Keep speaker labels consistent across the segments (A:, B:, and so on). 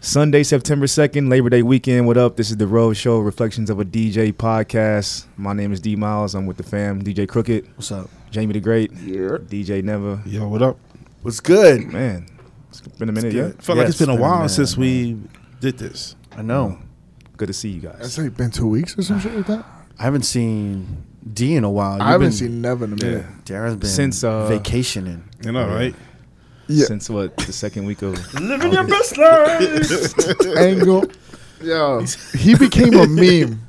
A: Sunday, September 2nd, Labor Day weekend. What up? This is the Road Show, Reflections of a DJ podcast. My name is D Miles. I'm with the fam, DJ Crooked,
B: What's up?
A: Jamie the Great,
C: Yeah.
A: DJ Never.
D: Yo, what up?
B: What's good?
A: Man, it's been a minute, yeah?
B: good.
D: Felt like
B: Yes,
D: it's been a
A: been a
D: while
A: minute,
D: since we did this.
B: I know.
A: Good to see you
C: That's
A: guys.
C: like been two weeks or some shit like that.
B: I haven't seen D in a while. You've
C: I haven't
B: been-
C: seen Nev in a minute.
A: Yeah.
B: Darren's been
A: Since, uh,
B: vacationing.
D: You know, right?
C: Yeah.
A: Since what? The second week of.
D: Living your best life.
C: Angle. Yo. He became a meme.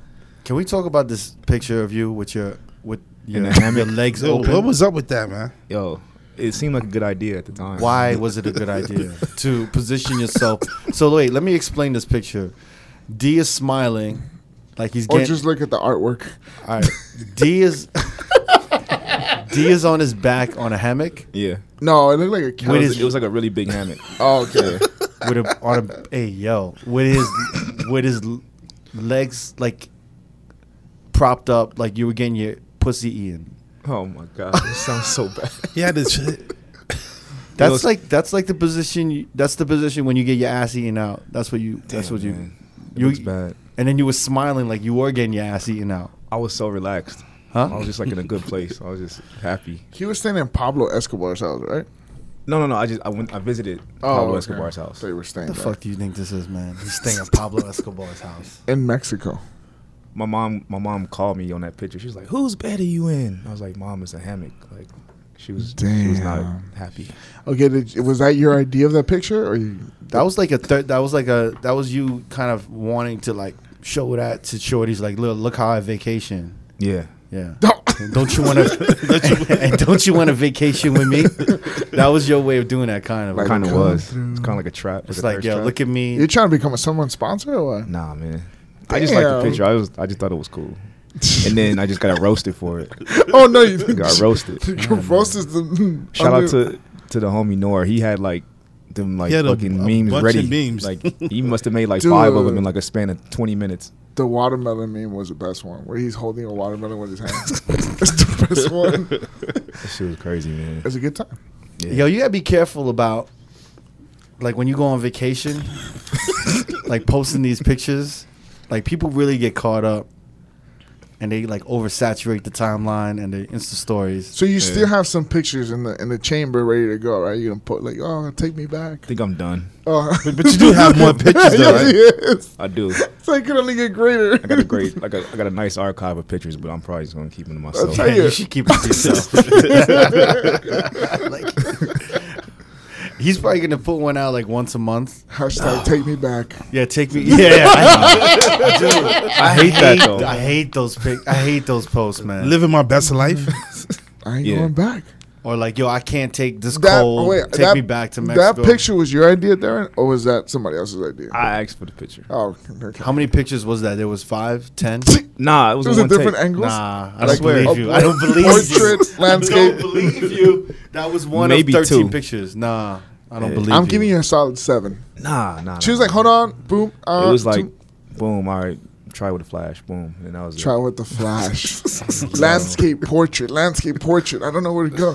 B: Can we talk about this picture of you with your with your,
A: the hammock?
B: your legs
D: Yo,
B: open?
D: what was up with that, man?
A: Yo, it seemed like a good idea at the time.
B: Why was it a good idea to position yourself? So wait, let me explain this picture. D is smiling, like he's
C: Or
B: getting.
C: just look at the artwork.
B: all right. D is D is on his back on a hammock
A: Yeah.
C: No, it looked like a
A: It was,
C: cat.
B: his-
A: it was like a really big hammock.
C: Oh, okay.
B: with a on a hey yo with his with his l- legs like propped up like you were getting your pussy eaten.
A: Oh my God. It sounds so bad.
D: He had this shit.
B: That's
A: it's-
B: like that's like the position. You, that's the position when you get your ass eaten out. That's what you. that's
A: Damn,
B: what you.
A: man. It
B: You
A: looks bad.
B: and then you were smiling like you were getting your ass eaten out.
A: I was so relaxed.
B: Huh?
A: I was just like in a good place. I was just happy.
C: he was staying in Pablo Escobar's house, right?
A: No, no, no. I just I went. I visited
C: Oh,
A: Pablo Escobar's house.
C: They were staying
B: The
C: there.
B: fuck do you think this is, man? He's staying at Pablo Escobar's house.
C: in Mexico.
A: My mom, my mom called me on that picture. She was like, "Whose bed are you in?" I was like, "Mom, it's a hammock." Like, she was she was not
C: Damn.
A: happy.
C: Okay, did, you- was that your idea of that picture, or you?
B: That was like a thir- that was like a that was you kind of wanting to like show that to shorties like look look how I vacation.
A: Yeah,
B: Yeah.
C: No.
B: And don't you want to? and don't you want a vacation with me? That was your way of doing that kind of.
C: Like,
A: kind of
C: come
A: was.
C: through.
A: It's kind of like a trap.
B: it's
A: a
B: like
A: thirst
B: yo,
A: trap.
B: look at me.
C: You're trying to become a someone sponsor or what?
A: Nah, man. I just liked the
C: Damn.
A: picture. I was I just thought it was cool, and then I just got roasted for it.
C: oh no, you
A: Got roasted.
C: Your roast is the
A: Shout out to to the homie Nor. He had like them like
D: He had a-
A: fucking
D: a
A: memes
D: bunch of
A: ready.
D: memes.
A: Like he must have made like five of them in
C: Dude.
A: like a span of twenty minutes.
C: the watermelon meme was the best one, where he's holding a watermelon with his hands. That's the best one.
A: That shit was crazy, man.
C: It's a good time.
A: Yeah.
B: Yo, you gotta be careful about like when you go on vacation, like posting these pictures. Like people really get caught up, and they like oversaturate the timeline and the Insta stories.
C: So you still have some pictures in the in the chamber ready to go, right? You can put like, oh, take me back.
A: I think I'm done.
C: Oh.
D: But you do have more pictures, though,
C: yes,
D: right?
C: yes.
A: I do.
C: So it could only get greater.
A: I got a great, like a, I got a nice archive of pictures, but I'm probably just gonna keep them to
C: I'll
A: myself.
C: tell
B: Man,
C: you.
B: you should keep it to yourself. Like, he's probably gonna put one out like once a month.
C: Hashtag take me back.
B: Yeah, take me. Yeah, I, Dude, I
A: hate that, though.
B: I hate those pic. I hate those posts, man.
D: Living my best life.
C: I ain't
A: Yeah.
C: going back.
B: or like, yo, I can't take this
C: That
B: cold.
C: wait,
B: take
C: that,
B: me back to Mexico.
C: That picture was your idea, Darren, or was that somebody else's idea?
A: I asked for the picture.
C: oh, okay.
B: How many pictures was that? There was five, ten.
A: Nah, it was,
C: It was
A: in
C: a
A: one
C: different
A: take.
C: angles.
B: Nah, I
A: Like,
B: don't believe
A: oh,
B: you. I don't believe you.
C: Portrait,
B: I
C: landscape.
B: don't believe you. That was one
A: Maybe
B: of thirteen
A: two.
B: pictures. Nah, I don't
A: Yeah.
B: believe.
C: I'm giving you a solid seven.
A: Nah, nah.
C: She
A: nah,
C: was like,
A: nah.
C: hold on, boom. Uh,
A: It was like,
C: two-
A: boom. All right, try with a flash. Boom, and that was it.
C: try with the flash. landscape portrait, landscape portrait. I don't know where to go.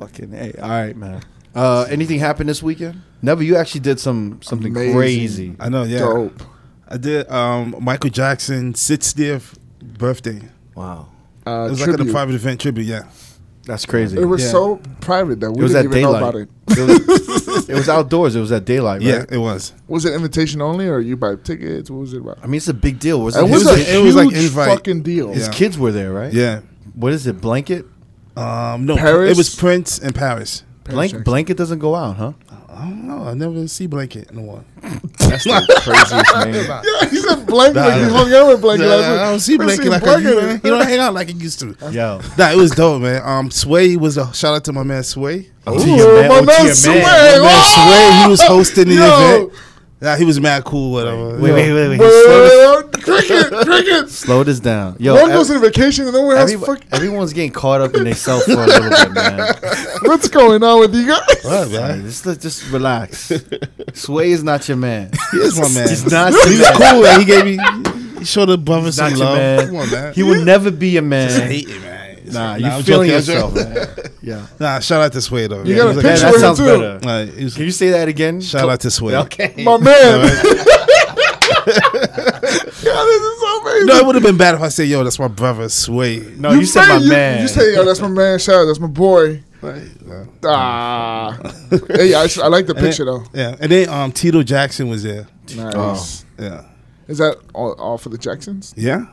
B: Fucking hey, all right, man. Uh, anything happened this weekend? Never. You actually did some something
C: Amazing.
B: crazy.
D: I know, yeah.
C: Dope.
D: I did um, Michael Jackson 60th birthday.
A: Wow.
C: Uh,
D: It was like
C: tribute.
D: a private event tribute, yeah.
B: That's crazy.
C: it was
D: yeah.
C: so private that we
B: It was
C: didn't
B: at
C: even know
B: daylight.
C: about it.
B: It was, it was outdoors. It was at daylight. Right?
D: Yeah, it was.
C: Was it invitation only, or you buy tickets? What was it about?
B: I mean, it's a big deal. Was
C: It was,
D: was
C: a
D: like-
C: huge
D: it was like invite.
C: fucking deal.
B: his
D: Yeah.
B: kids were there, right?
D: Yeah.
B: What is it? Blanket?
D: Um, no,
C: Paris?
D: it was Prince in Paris.
B: Blank,
C: Jackson.
B: blanket doesn't go out, huh?
D: I don't know. I never see blanket in the one.
A: That's the craziest name.
C: Yeah, he said blanket.
D: Nah,
C: like he
D: nah.
C: hung out with blanket.
D: Yeah,
C: was like,
D: I don't see
C: "I
D: blanket like I
C: blanket."
D: used to. He don't hang out like he used to.
B: Yo.
D: Nah, it was dope, man. Um, Sway was a shout out to my man Sway.
B: Oh,
C: Ooh, my man Sway.
D: My man Sway, he was hosting the
C: Yo.
D: event. Yeah, he was mad cool. Whatever.
B: Wait, wait, wait, wait. Slow, this,
C: Well, cricket, cricket.
B: slow this down. Yo,
C: One
B: ev-
C: goes on vacation and then one has
B: everybo-
C: fuck.
B: everyone's getting caught up in themselves for a little bit, man.
C: What's going on with you guys?
D: What,
B: Alright,
D: man?
B: just, let- just relax. Sway is not your man.
D: He is my man.
B: He's not
D: He
B: your
D: was
B: man.
D: cool. Man. He gave me. He showed the brother
B: He's not
D: some
B: your
D: love.
B: man.
D: Come on, man.
B: He will never be a man.
D: it, man. It's Nah, you
B: Nah, I'm
D: feeling
B: joking, I'm
D: yourself?
B: joking.
D: man.
B: Yeah.
D: Nah, shout out to Sway though.
C: You got
D: Yeah, he
C: a
D: was
B: Yeah,
C: picture
B: that
C: with him
B: sounds
C: too.
B: better.
D: Nah, he was-
B: Can you say that again?
D: shout out to Sway.
E: Okay.
C: My man. God, this is so amazing.
D: No, it oh, would have been bad if I said, "Yo, that's my brother Sway."
B: No, you, said my
C: you,
B: man.
C: You say, yo, that's my man. Shout out, that's my boy.
D: Right.
C: Ah. hey, I, I like the
D: And
C: picture
D: then-
C: though.
D: Yeah, and then um, Tito Jackson was there.
C: Nice.
D: Yeah,
C: Is that all, all for the Jacksons?
D: yeah,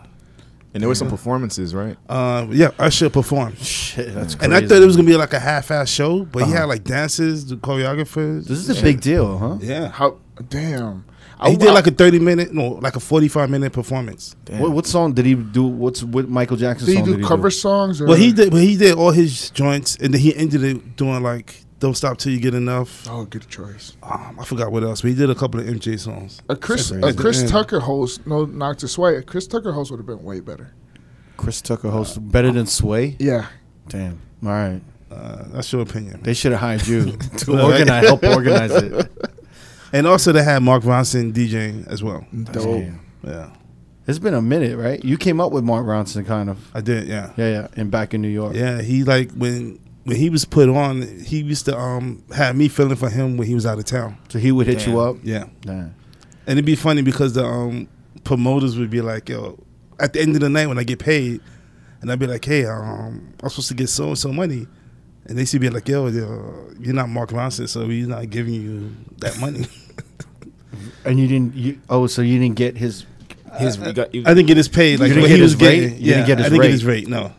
A: And there were some performances, right?
D: uh, yeah. Usher performed,
B: Shit, that's crazy.
D: and I thought it was gonna be like a half-ass show, but he had like dancers, the choreographers.
B: This is a big deal, huh?
D: yeah.
C: How? Damn.
D: He did like a thirty-minute, no, like a forty-five minute performance.
B: What, what song did he do? What's what Michael Jackson
C: Did he
B: song
C: do
B: did he
C: cover
B: do?
C: songs? Or?
D: Well, he did, but he did all his joints, and then he ended it doing like "Don't Stop Till You Get Enough."
C: Oh, good choice.
D: Um, I forgot what else, but he did a couple of MJ songs.
C: A Chris,
D: At the
C: a Chris
D: end.
C: Tucker host, no, not to sway. A Chris Tucker host would have been way better.
B: Chris Tucker host better than Sway. Uh,
C: Yeah,
B: Damn. All right.
D: Uh, that's your opinion.
B: They should have hired you to
D: Right.
B: organize, help organize it.
D: And also, they had Mark Ronson DJing as well.
C: dope.
B: Damn.
D: Yeah,
B: It's been a minute, right? You came up with Mark Ronson, kind of.
D: I did. Yeah,
B: Yeah, yeah. And back in New York.
D: yeah. He like when when he was put on, he used to um have me feeling for him when he was out of town.
B: So he would hit you up.
D: Yeah,
B: Damn.
D: and it'd be funny because the um promoters would be like, "Yo," at the end of the night when I get paid, and I'd be like, "Hey, um, I'm supposed to get so and so money." And they should be like, yo, yo, you're not Mark Ronson, so he's not giving you that money.
B: And you didn't. You, oh, so you didn't get his.
A: His, you got, you,
D: I didn't get his pay. Like
B: You didn't
D: what
B: get
D: he
B: his
D: was getting.
B: rate? You
D: Yeah,
B: didn't get his
D: I didn't
B: rate?
D: get his rate. No.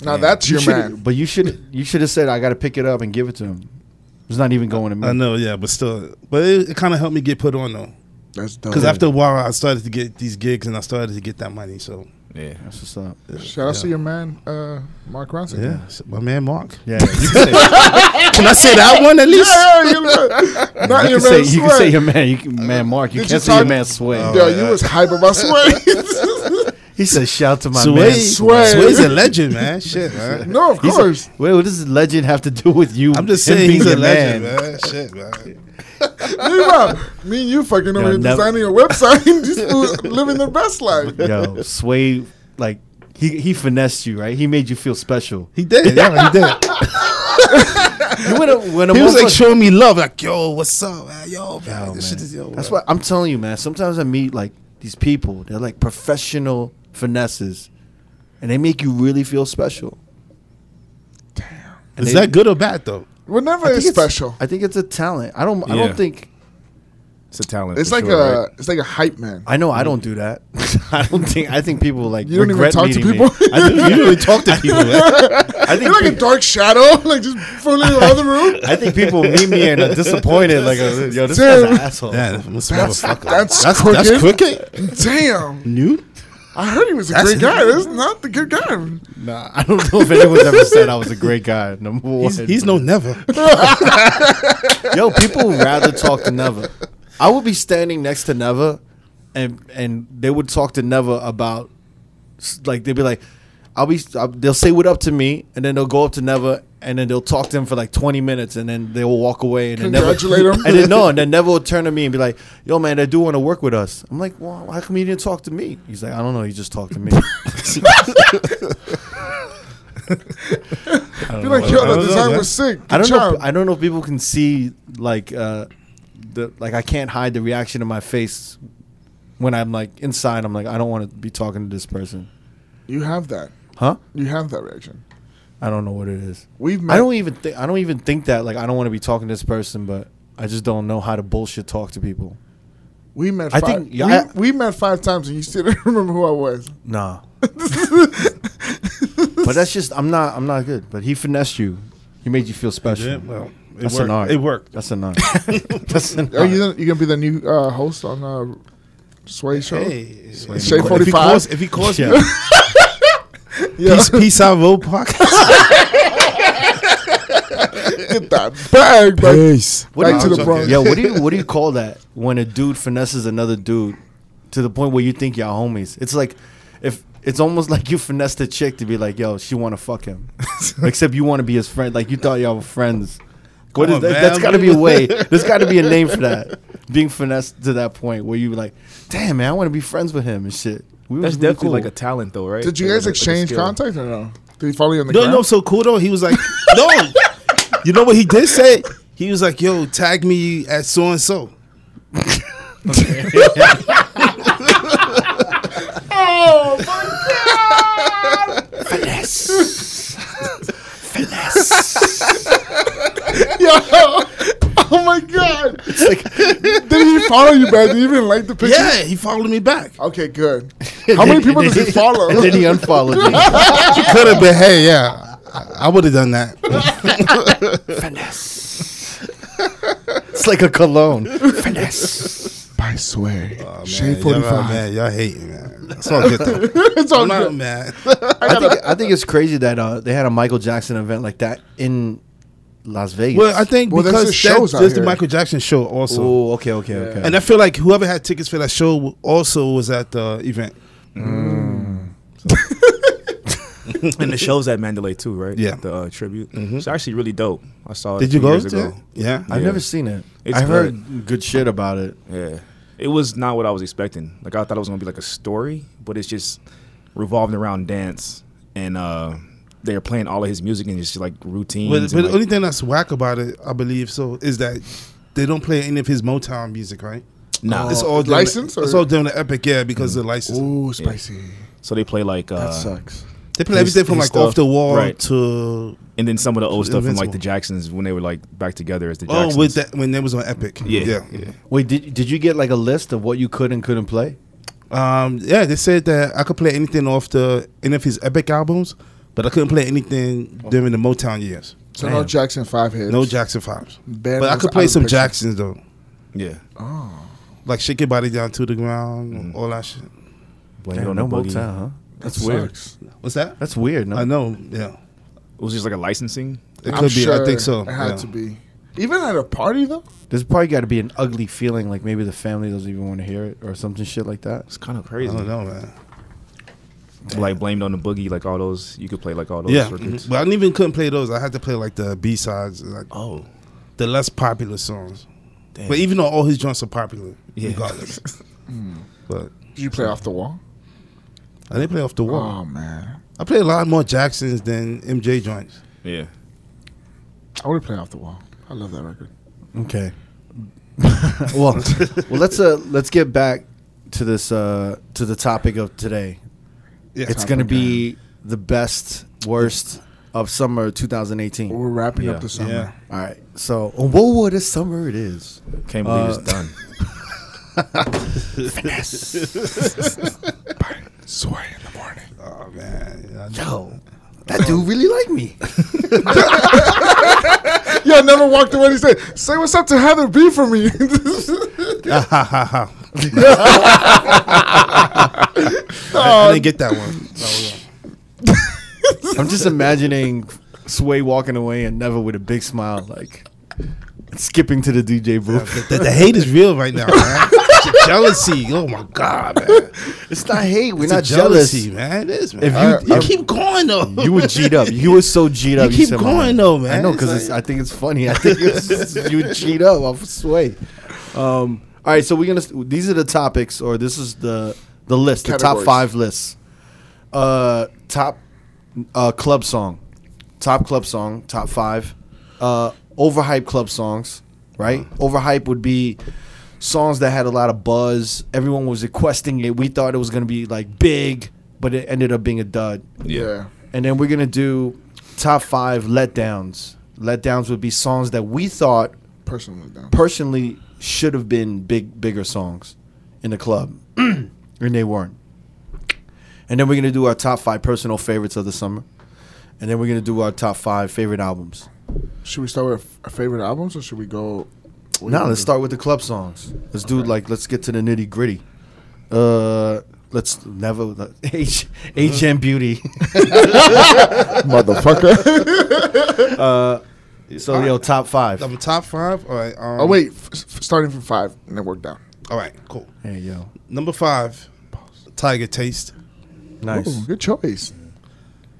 C: Now that's
B: You
C: your
B: shoulda-
C: man.
B: But you should. You should have said, "I got to pick it up and give it to him." It's not even going to me.
D: I know, yeah, but still, but it, it kind of helped me get put on though,
C: That's
B: Oh,
C: dope.
D: because after a while, I started to get these gigs and I started to get that money. So
A: yeah.
B: That's what's up.
C: shout out to your man, uh, Mark Ronson.
D: yeah, so my man Mark.
B: Yeah, you can say,
D: Can I say that one at least?
C: Yeah, you look- not
B: you can
C: your
B: say,
C: man.
B: you can
C: Sway.
B: say your man, you can, man Mark. You
C: Did
B: can't
C: you
B: say your
C: talk-
B: man Sway.
D: Oh.
C: Yo, you was hype about Sway.
B: He says, "Shout to my
D: Sway,
B: man."
C: Sway.
D: Sway's a legend, man. Shit, man.
C: no, of
B: He's a-
C: course.
B: Wait, what does legend have to do with you?
D: I'm just
B: him
D: saying
B: being
D: he's a
B: your
D: legend, man. Shit, man.
C: Meanwhile, me and you fucking over here
B: never-
C: designing a website and just uh, living the best life.
B: Yo, Sway, like he he finessed you, right? He made you feel special.
D: He did, yeah, he did.
B: You went up- went up
D: He was
B: over-
D: like showing me love, like yo, what's up, man? Yo, man, this shit is yo.
B: That's
D: man.
B: what I'm telling you, man. Sometimes I meet like these people. They're like professional finesses, and they make you really feel special. Damn,
D: Is that good or bad though?
C: Whenever it's special,
B: I think it's a talent. I don't. I
A: Yeah.
B: don't think.
A: It's a talent.
C: it's
A: for
C: like
A: sure,
C: a
A: right?
C: it's like a hype man.
B: I know I don't do that. I don't think. I think people like.
C: You don't even
B: regret
C: talk to
B: meeting me.
C: people?
B: I think, you don't talk to people. man. I
C: You're
B: think.
C: like a
B: people,
C: dark shadow, like just fooling around the room.
B: I think people meet me and are disappointed. Like, uh, yo, this guy's
C: Dude.
B: an asshole.
D: Yeah, Oh, this
C: That's
D: motherfucker.
C: that's,
D: That's
C: crooked.
D: that's crooked.
C: Damn,
D: New?
C: I heard he was a
D: That's-
C: great guy. That's not the good guy.
B: Nah, I don't know if anyone's ever said I was a great guy. Number one,
D: He's, he's no never.
B: Yo, people would rather talk to Neva. I would be standing next to Neva, and and they would talk to Neva about, s- like they'd be like, I'll be, I'll, they'll say what up to me, and then they'll go up to Neva, and then they'll talk to him for like twenty minutes, and then they will walk away, and then Neva,
C: Congratulate him.
B: and then no, and then Neva will turn to me and be like, Yo, man, they do want to work with us. I'm like, Well, how come you didn't talk to me? He's like, I don't know, he just talked to me.
C: You're like, yo, the
D: I don't know,
C: design
D: man.
C: was sick. Good
B: I don't
C: job.
B: know. I don't know if people can see like uh, the like I can't hide the reaction in my face when I'm like inside. I'm like I don't want to be talking to this person,
C: you have that.
B: huh?
C: You have that reaction.
B: I don't know what it is.
C: We've met.
B: I don't even think I don't even think that like I don't want to be talking to this person, but I just don't know how to bullshit talk to people.
C: we met.
B: I
C: Five,
B: think- yeah, I-
C: we, we met five times, and you still didn't remember who I was.
B: Nah. but that's just I'm not I'm not good. But he finessed you. He made you feel special.
D: Yeah, well, it
B: that's
D: worked.
B: an art.
D: It worked.
B: That's an art. that's an
C: Are
B: art.
C: you you gonna be the new uh, host on uh, Sway Show?
D: Hey,
C: Shay
D: if he
C: 45?
D: calls- If he calls me,
C: Yeah,
D: peace, peace out, road podcast.
C: get that bag, but
B: What
C: back
B: do you,
C: to the
D: okay.
C: Bronx.
B: Yo, what do you what do you call that when a dude finesses another dude to the point where you think y'all homies? It's like if it's almost like you finessed a chick to be like, yo, she want to fuck him, except you want to be his friend. Like you thought y'all were friends. What
D: Come
B: is
D: on,
B: that?
D: man.
B: That's got to be a way. There's got to be a name for that. Being finessed to that point where you like, damn man, I want to be friends with him and shit. We was
A: That's
B: really
A: definitely
B: cool."
A: like a talent, though, right?
C: Did you
A: Like,
C: guys
A: like a
C: exchange
A: skill.
C: contact or no? Did he follow you on the
D: No,
C: ground?
D: no, so cool though. He was like, no. You know what he did say? He was like, yo, tag me at so and so.
C: Oh my god! Did he follow you, man? Did he even like the picture?
D: Yeah, he followed me back.
C: Okay, good. How many people does he follow?
B: And then he unfollowed me.
D: He could have been, hey, yeah, I, I would have done that.
B: It's like a cologne.
C: I swear.
D: Oh, man,
C: Shade
D: y'all-
C: 45.
D: man, y'all hating, man. It's all good though.
C: it's all
D: I'm not
C: good.
D: mad.
B: I think I think it's crazy that uh, they had a Michael Jackson event like that in Las Vegas.
D: Well, I think
C: Well, there's
D: because
C: just
D: that's
C: shows out
D: just the
C: here.
D: Michael Jackson show also.
B: Oh, okay, okay, okay.
D: And I feel like whoever had tickets for that show also was at the event.
A: and the show's at Mandalay too, right?
D: Yeah.
A: the uh, tribute. It's actually really dope. I saw it.
D: Did you
A: two
D: go?
A: years
D: To
A: ago.
D: that? Yeah.
B: I've
A: Yeah.
B: never seen it.
A: It's
B: I heard good shit about it.
A: Yeah, it was not what I was expecting. Like I thought it was gonna be like a story, but it's just revolving around dance, and uh, they are playing all of his music and just like routines.
D: But,
A: and,
D: but the
A: like-
D: only thing that's whack about it, I believe, so is that they don't play any of his Motown music, right?
A: nah,
D: it's all
C: Oh, license
D: During, it's
C: or-
D: all during the Epic, yeah, because of the license.
C: Ooh, spicy.
A: so they play like uh,
B: That sucks.
D: They play
A: his-
D: everything from
A: his
D: like
A: stuff,
D: off the wall
A: right.
D: to
A: and then some of the old stuff from like
D: Invincible.
A: the Jacksons when they were like back together as the Jacksons.
D: oh, with that when they was on Epic,
A: yeah, yeah.
B: Wait, did did you get like a list of what you could and couldn't play?
D: Um, yeah, they said that I could play anything off the any of his Epic albums, but I couldn't play anything
A: Oh.
D: during the Motown years.
C: So no Jackson Five hits.
D: No Jackson Fives,
C: Ben
D: but I
C: was
D: could
C: out
D: play
C: of
D: some
C: picture.
D: Jacksons though,
A: yeah.
D: like Shake Your Body Down to the Ground,
A: Mm.
D: all that shit.
A: Blame
B: Damn,
A: it on
B: no
A: the boogie.
B: Motown, huh?
C: That's
A: weird.
D: What's that?
B: That's weird. No,
D: I know. Yeah,
A: It was just like a licensing.
D: it
C: I'm
D: could be.
C: sure
D: I think so.
C: It had
D: yeah.
C: to be. Even at a party though.
B: there's probably got to be an ugly feeling, like maybe the family doesn't even want to hear it or something shit like that.
A: It's kind of
D: I
A: crazy.
D: don't know, man.
A: Like blamed on the boogie, like all those. You could play like all those
D: Yeah,
A: records.
D: mhm. but I didn't even couldn't play those. I had to play like the B sides, like
A: Oh,
D: the less popular songs.
A: damn.
D: But even though all his joints are popular,
A: Yeah. Hmm.
D: regardless. but
C: Did you play off the wall?
D: I didn't play off the wall.
C: Oh man,
D: I played a lot more Jacksons than MJ joints.
A: yeah.
C: I would have played off the wall. I love that record.
B: Okay. well, well, let's uh, let's get back to this uh, to the topic of today.
D: Yeah,
B: It's going to be the best, worst of summer 2018. All
C: We're wrapping
A: Yeah.
C: up the summer.
D: yeah.
B: right. So, oh, whoa, what a summer it is.
A: Can't believe
B: Uh,
A: it's done.
C: Sorry in the morning.
D: Oh man, I know.
B: Yo, that dude really like me.
C: Yeah, I never walked away. He said, "Say what's up to Heather B for me."
B: Oh.
D: I, I didn't get that one. Oh,
B: I'm just imagining Sway walking away and Never with a big smile, like skipping to the DJ booth.
D: The, the hate is real right now, man. It's a jealousy. Oh my god, man. It's
B: It's not hate. We're
D: a
B: not jealous.
D: jealousy, man. It is, man.
B: If you-
D: you,
B: if-
D: keep going though.
B: You were G'd up. You were so G'd up.
D: You keep
B: said,
D: going,
B: "Man."
D: though, man.
B: I know
D: It's
B: because I think it's funny. I think it's, you were G'd up off of Sway. Um, all right, so we're gonna. These are the topics, or this is the the list, the top
C: Categories.
B: five lists. Uh, top uh, club song, top club song, top five. Uh, overhyped club songs, right?
D: Uh-huh.
B: Overhype would be songs that had a lot of buzz. Everyone was requesting it. We thought it was gonna be like big, but it ended up being a dud.
C: yeah.
B: And then we're gonna do top five letdowns. Letdowns would be songs that we thought
C: personally down.
B: personally should have been big, bigger songs in the club, and they weren't. And then we're gonna do our top five personal favorites of the summer, and then we're gonna do our top five favorite albums.
C: Should we start with our favorite albums, or should we go? what do
B: Now
C: you
B: let's
C: do?
B: start with the club songs. Let's do like let's get to the nitty gritty. Uh, let's never H H M Beauty.
C: motherfucker.
B: Uh, So yo, top five.
D: I'm top five. All right. Um,
C: oh wait, f- f- starting from five and then work down.
D: All right. Cool.
B: Hey yo,
D: Number five, Tiger Taste.
B: nice.
C: Ooh, good choice.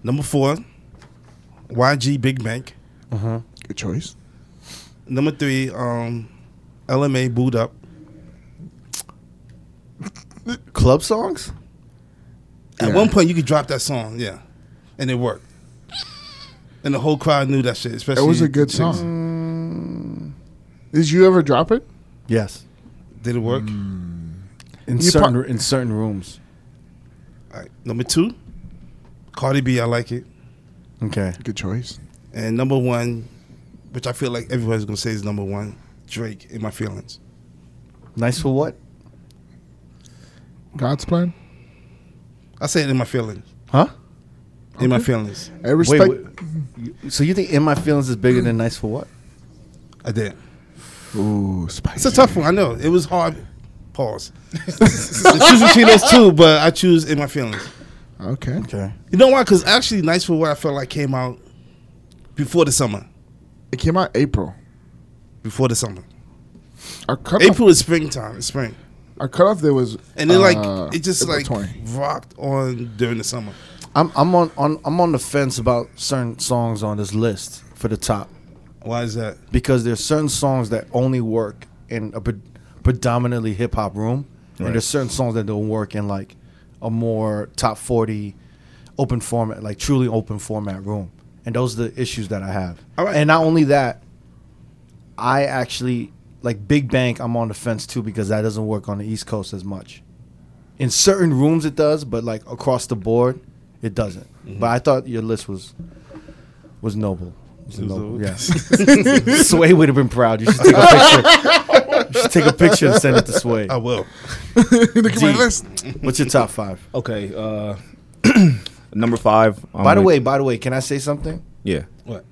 D: Number four, YG Big Bank.
B: Uh-huh.
C: Good choice.
D: Number three, um, LMA Boot Up.
B: Club songs?
D: At
C: Yeah.
D: one point, you could drop that song, yeah, and it worked. and the whole crowd knew that shit. Especially
C: It was a good
D: chicks.
C: song. Did you ever drop it?
B: Yes.
D: Did it work?
C: Mm.
B: In
C: You
B: certain
C: pro-
B: in certain rooms.
D: All right. Number two, Cardi B, I like it,
B: Okay.
C: Good choice.
D: and number one, which I feel like everybody's gonna say is number one, Drake, in my feelings.
B: Nice for what?
C: God's plan.
D: I say it in my feelings.
B: Huh?
D: In my feelings,
C: I respect.
B: Wait, wait. So you think in my feelings is bigger than nice for what?
D: I did.
C: Ooh, spicy.
D: It's a tough one. I know it was hard. Pause. choose between those two, but I choose in my feelings.
C: Okay.
B: Okay.
D: You know why? Because actually, Nice for What I felt like came out before the summer.
C: It came out April.
D: Before the summer,
C: Our cutoff.
D: April is springtime. It's spring,
C: Our cutoff there was.
D: and
C: uh,
D: then like it just
C: April
D: like
C: 20.
D: rocked on during the summer.
B: I'm I'm on, on I'm on the fence about certain songs on this list for the top
D: Why is that?
B: because there's certain songs that only work in a pre- predominantly hip hop room, and there's certain songs that don't work in like a more top forty open format, like truly open format room. And those are the issues that I have.
D: All right.
B: And not only that, I actually like Big Bank. I'm on the fence too because that doesn't work on the East Coast as much. In certain rooms it does, but like across the board, it doesn't. But I thought your list was was noble. Was noble. Yes. Sway would have been proud. You should take a picture. you should take a picture and send it to Sway.
D: I will.
C: Look at my
B: D.
C: list.
B: What's your top five?
A: Okay. Uh, number five. I'm
B: by the
A: gonna-
B: way, by the way, can I say something?
A: yeah.
D: What?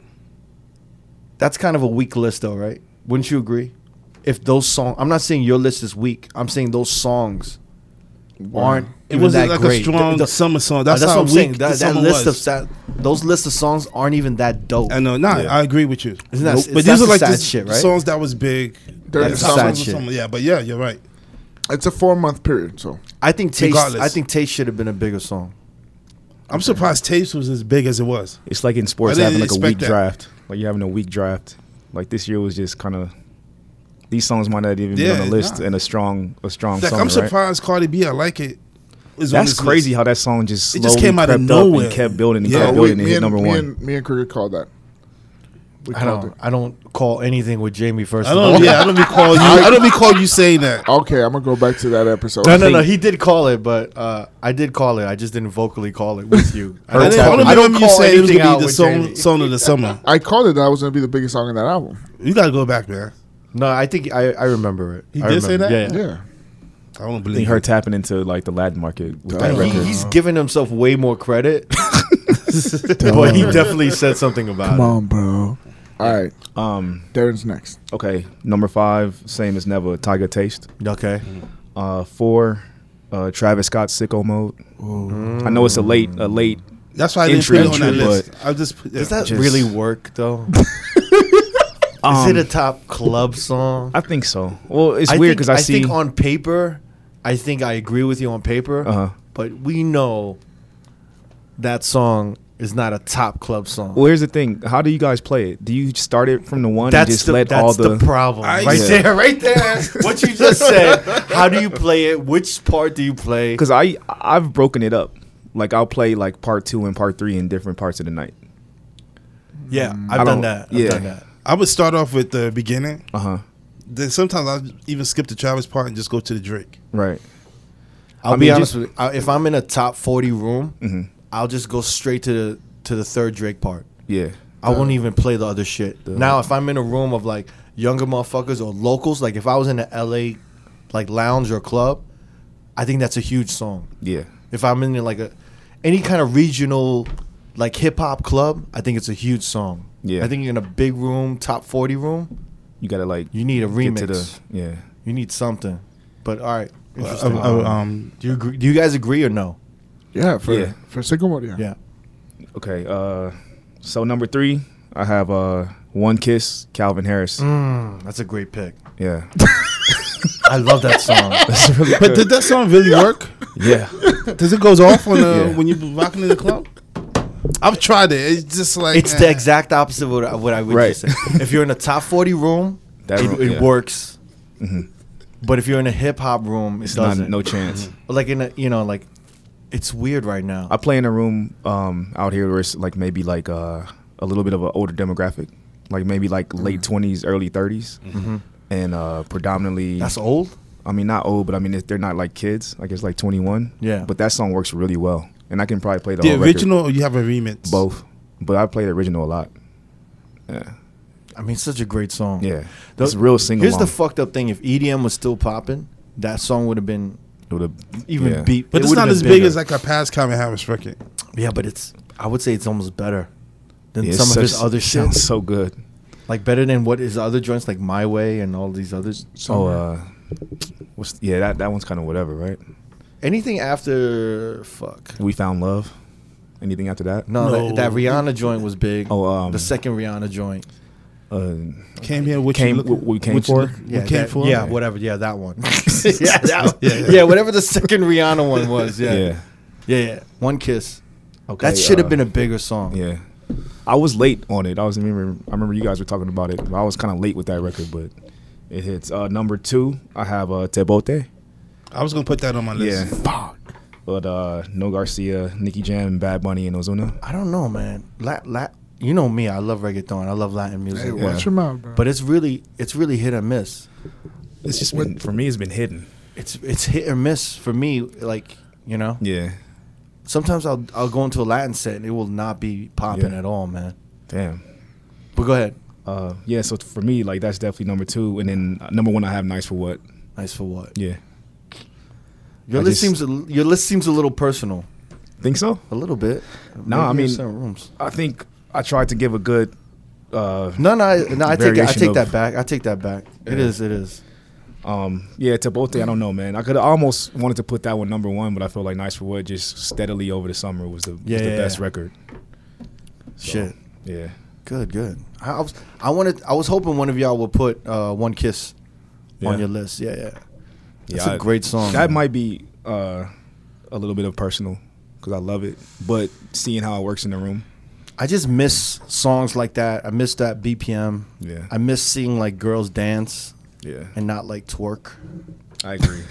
B: That's kind of a weak list, though, right? Wouldn't you agree? If those songs, I'm not saying your list is weak. I'm saying those songs aren't.
D: It
B: even
D: wasn't
B: that
D: like
B: great.
D: a strong
B: The- the-
D: summer song.
B: That's,
D: That's, how
B: what I'm
D: weak
B: saying.
D: the
B: That, that
D: summer
B: list of
D: was.
B: sa- those list of songs aren't even that dope.
D: I know. Nah,
A: Yeah.
D: I agree with you.
B: Isn't that-
D: Nope.
B: it's-
D: But
B: that's
D: these are
B: the
D: like
B: sad
D: the
B: shit, right?
D: songs that was big.
C: During the
B: That's
D: Songs
B: sad
D: of
B: shit.
D: summer. Yeah, but yeah, you're right.
C: It's a four month period, so
B: I think taste.
D: Regardless.
B: I think taste should have been a bigger song.
D: I'm surprised Tapes was as big as it was.
A: It's like in sports
D: I didn't
A: having like a
D: expect
A: weak
D: that.
A: draft. Like you're having a weak draft. Like this year was just kind of these songs might not even be
D: Yeah,
A: on the list
D: nah.
A: and a strong a strong
D: Like,
A: song.
D: I'm
A: right?
D: surprised Cardi B. I like it. Is on
A: That's
D: this
A: crazy
D: list.
A: how that song just
D: It
A: slowly
D: just came out of
A: crept up
D: nowhere.
A: and kept building and
D: Yeah.
A: kept
D: Oh,
A: building and
C: Uh, me
A: hit
C: and
A: number
C: me
A: one.
C: and me and Kruger called that. We
B: I
C: called
B: don't. I don't call anything with Jamie first.
D: I
B: of all.
D: don't. Yeah, I don't recall you. I don't recall you saying that.
C: it. Okay, I'm gonna go back to that episode.
B: No, no, no.
A: think-
B: He did call it, but uh, I did call it. I just didn't vocally call it with you. I
D: I,
B: don't,
D: didn't, I
B: call,
D: don't
B: I don't
D: remember you
B: call
D: saying it was
B: anything
D: gonna
B: out
D: be the
B: with
D: song,
B: Jamie.
D: song of the summer.
C: I called it that was gonna be the biggest song in that album.
D: You gotta go back, man.
B: No, I think I, I remember it.
D: He
B: I
D: did say
B: remember.
D: that?
B: Yeah. yeah.
C: Yeah,
D: I don't
A: I
D: believe
A: think
D: her.
A: her tapping into like the Latin market with that
C: Damn.
B: He-
A: record.
B: he's giving himself way more credit, but he definitely said something about it.
C: bro. All right,
A: Um,
C: Darren's next.
A: okay, number five, same as never. Tiger Taste.
B: Okay.
A: Uh, four, uh, Travis Scott Sicko Mode. I know it's a late a late.
D: That's why I didn't put
A: Entry,
D: it on that
A: entry,
D: list. I just put, yeah.
B: Does that
A: Just-
B: really work though? Is
A: Um,
B: it a top club song?
A: I think so. Well, it's weird
B: think-
A: because I, see.
B: think on paper, I think I agree with you on paper,
A: Uh-huh.
B: but we know that song is not a top club song.
A: well, here's the thing. How do you guys play it? Do you start it from the one
B: that's
A: and just
B: the,
A: let
B: that's
A: all the?
B: the problem
D: I-
B: right
A: Yeah.
B: there, right there. what you just said. How do you play it? Which part do you play?
A: Because I I've broken it up. Like I'll play like part two and part three in different parts of the night.
B: Yeah,
A: I
B: I've
A: don't-
B: done that. I've
A: yeah.
B: done that.
D: I would start off with the beginning.
A: Uh
B: Uh-huh.
A: huh.
D: Then sometimes I even skip the Travis part and just go to the Drake.
A: Right.
B: I'll
A: I
B: be
A: mean,
B: honest
A: just- Mm-hmm.
B: with you. I, if I'm in a top 40 room, I'll just go straight to the to the third Drake part.
A: Yeah.
B: I won't even play the other shit. Now, if I'm in a room of like younger motherfuckers or locals, like if I was in the LA like lounge or club, I think that's a huge song.
A: Yeah.
B: If I'm in like a any kind of regional like hip hop club, I think it's a huge song.
A: Yeah.
B: I think in a big room, top 40 room,
A: You gotta like
B: you need a remix.
A: get to the yeah.
B: you need something. But all right,
D: Uh,
B: interesting.
D: uh, um,
B: do you agree, do you guys agree or no?
C: Yeah, for
A: Yeah.
C: for Sycamore. Yeah.
B: Yeah.
A: Okay. Uh, so number three, I have uh one kiss, Calvin Harris.
B: Mm, that's a great pick.
A: Yeah.
B: I love that song.
A: That's really
D: but
A: good.
D: did that song really work?
A: yeah.
D: Does it goes off on the,
A: Yeah.
D: when you're rocking in the club? I've tried it. It's just like
B: it's the
D: eh.
B: exact opposite of what I, what I would
A: Right.
B: just say. If you're in a top 40 room,
A: That
B: it,
A: room,
B: it
A: yeah. Mm-hmm.
B: works. But if you're in a hip hop room, it
A: It's not
B: doesn't.
A: no chance.
B: Like in a, you know, like it's weird right now.
A: I play in a room um out here where it's like maybe like uh a little bit of an older demographic, like maybe like
B: Mm.
A: late twenties, early 30s and uh, predominantly.
B: Mm-hmm. That's old.
A: I mean, not old, but I mean if they're not like kids. I guess like twenty one.
B: Yeah.
A: But that song works really well, and I can probably play the,
D: The
A: whole
D: original, or you have a remix.
A: record, both. But I play the original a lot. Yeah,
B: I mean, such a great song.
A: yeah.
B: The-
A: That's real single.
B: Here's the fucked up thing: if EDM was still popping, that song would have been even beat.
D: But
B: it
D: it's
B: would've
D: not
B: been
D: as big
B: bigger.
D: as like a past Calvin Harris record.
B: Yeah, but it's. I would say it's almost better than
A: Yeah,
B: some of
A: such-
B: his other shit.
A: Sounds so good.
B: Like better than what his other joints, like My Way and all these others.
A: So, uh, what's yeah? That that one's kind of whatever, right?
B: Anything after fuck.
A: We found love. Anything after that?
B: No,
D: No.
B: That, that Rihanna joint was big.
A: Oh, um,
B: the second Rihanna joint.
A: Uh,
D: Came here, what
A: Came-
D: you look,
A: what we came
D: what you
A: for?
D: look-
B: Yeah,
D: what came
B: that-
D: for?
B: Yeah, whatever. Yeah, that one. yeah, that one. Yeah, whatever the second Rihanna one was. Yeah, yeah,
A: yeah,
B: yeah. One kiss.
A: Okay,
B: that should have
A: uh,
B: been a bigger song.
A: yeah. I was late on it. I was I remember. I remember you guys were talking about it. I was kind of late with that record, but it hits. Uh, number two, I have uh, Tebote.
D: I was gonna put that on my list.
A: Fuck. But uh, No Garcia, Nicki Jam, Bad Bunny, and Ozuna.
B: I don't know, man. Lat, lat. You know me. I love reggaeton. I love Latin
C: Hey,
B: music.
A: Yeah.
C: watch your mouth, bro.
B: But it's really, it's really hit or miss.
A: It's just been, for me. It's been hidden.
B: It's it's hit or miss for me. Like you know,
A: Yeah.
B: sometimes I'll I'll go into a Latin set and it will not be popping
A: Yeah.
B: at all, man.
A: Damn.
B: But go ahead.
A: Uh, yeah. So for me, like that's definitely number two, and then uh, number one, I have Nice for What.
B: Nice for what?
A: Yeah.
B: Your
A: I
B: list
A: just-
B: seems a, your list seems a little personal.
A: Think so?
B: A little bit.
A: No, I
B: Maybe in
A: mean-
B: certain rooms.
A: I think I tried to give a good. Uh,
B: No, no, I- no. I take I
A: Variation
B: take
A: of-
B: that back. I take that back. It is. It is.
A: Um, yeah, Tebote, I don't know, man. I could almost wanted to put that one number one, but I feel like Nice for What just steadily over the summer was the, was
B: Yeah,
A: the
B: yeah,
A: best
B: yeah.
A: record.
B: Shit.
A: Yeah.
B: Good. Good. I, I was I wanted I was hoping one of y'all would put uh, one kiss
A: Yeah.
B: on your list. Yeah, yeah. That's
A: yeah,
B: a
A: I-
B: great song.
A: That
B: man.
A: might be uh, a little bit of personal because I love it, but seeing how it works in the room,
B: I just miss songs like that. I miss that BPM.
A: Yeah.
B: I miss seeing like girls dance
A: yeah,
B: and not like twerk.
A: I agree.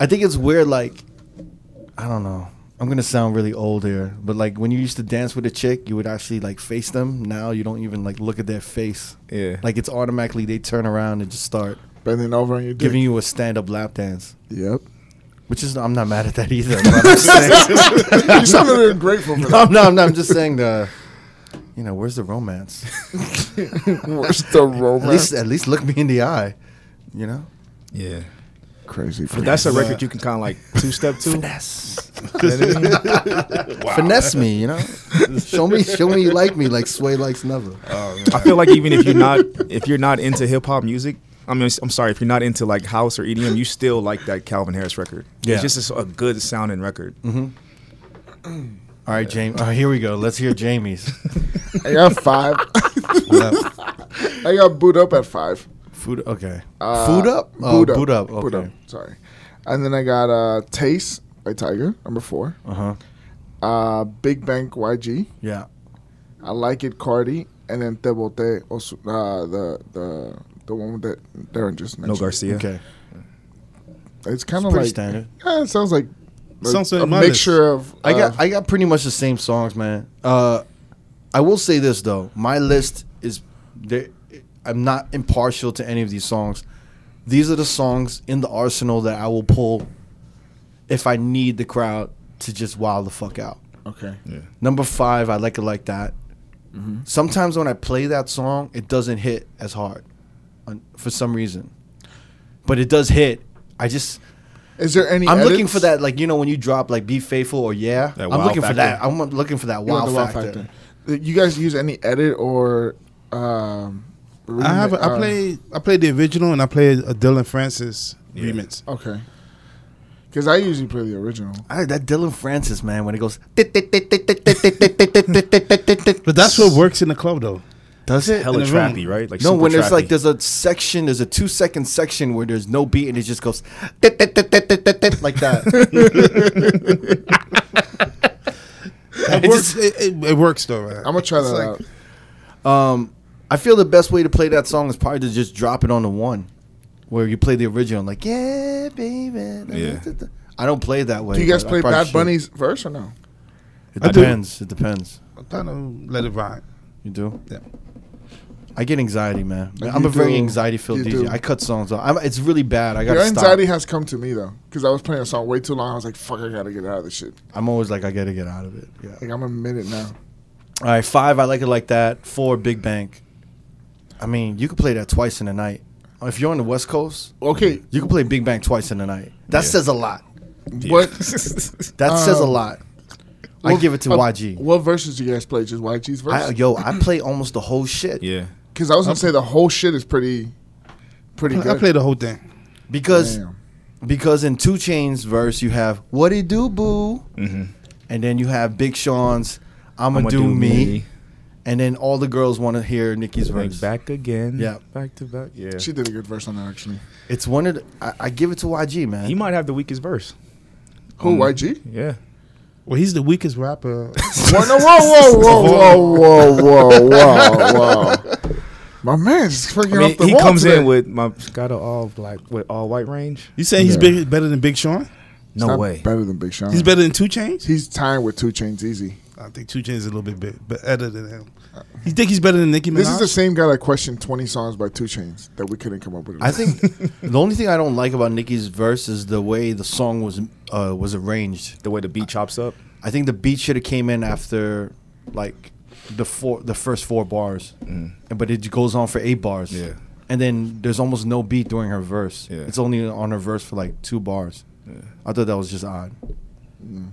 B: I think it's weird. Like, I don't know. I'm gonna sound really old here, but like when you used to dance with a chick, you would actually like face them. Now you don't even like look at their face.
A: Yeah,
B: Like it's automatically they turn around and just start
C: Bending over on your dick.
B: giving you a stand up lap dance.
C: yep.
B: Which is I'm not mad at that either. but I'm, just saying,
C: you sounded really grateful for that.
B: I'm not. I'm not. I'm just saying the. You know, where's the romance?
C: Where's the
B: At least,
C: romance?
B: at least look me in the eye. You know,
A: yeah.
C: Crazy. For
A: But that's a
D: Yeah.
A: record you can kind of like two step to.
B: finesse, finesse me. You know, show me, show me you like me, like Sway likes never.
D: Oh,
A: I feel like even if you're not if you're not into hip hop music, I mean, I'm sorry if you're not into like house or EDM, you still like that Calvin Harris record.
B: Yeah.
A: it's just a, a good sounding record.
B: All right, Jamie. All right, here we go. Let's hear Jamie's.
C: I got five. I got boot up at five.
B: Food. Okay.
C: Uh,
B: Food up. Oh,
C: boot up.
B: Boot up.
C: Boot
B: Okay.
C: up. Sorry. And then I got uh, Taste by Tiger, number four.
B: Uh huh.
C: Uh, Big Bank YG.
B: Yeah.
C: I like it, Cardi. And then Tebote, also, uh, the the the one that Darren just
A: No
C: mentioned.
A: Garcia.
B: Okay.
C: It's kind
B: It's
C: of
B: pretty
C: like
B: standard.
C: Yeah, it sounds like a-
D: Sounds like
C: a
D: my list.
C: mixture of.
B: I got
C: uh,
B: I got pretty much the same songs, man. Uh, I will say this though, my list is there. I'm not impartial to any of these songs. These are the songs in the arsenal that I will pull if I need the crowd to just wow the fuck out.
C: okay.
B: Number five, I like it like that. Sometimes when I play that song, it doesn't hit as hard on, for some reason, but it does hit. I just
C: Is there any?
B: I'm looking
C: edits?
B: for that, like you know, when you drop like "Be Faithful" or "Yeah."
A: That
B: I'm
A: wow
B: looking for that.
A: factor.
B: I'm looking for that
C: You
B: wow,
C: want the
B: factor.
C: factor. You guys use any edit or? Um,
D: I have.
C: remix-
D: I
C: uh,
D: played. I played the original, and I played a Dylan Francis remix.
C: uh, Okay. Because I usually play the original.
B: I, that Dylan Francis man, when it goes,
D: But that's what works in the club, though.
B: does it?
A: Hella
D: In the room.
A: trappy, right? Like
B: no,
A: super
B: when there's like
A: trappy.
B: there's a section, there's a two second section where there's no beat and it just goes like that.
D: It,
B: works.
D: just- it- it- it works though. Man.
C: I'm gonna try that
D: like-
C: out.
B: Um, I feel the best way to play that song is probably to just drop it on the one, where you play the original, like yeah, baby.
A: Yeah.
B: I don't play it that way.
C: Do you guys
B: but I
C: play
B: probably
C: Bad
B: should.
C: Bunny's verse or no?
B: It
D: I do.
B: depends. It depends.
D: I'm trying to let it ride.
B: You do?
D: Yeah.
B: I get anxiety, man.
C: You
B: I'm a very
C: do.
B: anxiety filled
C: You
B: DJ.
C: do.
B: I cut songs off. I'm, it's really bad. I got
C: Your
B: to
C: anxiety
B: stop.
C: has come to me though, because I was playing a song way too long. I was like, "Fuck, I gotta get out of this shit."
B: I'm always like, I got to get out of it. Yeah.
C: Like I'm a minute now.
B: All right, five. I like it like that. Four, Big Bank. I mean, you could play that twice in a night. If you're on the West Coast,
C: Okay,
B: you can play Big Bang twice in a night. That
A: Yeah.
B: says a lot.
C: what?
B: That says a
C: Um,
B: lot. I give it to
C: uh,
B: YG.
C: What verses do you guys play? Just YG's
B: I,
C: verse?
B: yo, I play almost the whole shit
A: Yeah.
C: Because I was gonna say the whole shit is pretty, pretty
D: I
C: good.
D: play the whole thing.
B: because
C: Damn.
B: because in Two Chains verse you have "What It Do Boo," and then you have Big Sean's
A: Mm-hmm.
B: "I'ma,
A: I'ma
B: do,
A: do
B: me.
A: me.
B: and then all the girls want to hear Nicki's
A: Like,
B: verse.
A: back again.
B: Yeah.
A: Back to back. Yeah.
C: She did a good verse on that actually.
B: It's one of the, I, I give it to YG man.
A: He might have the weakest verse.
C: Who? YG?
A: Yeah.
D: Well, he's the weakest rapper.
C: Whoa, no, whoa, whoa, whoa, whoa, whoa, whoa, whoa, whoa! My man's freaking
A: I mean,
C: off the
A: he
C: wall
A: comes
C: today.
A: in with my got a all black with all white range.
D: you saying he's
C: Yeah.
D: big, better than Big Sean?
C: It's
A: No
C: not
A: way.
C: Better than Big Sean.
B: Uh.
D: He's better than Two Chains?
C: He's tying with Two Chains easy.
D: I think Two Chains is a little bit big, but better than him. You think he's better than Nicki Minaj?
C: This is the same guy that questioned 20 songs by Two Chains that we couldn't come up with.
B: I think the only thing I don't like about Nicki's verse is the way the song was uh, was arranged.
A: The way the beat chops up.
B: I think the beat should have came in after like the four the first four bars, And- but it goes on for eight bars.
A: Mm. Yeah.
B: and then there's almost no beat during her verse.
A: Yeah.
B: It's only on her verse for like two bars. I thought that was just odd.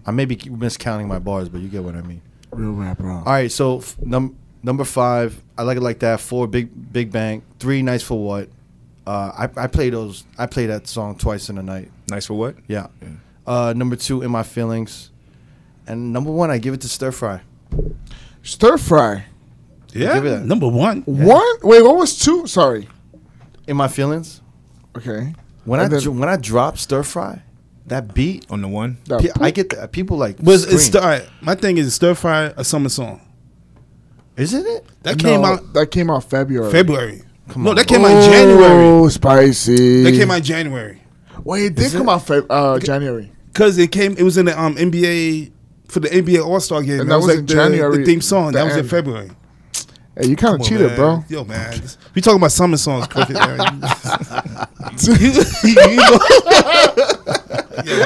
B: I may be miscounting my bars, but you get what I mean.
C: Mm. real rap wrong.
B: All right, so f- num- number five, I like it like that. Four, big big bang. Three, nice for what? Uh, I I play those. I play that song twice in a night.
A: Nice for what?
B: Yeah. Uh, number two, in my feelings, and number one, I give it to Stir Fry.
C: Stir Fry.
D: yeah,
B: Give it that.
D: number one.
C: One? Wait, what was two? Sorry.
B: In my feelings,
C: Okay.
B: when
C: And
B: I
C: then-
B: dr- when I drop Stir Fry, that beat,
A: On the one.
C: That
B: pe- I get that. people like.
D: Was it's
B: scream.
D: all right, my thing is Stir Fry a summer song
B: Isn't it?
D: that came
C: No,
D: out
C: That came out February.
D: February.
B: Come
D: no,
B: on,
D: that
B: bro.
D: came out in January.
C: Oh, spicy.
D: That came out in January
C: Wait, it did
B: Is
C: come
B: it?
C: out Feb- uh, January.
D: because it came. It was in the um, NBA for the NBA All Star game.
C: And
D: that was, like
C: in
D: the,
C: January,
D: the theme song.
C: the
D: that was in
C: end.
D: February.
C: Hey, you kind
D: Come
C: of
D: on,
C: cheated,
D: man.
C: bro.
D: Yo, man, we talking about summer songs, cricket. man. yeah.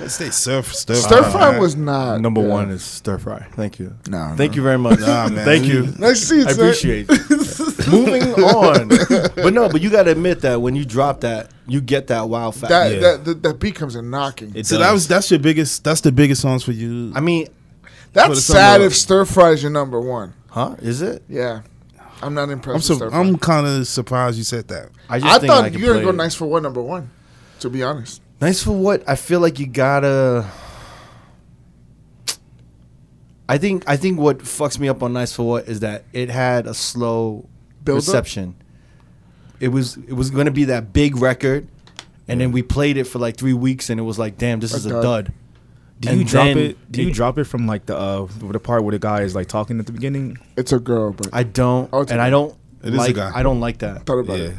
D: Let's stay surf, stir,
C: Stir
D: fry,
C: Fry
D: Uh, man.
C: was not
B: Number
C: yeah.
B: one is Stir Fry. Thank you.
C: Nah,
B: Thank
C: nah.
B: you very much.
D: Nah, man.
B: Thank you.
C: Nice to see you,
B: I
C: sir.
B: appreciate it. Moving on. But no, but you got to admit that when you drop that, you get that wow factor.
C: That,
A: Yeah.
C: that, that that beat comes in knocking.
A: It
D: So
A: does.
D: that was that's your biggest. That's the biggest songs for you.
B: I mean,
D: Put it
C: That's sad
D: somewhere.
C: if Stir Fry is your number one.
B: huh? Is it?
C: Yeah, I'm not impressed.
D: I'm
C: with
D: so
C: Stir Fry.
D: I'm kind of surprised you said that.
C: I
B: think
C: thought
B: could
C: you were gonna
B: play
C: go
B: it.
C: nice for one number one. To be honest,
B: Nice for what? I feel like you gotta. I think I think what fucks me up on Nice for What is that it had a slow
C: Build up?
B: reception. It was it was going to be that big record, and then we played it for like three weeks, and it was like, damn, this is a
C: dud.
B: dud.
A: Do
B: And
A: you drop
B: then
A: it? Do you
B: it-
A: drop it from like the uh the part where the guy is like talking at the beginning?
C: it's a girl, but I
B: I don't,
C: Oh, it's
B: and
C: a
B: I
C: guy.
B: don't
D: It is a
B: like.
D: guy.
B: I don't like that.
C: thought about
A: yeah.
C: it.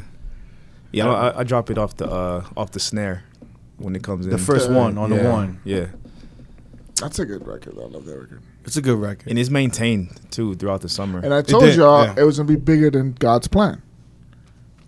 A: Yeah, I, I, I drop it off the uh off the snare when it comes in.
B: The first
C: Yeah.
B: one on the
A: Yeah,
B: one,
A: Yeah.
C: That's a good record. I love that record.
B: it's a good record.
A: And it's maintained too throughout the summer.
C: And I told
D: did,
C: y'all
D: yeah.
C: it was gonna be bigger than God's plan.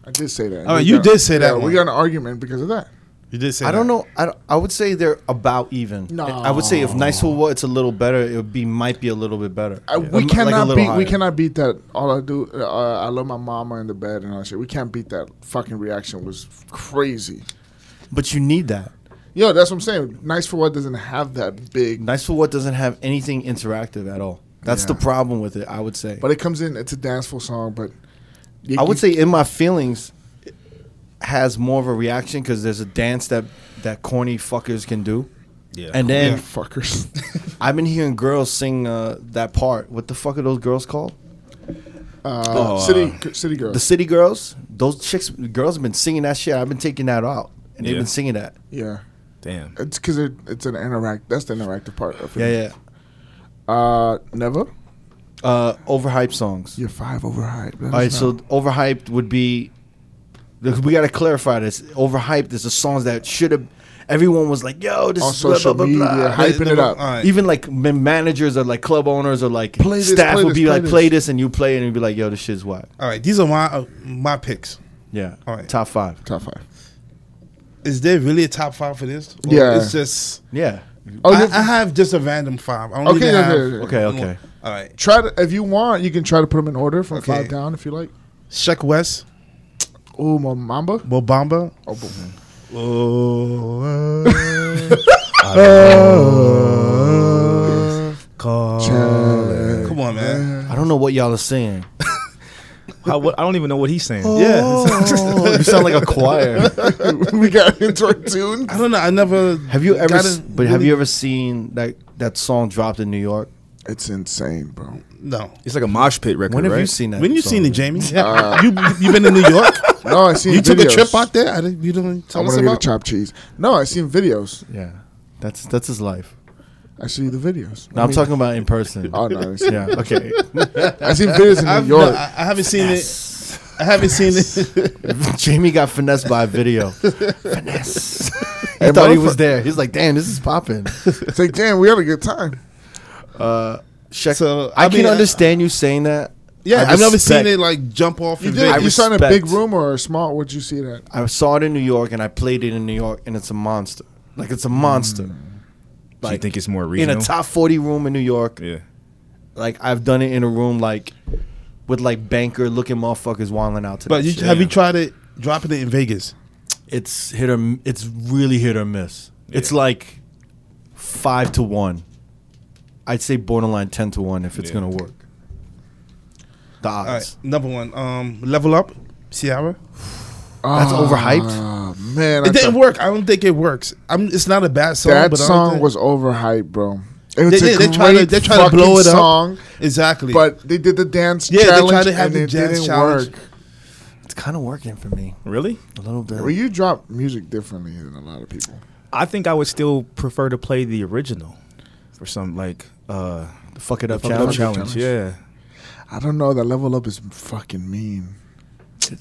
C: I did say that.
D: Oh,
C: We
D: you
C: got-
D: did say that
C: yeah, We
D: one.
C: got in an argument because of that.
D: You did say
B: I don't
D: that.
B: know. I, don't- I would say they're about even.
C: No.
B: I would say if Nice for What, it's a little better. It would be might be a little bit better.
C: I,
B: Yeah.
C: Uh, We
B: Like a
C: cannot
B: little
C: beat. We
B: higher.
C: cannot beat that. All I do, uh, I love my mama in the bed and all that shit. We can't beat that. Fucking reaction was crazy.
B: But you need that.
C: Yo, that's what I'm saying. Nice for what doesn't have that big,
B: Nice for What doesn't have anything interactive at all. That's the
C: Yeah.
B: problem with it. I would say.
C: but it comes in. It's a danceful song, but you-
B: I would
C: you-
B: say in my feelings it has more of a reaction because there's a dance that that corny fuckers can do.
A: yeah.
B: And then
C: fuckers.
B: I've been hearing girls sing uh, that part. What the fuck are those girls called?
C: Uh,
A: Oh,
C: city, city girl.
B: The city girls. Those chicks, girls have been singing that shit. I've been taking that out, and they've
A: Yeah.
B: been singing that.
C: yeah,
A: damn.
C: it's because it, it's an interact. That's the interactive part of
B: Yeah,
C: it.
B: yeah.
C: yeah. Uh, never.
B: Uh, overhyped songs.
C: You're five overhyped.
B: All right, so overhyped would be. Look, We got to clarify this. Overhyped is the songs that should have. everyone was like, "Yo, this
C: On
B: is blah,
C: social
B: blah, blah, blah.
C: media, hyping
D: Like,
C: it
D: the-
C: up.
D: all right.
B: Even like man- managers or like club owners or like
C: Play this,
B: staff
C: play
B: would
C: this,
B: be
C: play
B: like,
C: this.
B: "Play this," and you play it and you'd be like, "Yo, this shit's whack."
D: All right, these are my uh, my picks.
B: Yeah,
D: All right.
B: top five.
C: Top five.
D: Is there really a top five for this? Or
C: Yeah.
D: it's just
B: Yeah.
C: Oh,
D: I,
C: yeah.
D: I have just a random five. I don't
C: Okay,
D: even
C: okay,
D: have-
B: okay.
C: okay,
B: Okay, okay.
D: All right,
C: Try to if you want, you can try to put them in order from
D: Okay.
C: five down if you like.
D: Sheck West,
C: Oh, my Mamba.
D: Mobamba.
C: Oh, boom.
D: Oh, uh, come on, man.
B: I don't know what y'all are saying.
A: How, what, I don't even know what he's saying.
D: Yeah,
B: Oh. you sound like a choir.
C: we got into our tune.
D: I don't know. I never.
B: Have you ever?
D: gotta
B: s- But have
D: really-
B: you ever seen that that song dropped in New York?
C: It's insane, bro.
D: No.
A: It's like a mosh pit record,
B: When have
A: right?
B: you seen that?
D: When you
B: song?
D: seen it, Jamie? you you been in New York?
C: No, I seen
D: you took a
C: videos.
D: trip out there. I didn't, you don't
C: I
D: tell
C: want
D: us
C: to get a
D: about.
C: chopped cheese. No, I seen videos.
B: Yeah, that's that's his life.
C: I see the videos.
B: No, I'm talking about in person.
C: Oh no, I didn't see
B: yeah. Okay.
C: that. I seen videos in
D: I've,
C: New
D: no,
C: York.
D: I, I haven't seen it. I haven't seen it.
B: Jamie got finessed by a video. Finesse. he
C: Hey,
B: thought he
C: motherfucker.
B: was there. He's like, damn, this is popping.
C: It's like, damn, we had a good time.
B: Uh, Shaq,
D: So,
B: I,
D: I mean,
B: can
D: I-
B: understand you saying that.
D: yeah,
B: I
D: I've never seen
B: respect-
D: it like jump off.
C: You
D: and
C: did.
D: I
C: you
D: res-
C: saw it in a
B: respect-
C: big room or a small? Where'd you see that?
B: I saw it in New York and I played it in New York, and it's a monster. Like it's a monster.
A: Do you
B: Mm. Like,
A: think it's more
B: in
A: regional?
B: a top forty room in New York,
A: yeah.
B: like I've done it in a room like with like banker looking motherfuckers wilding out to
D: but
B: that
D: you,
B: shit.
D: have you tried it? Dropping it in Vegas.
B: it's hit or it's really hit or miss. It's like five to one. I'd say borderline ten to one if it's
A: Yeah.
B: gonna work. The odds.
D: All right, number one. Um, level up, Ciara.
B: That's
C: Ah, Man, I
D: It didn't
C: thought-
D: work. I don't think it works. I'm. It's not a bad song.
C: That
D: but I don't
C: song
D: think-
C: was overhyped, bro. It
D: They
C: was
D: did.
C: a
D: They
C: great
D: tried to- they tried to
C: fucking
D: blow it up.
C: song,
D: exactly.
C: but they did the dance
D: Yeah, they tried
C: challenge
D: to have
C: and
D: the
C: it
D: dance
C: didn't
D: challenge.
C: work.
B: It's kind of working for me
A: Really?
B: a little bit.
C: Well, you drop music differently than a lot of people.
A: I think I would still prefer to play the original for some like uh
B: The fuck it up
A: fuck it up
B: challenge.
A: challenge. Yeah.
C: I don't know. That level up is fucking mean.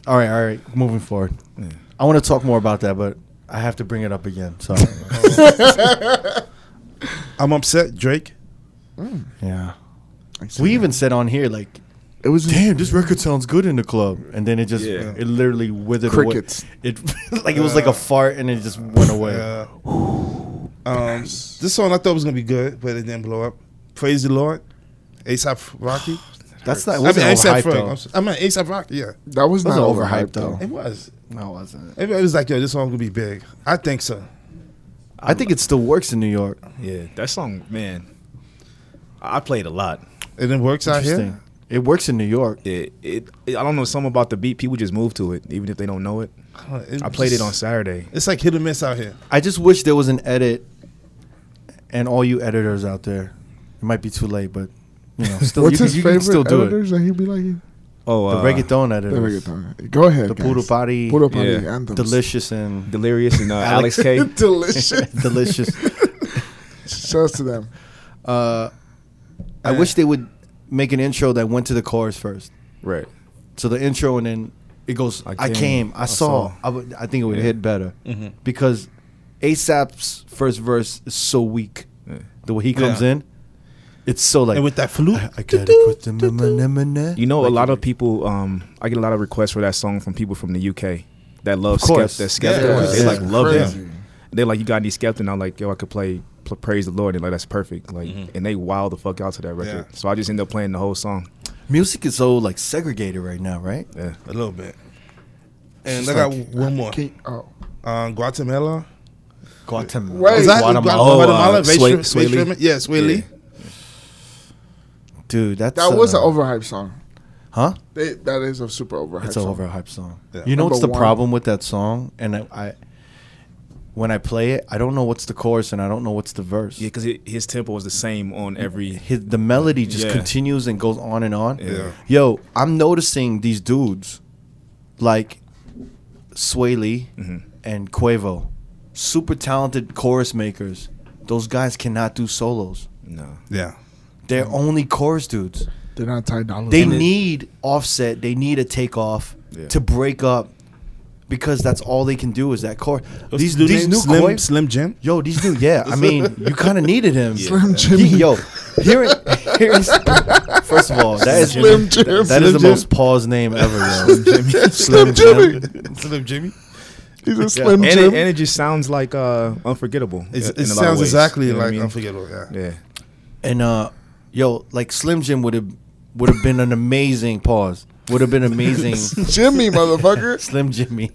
B: All right, all right. Moving forward.
A: Yeah.
B: I want to talk more about that, but I have to bring it up again. So
D: I'm upset. Drake.
B: yeah, we even said on here like
C: it was
B: damn, this record sounds good in the club, and then it just
A: Yeah.
B: it literally withered
C: Crickets.
B: away. It like it was like a fart, and it just went away.
D: Uh, um, this song I thought was gonna be good, but it didn't blow up. Praise the Lord. ASAP Rocky.
B: That's not. It
D: I mean,
B: wasn't
D: ASAP
B: overhyped,
D: Rocky.
B: though.
D: I'm so- I mean, ASAP Rocky. Yeah,
C: that was
B: Those
C: not
B: are
C: overhyped
B: overhyped,
C: though.
B: though.
D: it was.
B: No, it wasn't.
D: Everybody was like, "Yo, this song gonna be big." I think so.
B: I think it still works in New York.
A: Yeah. That song, man. I I played a lot.
D: It didn't work out here.
B: Interesting. It works in New York.
A: It, it, it I don't know something about the beat. People just move to it, even if they don't know it.
D: Uh,
A: I played it
D: just-
A: on Saturday.
D: It's like hit or miss out here.
B: I just wish there was an edit, and all you editors out there, it might be too late, but you know, still
C: What's
B: you,
C: his
B: can, you
C: favorite
B: can still do
C: editors? And he'd be like,
A: Oh,
B: it. The
A: uh,
B: reggaeton editors,
C: "There we go." Go ahead.
B: the
C: guys.
B: poodle body,
C: Poodle Party
A: Yeah.
C: anthems.
B: delicious and
A: Delirious and uh, Alex K.
C: Delicious.
B: delicious.
C: Shouts to them.
B: Uh, I wish they would make an intro that went to the chorus first.
A: Right.
B: So the intro and then it goes.
A: I
B: I came.
A: came,
B: I,
A: I
B: saw.
A: saw."
B: I would. I think it would
A: Yeah.
B: hit better
A: Mm-hmm.
B: because ASAP's first verse is so weak.
A: Yeah.
B: The way he comes
D: Yeah.
B: in, it's so like.
D: And with that flute,
B: I gotta put them in my- na- na- na.
A: You know, a
B: Like,
A: lot
D: uh,
A: of people. Um, I get a lot of requests for that song from people from the UK that love
B: Of course.
A: Skep. That Skepta.
D: Yeah.
A: They like love
C: Crazy.
A: it. They like you got any Skepta? And I'm like, yo, I could play pl- Praise the Lord. And like that's perfect. Like, and they wild the fuck out to that record.
D: Yeah.
A: So I just end up playing the whole song.
B: music is so like segregated right now, right?
A: Yeah.
D: a little bit. And I got one more.
C: Can- oh.
A: Uh,
D: Um, Guatemala.
B: Guatemala.
C: Wait.
D: Is that
B: Guatemala.
A: Guatemala. Oh, uh,
D: Ray
A: Sway-
D: Shrim- Ray
A: Sway Lee?
D: Shrim- Yeah, Sway
A: Yeah.
D: Lee.
B: dude, that's
C: That was an
B: uh,
C: overhyped song.
B: huh?
C: They, that is a super overhyped
B: It's an
C: song.
B: overhyped song.
D: Yeah.
B: You know what's
C: Number
B: the
C: one.
B: problem with that song? And I, I, when I play it, I don't know what's the chorus and I don't know what's the verse.
A: Yeah, because his tempo was the same on every.
B: His, the melody just
A: Yeah.
B: continues and goes on and on.
A: Yeah.
B: Yo, I'm noticing these dudes, like Sway Lee
A: Mm-hmm.
B: and Quavo, super talented chorus makers. Those guys cannot do solos.
A: No.
D: Yeah.
B: They're
A: Mm-hmm.
B: only chorus dudes.
C: They're not Ty Dolla.
B: They
C: Sign.
B: need offset. They need a takeoff
A: Yeah.
B: to break up because that's all they can do is that core.
D: What's
B: These
D: the
B: these
D: name?
B: new
D: Slim
B: koi-
D: Slim Jim.
B: Yo, these new, yeah. I mean, you kind of needed him.
C: Slim Jim.
B: He- yo, hearing, hearing, first of all, that is
C: Slim Jim.
B: that is
C: Slim
B: the
C: Jim.
B: most paused name ever. Yo.
C: Slim Jimmy.
D: Slim Jimmy.
C: He's a Slim
A: and,
C: Jim.
A: it, and it just sounds like uh, unforgettable.
D: It's,
A: in a lot
D: it
A: of
D: sounds
A: ways,
D: exactly
A: you know what
D: like
A: I mean?
D: Unforgettable. Yeah.
A: Yeah,
B: And uh, yo, like Slim Jim would have would have been an amazing pause. Would have been amazing.
C: Jimmy, motherfucker.
B: Slim Jimmy,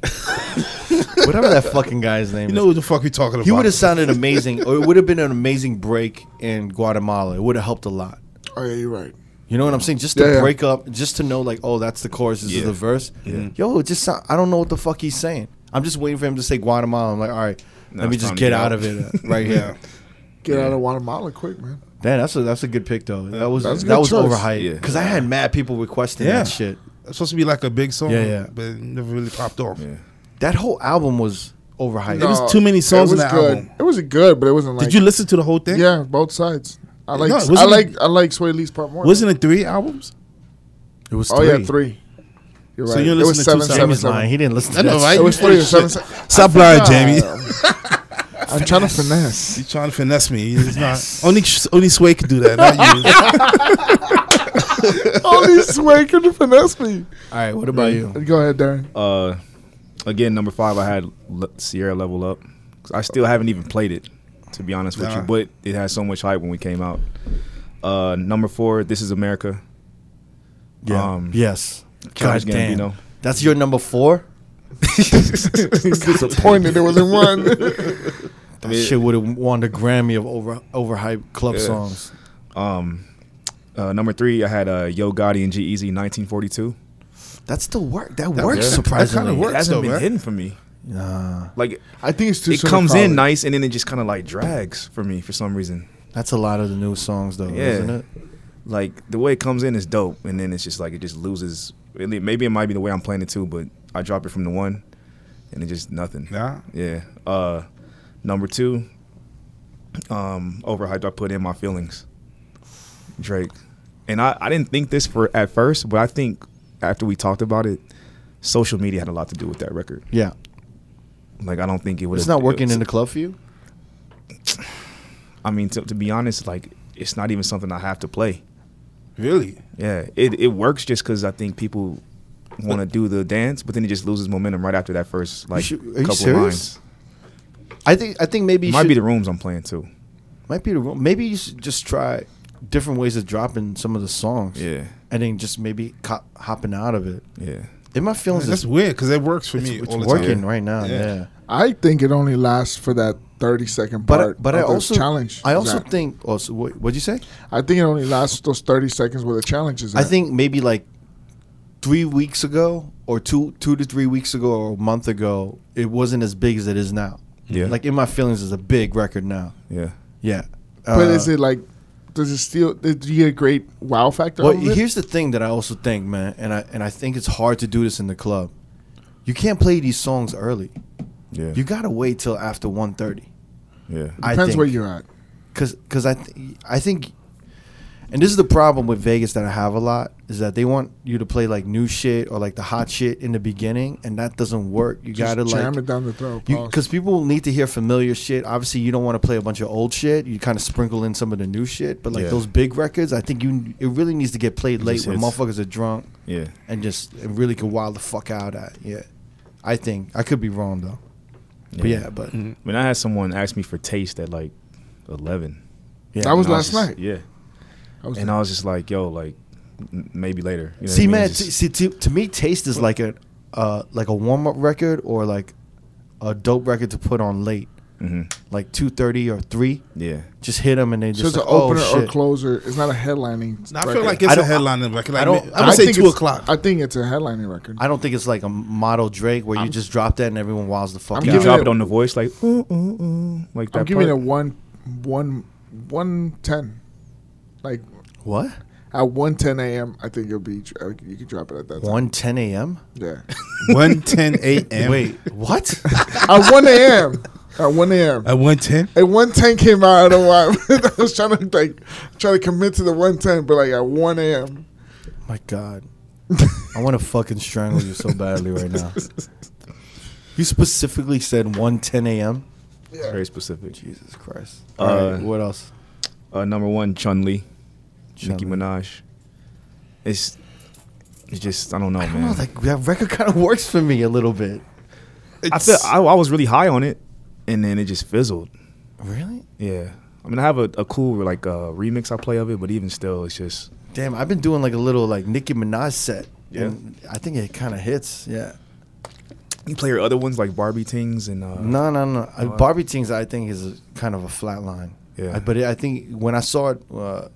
B: whatever that fucking guy's name is.
D: You know what the fuck we talking about?
B: He would have sounded amazing, or it would have been an amazing break in Guatemala. It would have helped a lot.
C: Oh yeah, you're right.
B: You know what I'm saying? Just to
C: Yeah, yeah.
B: break up, just to know like, oh, that's the chorus, this is
A: Yeah.
B: the verse. Yo, it just sound, I don't know what the fuck he's saying. I'm just waiting for him to say Guatemala. I'm like, all right,
A: Now
B: let me
A: it's
B: just
A: time to
B: get
A: get out.
B: out of it uh, right here.
C: Get out of Guatemala quick, man.
B: Damn, that's a that's a good pick though. That was
C: That's a
B: that
C: good
B: was
C: choice.
B: overhyped
A: Yeah.
B: because I had mad people requesting
D: Yeah.
B: that shit.
D: It's supposed to be like a big song.
B: Yeah, yeah.
D: But it never really popped off.
A: yeah.
B: That whole album was overhyped.
D: was too many songs in
C: it was
D: that
C: good.
D: album.
C: It was good, but it wasn't like
D: Did you listen to the whole thing?
C: Yeah, both sides. I like
D: No, it wasn't
C: I
D: a-
C: like I like Sway Lee's part more.
D: Wasn't it three albums?
B: It was
C: Oh
B: three.
C: yeah, three. You're right.
D: So you're
C: it was
D: listening to
C: seven,
D: two
C: seven,
B: Jamie's
C: seven.
B: lying. He didn't listen. to
D: I know,
B: that
D: right?
C: It
B: shit.
C: was three or seven. seven.
D: Stop lying,
C: Ah,
D: Jamie.
C: I'm trying to finesse.
D: He's trying to finesse me. He's not. Only only Sway could do that. Not
C: Only Sway can finesse me.
B: All right, what about you?
C: Go ahead, Darren.
A: Uh, again, number five, I had Le- Sierra Level Up. 'Cause I still haven't even played it, to be honest with
D: Nah.
A: you. But it had so much hype when we came out. Uh, number four, This Is America. Um,
B: yes.
A: Childish
B: God damn.
A: Gambino.
B: That's your number four.
C: He's disappointed there wasn't one.
B: That shit would have won the Grammy of over overhyped club
A: Yeah.
B: songs.
A: Um, uh, number three, I had uh, Yo Gotti and G Easy, 1942.
B: That still work. That, works
D: yeah. That
B: surprisingly.
D: kinda
A: It
D: works.
A: hasn't
D: though,
A: been
D: man.
A: hidden for me.
B: Nah,
A: Like
C: I think it's too
A: it
C: soon to
A: comes
C: call
A: in
C: it.
A: nice, and then it just kind of like drags for me for some reason.
B: that's a lot of the new songs though,
A: Yeah.
B: isn't it?
A: Like the way it comes in is dope, and then it's just like it just loses. and it- Maybe it might be the way I'm playing it too, but I drop it from the one, and it just nothing.
D: nah.
A: Yeah. Uh, number two, um, overhyped. I put in my feelings. Drake, and I, I didn't think this for at first, but I think after we talked about it, social media had a lot to do with that record.
B: Yeah,
A: Like I don't think it was.
B: it's not working in the club for you.
A: I mean, to, to be honest, like it's not even something I have to play.
D: Really?
A: Yeah, it it works just because I think people want to do the dance, but then it just loses momentum right after that first like
B: should- are you
A: couple
B: serious?
A: of lines.
B: I think. I think maybe
A: It
B: you
A: might
B: should,
A: be the rooms I'm playing too.
B: might be the wrong. Maybe you should just try different ways of dropping some of the songs.
A: Yeah,
B: and then just maybe cop, hopping out of it.
A: yeah.
B: In my feelings,
D: That's
B: it's,
D: weird because it works for
B: it's,
D: me.
B: it's
D: all the
B: working
D: Time.
B: right now.
D: Yeah.
B: Yeah,
C: I think it only lasts for that 30 second
B: but I,
C: part.
B: but I
C: of the
B: also
C: challenge.
B: I also
C: Zach.
B: think. Also, what would you say?
C: I think it only lasts those 30 seconds where the challenge is.
B: I
C: at.
B: think maybe like three weeks ago or two two to three weeks ago or a month ago, it wasn't as big as it is now.
A: Yeah.
B: Like in my feelings is a big record now.
A: Yeah.
B: Yeah.
C: But
B: Uh,
C: is it like? Does it still? Do you get a great wow factor?
B: well,
C: out of it?
B: here's the thing that I also think, man, and I and I think it's hard to do this in the club. You can't play these songs early.
A: Yeah.
B: You gotta wait till after 1.30.
A: yeah.
B: I
C: depends
B: think.
C: where you're at.
B: because because I th- I think, and this is the problem with Vegas that I have a lot is that they want you to play like new shit or like the hot shit in the beginning, and that doesn't work. You
C: Just
B: gotta
C: jam
B: like
C: it down the throat. pause.
B: because people need to hear familiar shit. Obviously, you don't want to play a bunch of old shit. You kind of sprinkle in some of the new shit, but like
A: Yeah.
B: those big records, I think you it really needs to get played late
A: just
B: when
A: hits.
B: motherfuckers are drunk
A: yeah.
B: and just it really can wild the fuck out at. Yeah, I think I could be wrong though. But yeah, but
A: I mean, I had someone ask me for taste at like eleven.
B: yeah,
C: That was
A: And I
C: last
A: just-
C: night.
A: Yeah,
C: I was
A: and I was just like, "Yo, like, m- maybe later." You know
B: see,
A: what I mean?
B: man,
A: It's
B: t-
A: just-
B: see, to, to me, taste is like a uh, like a warm up record or like a dope record to put on late,
A: Mhm.
B: like two thirty or three.
A: Yeah,
B: Just hit them and they
C: so
B: just
C: it's an
B: like, oh
C: opener or
B: shit.
C: closer. It's not a headlining.
D: Now, I feel
C: record.
D: like
B: I
D: it's a
B: don't-
D: headline. I, like, I
B: don't-
D: am
B: I
D: gonna
B: don't
D: say
C: think
D: two
C: it's-
D: o'clock.
C: I think it's a headlining record.
B: I don't think it's like a model Drake where you just drop that and everyone wows the fuck
C: I'm
B: out.
A: you
C: giving
A: drop
C: it-
A: it on the voice like, ooh, ooh, ooh, like that.
C: I'm giving it
A: part.
C: a one, one, one ten. Like
B: what?
C: at one ten a.m. I think it'll be. uh, You can drop it at that. Time.
B: 1 10 a.m.
C: Yeah.
D: One ten a.m.
B: Wait, what?
C: at one a.m. At one a.m.
D: At one ten.
C: And one ten came out. I don't know why. I was trying to like try to commit to the one ten, but like at one a.m.
B: My God, I want to fucking strangle you so badly right now. You specifically said 1 10 a.m.
A: It's very specific.
B: Jesus Christ.
A: Uh,
B: All right, what else?
A: Uh, number one, Chun Li, Nicki
B: Chun-Li.
A: Minaj. It's it's just I don't know,
B: I don't
A: man.
B: know. Like that record kind of works for me a little bit.
A: I feel I, I was really high on it, and then it just fizzled.
B: Really?
A: Yeah, I mean I have a, a cool like uh, remix I play of it, but even still, it's just
B: Damn, I've been doing like a little like Nicki Minaj set.
A: Yeah.
B: And I think it kind of hits. Yeah.
A: you play your other ones like Barbie Tings and uh,
B: No, no, no. I-
A: wow.
B: Barbie Tings, I think, is a, kind of a flat line.
A: Yeah.
B: I- but it, I think when I saw it, uh,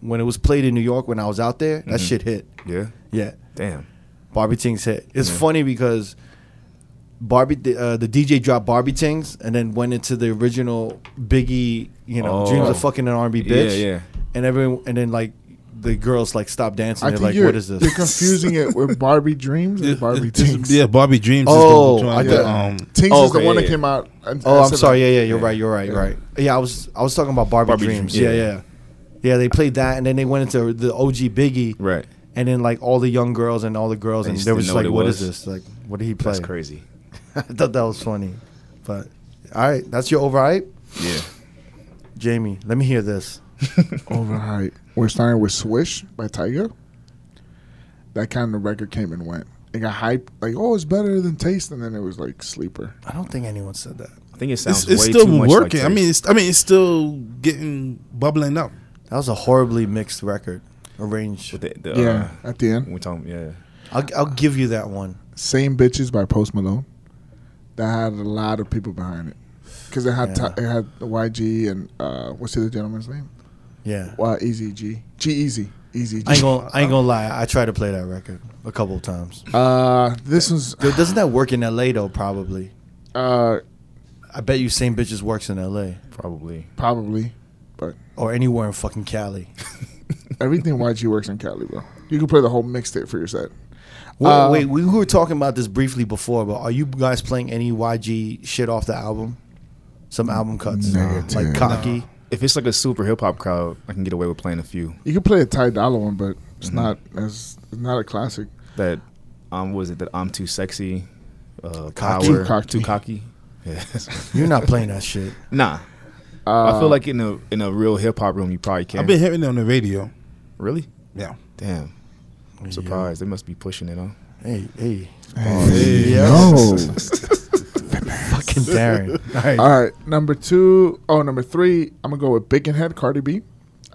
B: when it was played in New York, when I was out there, that
A: Mhm.
B: shit hit.
A: yeah,
B: Yeah.
A: damn,
B: Barbie Tings hit. It's funny because Barbie, the, uh, the DJ dropped Barbie Tings and then went into the original Biggie, you know,
A: Oh.
B: Dreams of Fucking an R&B Bitch.
A: Yeah, yeah.
B: And everyone, and then like the girls like stop dancing.
C: I
B: They're
C: think
B: like,
C: you're,
B: what is this?
C: you're confusing it with Barbie Dreams and Barbie Tinks.
D: Yeah, Barbie Dreams.
B: Oh,
D: is the,
B: I
D: one
C: Yeah.
D: that, um,
C: Tinks
A: Oh,
C: is the
A: okay,
C: one
A: yeah,
C: that
A: yeah.
C: came out. and-
B: Oh,
C: I
B: I'm
C: said
B: sorry.
C: that.
B: Yeah, yeah, you're right. You're right. You're
C: Yeah.
B: right. Yeah, I was I was talking about Barbie,
A: Barbie
B: Dreams.
A: Dreams,
B: Yeah.
A: yeah.
B: yeah, yeah, They played that, and then they went into the OG Biggie,
A: right.
B: and then like all the young girls and all the girls,
A: They
B: and
A: just
B: they were
A: didn't
B: just
A: know
B: like,
A: what
B: "What
A: it
B: is
A: was.
B: this? Like, what did he play?"
A: That's crazy.
B: I thought that was funny, but all right, that's your overhype,
A: Yeah.
B: Jamie. Let me hear this.
C: Overhyped. We're starting with Swish by Tiger. That kind of record came and went. It got hyped, like, oh, it's better than Taste, and then it was like Sleeper.
B: I don't think anyone said that.
A: I think it sounds
D: it's, it's
A: way
D: still
A: too much like
D: working. I
A: Taste.
D: mean, it's, I mean, it's still getting bubbling up.
B: That was a horribly mixed record arranged.
A: With the, the,
C: yeah,
A: uh,
C: at the end.
A: we're talking yeah.
B: I'll, I'll give you that one.
C: Same Bitches by Post Malone. That had a lot of people behind it. Because it had
B: Yeah.
C: Ti- it had YG and uh, what's the other gentleman's name?
B: Yeah,
C: Why Easy G. G E Easy. Easy
B: I ain't
C: G.
B: gonna I ain't gonna lie. I tried to play that record a couple of times.
C: Uh, this was
B: Dude, doesn't that work in L.A. though? Probably.
C: uh,
B: I bet you same bitches works in L.A.
A: Probably.
C: probably
B: or anywhere in fucking Cali.
C: everything YG works in Cali, bro. You can play the whole mixtape for your set.
B: Wait,
C: Uh,
B: wait, we were talking about this briefly before, but are you guys playing any YG shit off the album? Some album cuts,
C: Negative.
B: like cocky.
A: If it's like a super hip hop crowd, I can get away with playing a few
C: You can play a Ty Dolla one, but it's
B: Mm-hmm.
C: not as it's not a classic.
A: that um was it that I'm too sexy, uh, power,
B: Cocky.
C: Too cocky.
A: too cocky. Yes.
B: You're not playing that shit.
A: nah,
C: Uh,
A: I feel like in a in a real hip hop room, you probably can.
D: I've been hearing it on the radio.
A: really
D: Yeah.
A: damn. I'm surprised they must be pushing it on.
B: Hey, hey,
C: Hey,
B: yeah.
C: no.
B: fucking Darren. All right.
C: All right, number two oh number three. I'm gonna go with Big and Head, Cardi B.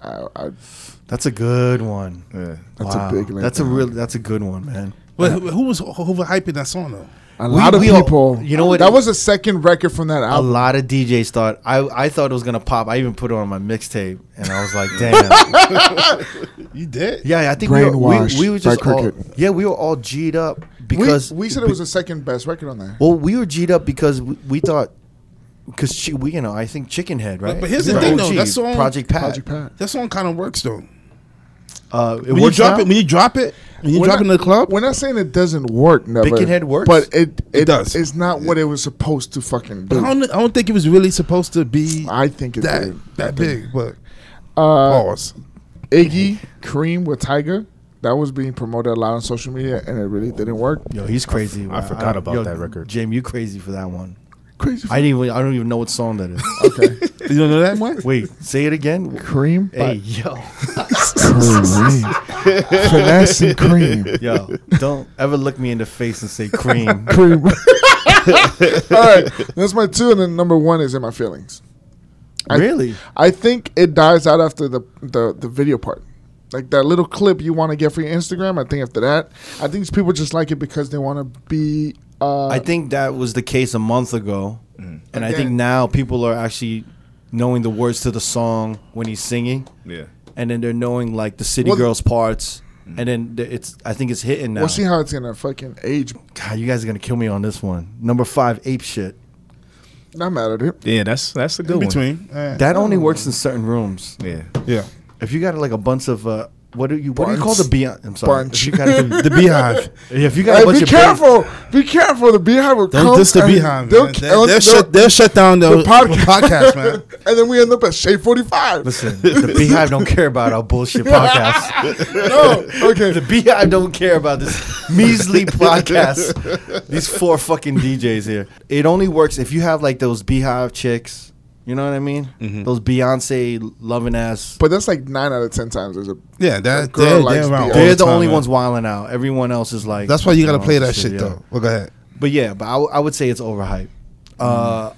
C: I, I,
B: That's a good one.
A: Yeah.
C: that's
B: Wow.
C: a big. length
B: That's a
C: one.
B: real. That's a good one, man.
D: Well, who, who was overhyping that song though?
C: A
B: We-
C: lot of
B: we all-
C: people.
B: you know what-
C: That was the second record from that
B: A
C: album.
B: lot of DJs thought I. I thought it was gonna pop. I even put it on my mixtape, and I was like, damn.
D: You did?
B: Yeah, I think we were, we,
C: Brainwashed
B: we were just
C: by
B: all,
C: Cricket.
B: yeah, we were all G'd up
C: We,
B: because
C: we said it was the second best record on there.
B: Well, we were G'd up because we, we thought because she, we you know I think Chicken Head right.
D: But- but here's the
B: Right.
D: thing, though,
B: OG,
D: that song-
B: Project Pat.
C: Project Pat.
D: That song kind of works though.
B: Uh, it
D: When you
B: works
D: drop
B: out?
D: it, when you drop it, when you
C: We're
D: drop
C: not-
D: it in the club,
C: We're not saying it doesn't work, never.
B: Bacon head works.
C: but it it,
D: does.
C: does. It's not what it was supposed to fucking
D: I
C: do.
D: don't, I don't think it was really supposed to be
C: I think it
D: that
C: did.
D: that big. But
C: Uh,
B: Oh.
D: pause.
C: Iggy Cream with Tiger. That was being promoted a lot on social media, and it really didn't work.
B: Yo, he's crazy. man.
A: forgot about that record.
B: Jamie, you crazy for that one?
C: Crazy.
B: I didn't even. I don't even know what song that is.
C: okay.
D: You don't know that one?
B: Wait, say it again.
C: Cream.
B: Hey,
C: Hey.
B: yo,
C: Cream. Finesse and cream.
B: yo, don't ever look me in the face and say cream.
C: Cream. All right. That's my two, and then number one is in my feelings. I-
B: really?
C: I think it dies out after the the, the video part. Like that little clip you want to get for your Instagram, I think after that, I think people just like it because they want to be. Uh,
B: I think that was the case a month ago, and I think
C: Again.
B: now people are actually knowing the words to the song when he's singing.
A: Yeah.
B: and then they're knowing like the city
C: Well,
B: girls parts, and then th- it's I think it's hitting now.
C: we'll see how it's gonna fucking age.
B: God, you guys are gonna kill me on this one. Number five, ape shit.
C: Not mad at it.
A: Yeah, that's that's a good
D: In
A: one.
D: between. Uh,
C: Oh.
B: That only works in certain rooms.
A: Yeah.
D: yeah.
B: If you got like a bunch of uh, what do you what do you call
C: Bunch.
B: the beyond? I'm sorry.
C: Bunch.
B: If you got, a-
D: the beehive.
B: if you got a
C: Hey,
B: bunch
C: be
B: of big-
C: careful! Be careful! The beehive will
D: Don't
C: come.
D: diss the
C: and
D: beehive,
C: they'll-
D: man. They'll,
C: and
D: they'll,
C: they'll-
D: shut, they'll shut down the,
C: the podcast.
D: podcast, man.
C: and then we end up at Shade Forty Five.
B: Listen, the Beehive don't care about our bullshit podcast.
C: no, okay.
B: the Beehive don't care about this measly podcast. These four fucking DJs here. It only works if you have like those Beehive chicks. You know what I mean?
C: Mm-hmm.
B: Those Beyonce loving ass.
C: But that's like nine out of ten times. There's a
D: Yeah,
C: That
D: that,
C: girl
D: they're,
C: likes
D: they're, around
C: beer.
D: all
B: They're the
D: time,
B: only
D: man.
B: ones wilding out. Everyone else is like.
D: That's why you gotta
B: know,
D: play that Oh, shit
B: yeah.
D: though. Mm-hmm. Well, go ahead.
B: But yeah, but I, w- I would say it's overhyped. Uh,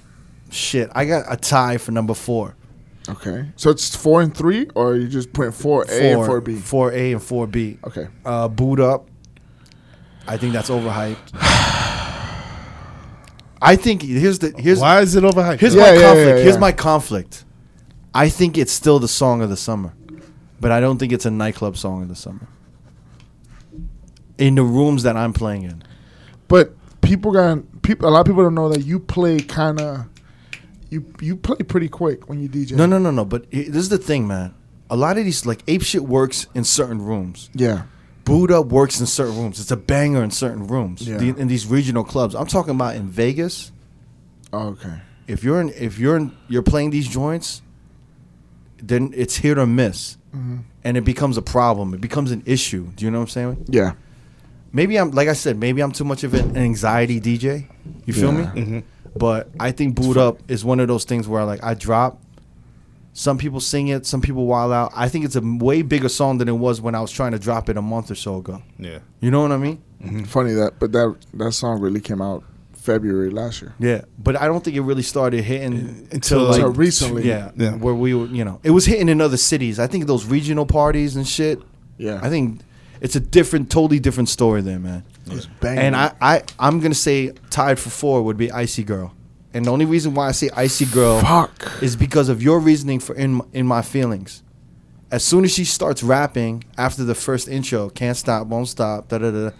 B: shit, I got a tie for number four.
C: okay. So it's four and three, or you just put four, A and four B.
B: Four A and four B.
C: Okay.
B: Uh, boot up. I think that's overhyped. I think here's the here's
D: why is it overhyped?
B: here's
D: though?
B: my
C: Yeah, yeah,
B: conflict.
C: yeah,
B: Here's
C: yeah.
B: my conflict. I think it's still the song of the summer, but I don't think it's a nightclub song of the summer. In the rooms that I'm playing in,
C: But people got people. A lot of people don't know that you play kind of. You you play pretty quick when you DJ.
B: No, no, no, no. But i- this is the thing, man. A lot of these like ape shit works in certain rooms.
C: Yeah.
B: Buddha works in certain rooms. It's a banger in certain rooms.
C: Yeah.
B: The, in these regional clubs, I'm talking about in Vegas.
C: Oh, okay.
B: If you're in, if you're in, you're playing these joints, then it's hit or miss, and it becomes a problem. It becomes an issue. Do you know what I'm saying?
C: Yeah.
B: Maybe I'm like I said. Maybe I'm too much of an anxiety DJ. You feel
C: Yeah.
B: me? But I think boot up is one of those things where like I drop. Some people sing it. Some people wild out. I think it's a way bigger song than it was when I was trying to drop it a month or so ago.
D: yeah.
B: You know what I mean?
C: Funny that, but that that song really came out February last year.
B: Yeah. But I don't think it really started hitting until
D: until-
B: like
D: Until
C: recently.
B: Yeah,
D: Yeah.
B: Where we were, you know, it was hitting in other cities. I think those regional parties and shit.
C: Yeah.
B: I think it's a different, totally different story there, man.
C: It was banging.
B: And I, I, I'm gonna say tied for four would be Icy Girl, and the only reason why I say Icy Girl
C: fuck.
B: is because of your reasoning for in in my feelings. As soon as she starts rapping after the first intro, can't stop, won't stop, da da da.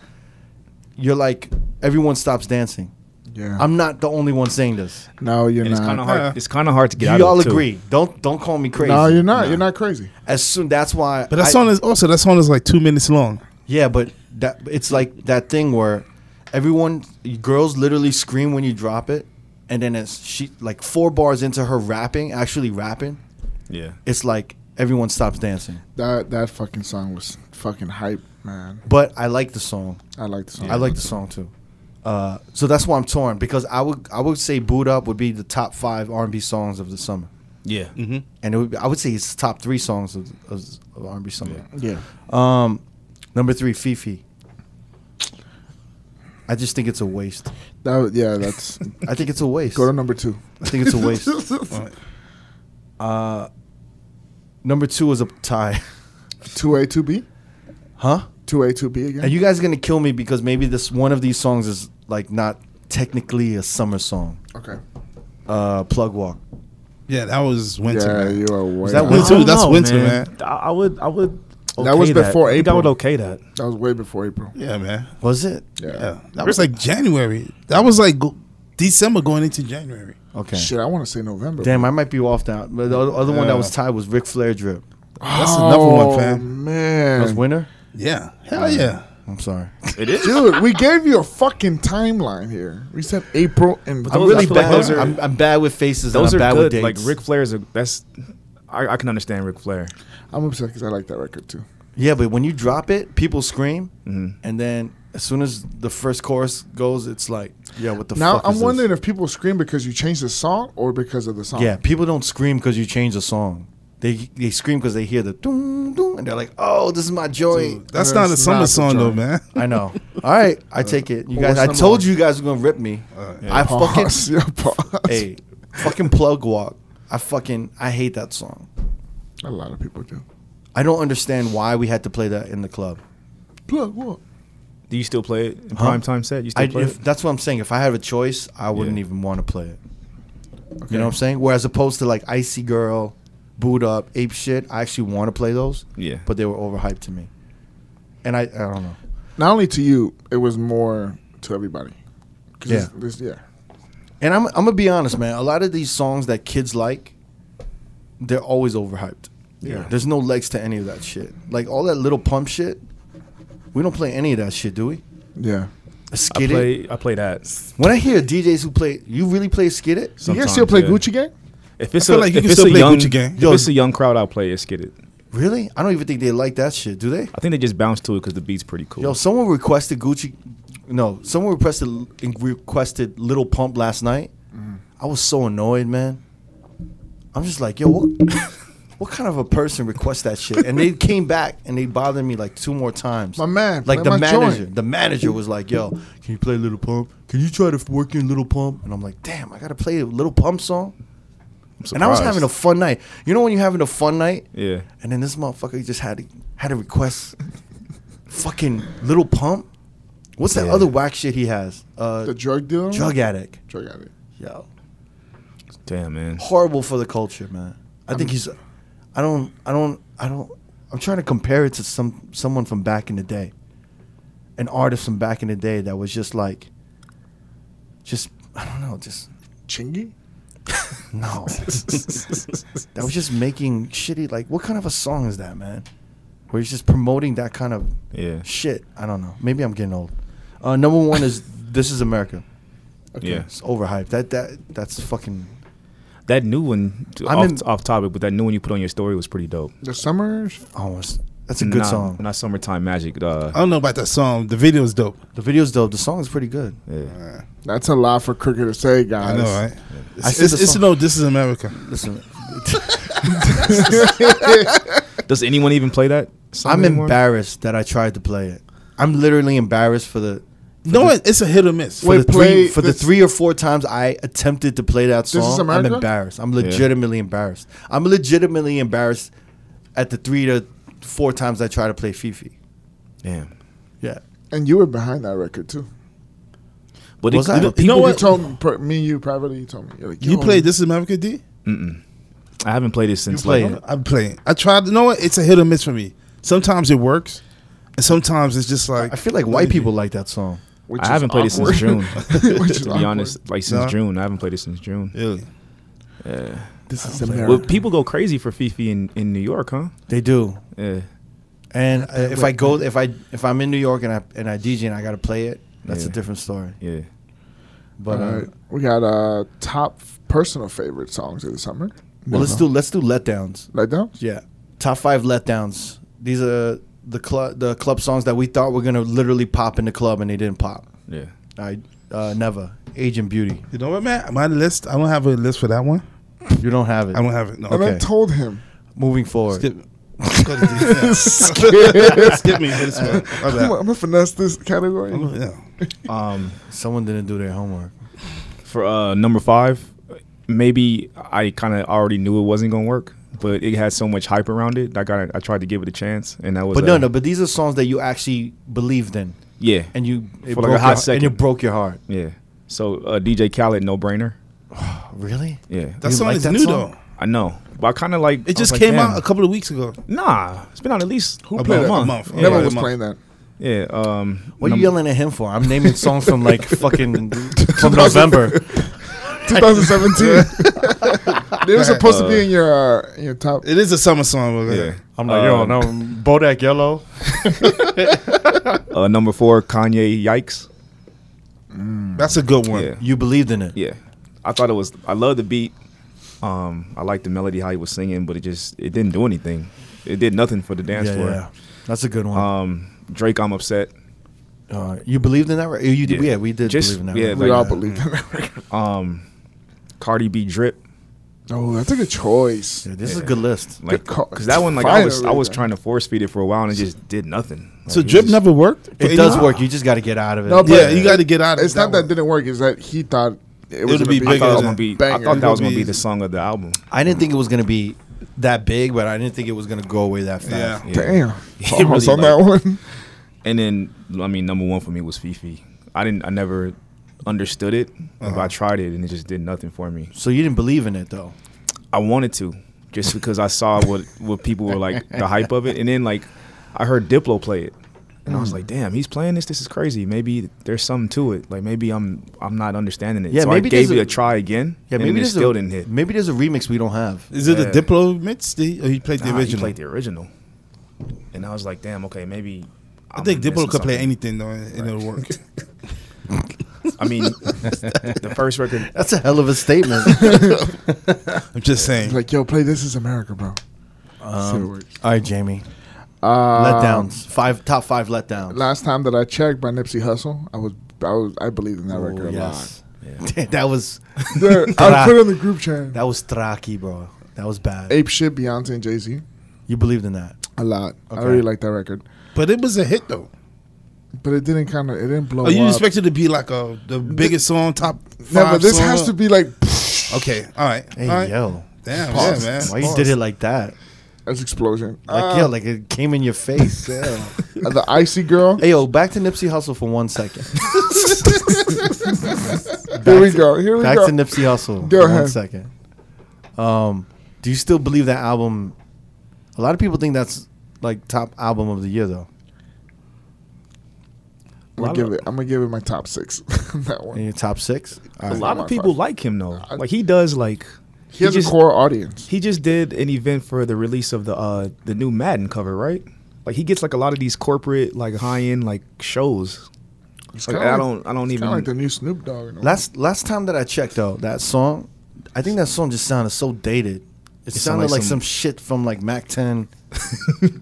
B: You're like everyone stops dancing.
C: Yeah.
B: I'm not the only one saying this.
C: no, you're
A: And it's kind
C: not.
A: of hard.
D: Yeah.
A: It's kind of hard to get out.
B: you all
A: of it, too.
B: agree. Don't don't call me crazy.
C: no, you're not. You're not crazy.
B: As soon that's why.
D: But that
B: I-
D: song is also that song is like two minutes long.
B: Yeah, but that it's like that thing where everyone girls literally scream when you drop it, and then as she like four bars into her rapping, actually rapping,
A: Yeah.
B: it's like everyone stops dancing.
C: That that fucking song was fucking hype, man.
B: But I like the song.
C: I like the song.
B: I like the song too. Uh, so that's why I'm torn because I would I would say "Boot Up" would be the top five R&B songs of the summer,
A: Yeah.
B: and it would be, I would say it's top three songs of, of, of R&B summer.
C: Yeah.
B: Um, number three, Fifi. I just think it's a waste.
C: That was- yeah. That's
B: I think it's a waste.
C: go to number two.
B: I think it's a waste. Uh, number two is a tie,
C: Two A, two B,
B: huh?
C: two A, two B again.
B: And you guys are gonna kill me because maybe this one of these songs is like not technically a summer song.
C: okay.
B: Uh, plug walk.
D: Yeah, that was winter.
C: Yeah,
D: man.
C: you are way.
B: that
C: out.
B: Winter?
A: I don't
D: that's
A: know,
D: Winter, man.
A: I, I would. I would.
C: That was
A: okay
C: before
A: I think I would
C: April.
A: okay that.
C: That was way before April.
D: Yeah, man.
B: Was it?
C: Yeah.
D: Yeah, that was like January. That was like go- December going into January.
B: Okay.
C: Shit, I want to say November.
B: Damn, I might be off now. But the other other one that
D: Yeah.
B: was tied was Ric Flair drip.
D: That's another one, fam.
B: That was
C: Oh, Man,
B: winner.
D: Yeah, hell yeah.
B: I'm sorry.
A: It is.
C: dude, we gave you a fucking timeline here. We said April and
A: Those-
B: I'm
A: I
B: really
A: feel like
B: bad.
A: those are-
B: I'm, I'm bad with faces.
A: Those are
B: and I'm bad
A: good.
B: With
A: Like
B: dates.
A: Ric Flair's. A, that's. I, I can understand Ric Flair.
C: I'm upset because I like that record too.
B: Yeah, but when you drop it, people scream, and then as soon as the first chorus goes, it's like, yeah, what the
C: Now
B: fuck?
C: I'm
B: is
C: wondering
B: This?
C: if people scream because you changed the song or because of the song.
B: Yeah, people don't scream because you change the song. They they scream because they hear the doom doom, and they're like, oh, this is my joint.
D: That's
C: No,
D: not a
C: it's
D: summer
C: not a
D: song though,
C: joint.
D: man.
B: I know. All right, I take it. You
C: Well,
B: guys,
C: what's
B: I
C: number
B: told
C: one?
B: you guys were gonna rip me. I fucking
C: Pause. Yeah, pause.
B: hey, fucking plug walk. I fucking I hate that song.
C: A lot of people do.
B: I don't understand why we had to play that in the club.
C: Plug what?
A: Do you still play it in
B: Huh?
A: prime time set? You still
B: I,
A: play
B: if,
A: it?
B: that's what I'm saying. If I had a choice, I wouldn't
A: Yeah.
B: even want to play it. You know what I'm saying? Whereas opposed to like Icy Girl, Boot Up, Ape Shit, I actually want to play those.
A: Yeah.
B: But they were overhyped to me. And I, I don't know.
C: Not only to you, it was more to everybody. 'Cause
B: Yeah.
C: it's- this- yeah.
B: And I'm, I'm going to be honest, man. A lot of these songs that kids like, they're always overhyped.
A: Yeah.
B: There's no legs to any of that shit. Like all that little pump shit, we don't play any of that shit, do we?
C: Yeah.
B: A
A: I
B: skid it.
A: play I play that.
B: When I hear DJs who play, you really play skid it?
C: Do you
A: sometimes,
C: guys still play
A: yeah.
C: Gucci Gang?
A: If it's
D: I
A: a
D: feel like you
A: if
D: can
A: it's
D: still
A: a
D: play
A: young
D: Gucci Gang.
A: if
B: Yo.
A: it's a young crowd, I'll play it skidded.
B: Really? I don't even think they like that shit, do they?
A: I think they just bounce to it because the beat's pretty cool.
B: Yo, someone requested Gucci. No, someone requested requested Little Pump last night.
C: Mm-hmm.
B: I was so annoyed, man. I'm just like, yo, what, what kind of a person requests that shit? And they came back and they bothered me like two more times.
C: My man,
B: like
C: play
B: the
C: my
B: manager,
C: joint.
B: the manager was like, yo, can you play Little Pump? Can you try to work in Little Pump? And I'm like, damn, I gotta play a Little Pump song.
A: I'm
B: And I was
A: surprised.
B: having a fun night. You know when you're having a fun night
A: yeah.
B: and then this motherfucker just had had a request. fucking little pump. What's that
A: Yeah.
B: other whack shit he has? Uh,
C: The drug dealer?
B: drug addict.
C: Drug addict.
B: Yo,
A: Damn man.
B: horrible for the culture, man. I think he's. I don't. I don't. I don't. I'm trying to compare it to some someone from back in the day, an artist from back in the day that was just like, just I don't know, just
C: Chingy?
B: no. that was just making shitty. Like, what kind of a song is that, man? Where he's just promoting that kind of
A: Yeah.
B: shit. I don't know. Maybe I'm getting old. Uh, number one is This Is America.
A: Yeah.
B: It's overhyped. That that that's fucking.
A: That new one t-
B: I'm
A: off,
B: in-
A: off topic, but that new one you put on your story was pretty dope.
C: The summers?
B: Oh, it's, that's a good
A: Nah,
B: song.
A: Not summertime magic. Uh,
D: I don't know about that song. The video is dope.
B: The video's dope. The song is pretty good.
A: yeah.
D: Uh,
C: That's a lot for Crooked to say,
D: I
C: guys.
D: know, right? It's,
B: I see
D: it's,
B: the
D: it's
B: song.
D: no. This is America.
B: Listen,
A: Does anyone even play that? song
B: I'm
A: anymore?
B: embarrassed that I tried to play it. I'm literally embarrassed for the
D: No, it- it's a hit or miss.
B: for
C: Wait,
B: the three
C: play
B: for
C: this-
B: the three or four times I attempted to play that
C: Is
B: song. I'm
C: America?
B: embarrassed. I'm legitimately embarrassed. I'm legitimately embarrassed at the three to four times I try to play Fifi.
A: Damn.
B: Yeah.
C: And you were behind that record, too.
A: But
B: Was
A: it,
B: I-
A: you know-
D: You know
C: You
D: what?
C: told me, per- me and you privately, you told me. You're like,
D: You
C: yo,
D: play This Is America, D?
A: I haven't played it since
B: play
A: like
B: it.
D: I'm playing. I tried. You know what? It's a hit or miss for me. Sometimes it works, and sometimes it's just like
B: I feel like white people like that song.
C: which
A: I
C: is
A: haven't played it since
C: awkward.
A: June.
C: Which is
A: to be
C: awkward.
A: honest, like since
D: No.
A: June, I haven't played it since June.
D: Really?
C: This is
A: Well,
C: America.
A: people go crazy for Fifi in, in New York, huh?
B: They do.
A: Yeah.
B: And uh, if I go, if I if I'm in New York and I and I DJ and I gotta play it, that's a
A: Yeah.
B: different story.
A: Yeah.
B: But uh,
C: All right. We got uh, top f- personal favorite songs of the summer.
B: well, let's do let's do letdowns.
C: Like that?
B: Yeah, top five letdowns. These are the club the club songs that we thought were gonna literally pop in the club and they didn't pop.
A: Yeah.
B: I uh, never Agent Beauty.
D: You know what, man? My list. I don't have a list for that one.
B: You don't have it.
D: I don't have it. No.
C: And I
B: Okay.
C: told him.
B: Moving forward,
D: Skip. Go to D. Yeah.
C: I'm
D: Skip me for this one. My bad.
C: going to finesse this category.
D: I'm- yeah.
A: Um,
B: someone didn't do their homework.
A: for uh, number five, maybe I kind of already knew it wasn't gonna work, but it had so much hype around it. I got I tried to give it a chance, and that was.
B: But
A: uh,
B: no, no. But these are songs that you actually believed in,
A: Yeah.
B: and you it
A: For like a
B: broke
A: hot
B: your, and
A: second.
B: it broke your heart.
A: yeah. So uh, DJ Khaled, no brainer.
B: Really?
A: Yeah.
D: That
B: You
D: song
B: like
D: is
B: that
D: new
B: song?
D: though.
A: I know, but I kind of like I
D: It just
A: was like,
D: came
A: damn.
D: out a couple of weeks ago.
A: Nah, it's been out at least
C: Who
A: about
C: played
A: a
C: it?
A: month.
D: month.
A: Yeah.
C: Never
D: Yeah.
C: was playing that.
A: Yeah. Um,
B: What are
A: num-
B: you yelling at him for? I'm naming songs from like fucking from November.
C: 2017. they were supposed to be in your uh, in your top.
D: It is a summer song. But
A: Yeah.
B: I'm like, yo,
A: Um,
B: no, Bodak Yellow.
A: Uh, number four, Kanye. Yikes.
D: That's a good one.
A: Yeah.
B: You believed in it.
A: Yeah, I thought it was. I love the beat. Um, I liked the melody how he was singing, but it just it didn't do anything. It did nothing for the dance
B: yeah,
A: floor.
B: yeah. That's a good one.
A: Um, Drake, I'm upset.
B: Uh, you believed in that, right? You did, yeah. we did
A: Just-
B: believe in that.
A: yeah,
B: right?
C: We
A: like,
C: all
A: uh,
C: believe in that.
A: Um, Cardi B drip.
C: oh, that's a good choice.
B: Yeah, this is a good list.
A: Like,
C: call.
A: cause that one, like, I was, I
C: Finally,
A: was
C: man.
A: trying to force feed it for a while, and it just did nothing. Like,
D: So
A: it
D: drip
A: just-
D: never worked.
B: It does work. You just got to get out of it.
C: No, but-
D: Yeah, you got to get out of.
C: It's not that
D: one.
C: didn't work. It's that he thought it
D: It'll
C: was going
D: be
C: to
A: I
C: be.
D: bigger
A: thought it was
D: than-
A: gonna be. I
C: banger.
A: thought that was gonna
D: It'll
A: be
D: be-
A: the song of the album.
B: I didn't think it was gonna be that big, but I didn't think it was gonna go away that fast.
D: Yeah.
A: Yeah.
C: Damn,
A: He
C: I was
A: really
C: on that one.
A: And then, I mean, number one for me was Fifi. I didn't. I never understood it,
D: Uh-huh.
A: but I tried it, and it just did nothing for me.
B: So you didn't believe in it though.
A: I wanted to, just because I saw what what people were like the hype of it, and then like I heard Diplo play it, And
D: Mm.
A: I was like, damn, he's playing this. This is crazy. Maybe there's something to it. Like maybe I'm I'm not understanding it.
B: Yeah,
A: so
B: maybe
A: I gave
B: there's
A: it
B: a-
A: a try again.
B: Yeah,
A: and
B: maybe
A: it
B: there's
A: still
B: a,
A: didn't hit.
B: Maybe there's a remix we don't have.
D: Is it
A: Yeah.
D: a Diplo mix? Did- Or he played the
A: Nah, he
D: original?
A: played the original. And I was like, damn, okay, maybe.
D: I
A: I'm
D: think
A: missing
D: Diplo could play
A: something.
D: anything though, and it'll work.
A: I mean, the first record.
B: That's a hell of a statement.
D: I'm just saying.
C: He's like, yo, play This Is America, bro. See what works.
B: All right, Jamie.
C: Uh,
B: Um, Letdowns. Um, Five top five letdowns.
C: Last time that I checked by Nipsey Hussle, I was I was I believed in that
B: Ooh,
C: record
B: Oh, yes.
A: Yeah.
B: that was
C: a lot. There- I put it in the group chat.
B: that was tracky, bro. That was bad.
C: Ape shit, Beyonce and Jay Z.
B: You believed in that.
C: A lot. I
B: Okay.
C: really like that record,
D: But it was a hit though.
C: but it didn't kind of it didn't blow
D: Oh, you
C: up.
D: expect it to be like a the biggest song, top five?
C: no, but this
D: song?
C: has to be like
D: Okay, all right,
B: Hey
D: all right.
B: yo,
D: Damn,
C: Pause.
D: yeah, man.
B: why you did it like that?
C: as explosion.
B: Like
C: Uh,
B: yeah, like it came in your face. Yeah.
C: the icy girl.
B: hey yo, back to Nipsey Hussle for one second.
C: Here we go. Here we
B: Back
C: go.
B: to Nipsey Hussle
C: Go
B: for one
C: ahead.
B: second. Um, do you still believe that album? A lot of people think that's like top album of the year though.
C: I'm gonna give it. I'm gonna give it my top six. that
B: In
C: one.
B: your top six.
A: A lot
C: my
A: of people
C: five.
A: like him though. Like he does like
C: He has
A: just-
C: a core audience.
A: he just did an event for the release of the uh the new Madden cover, right? Like he gets like a lot of these corporate like high end like shows.
C: It's
A: Like,
C: kinda
A: I
C: like-
A: don't I don't
C: Kind
A: even
C: of like the new Snoop Dogg. in a way.
B: Last last time that I checked though, that song, I think that song just sounded so dated. It, sounded like, some, shit from like Mac Ten.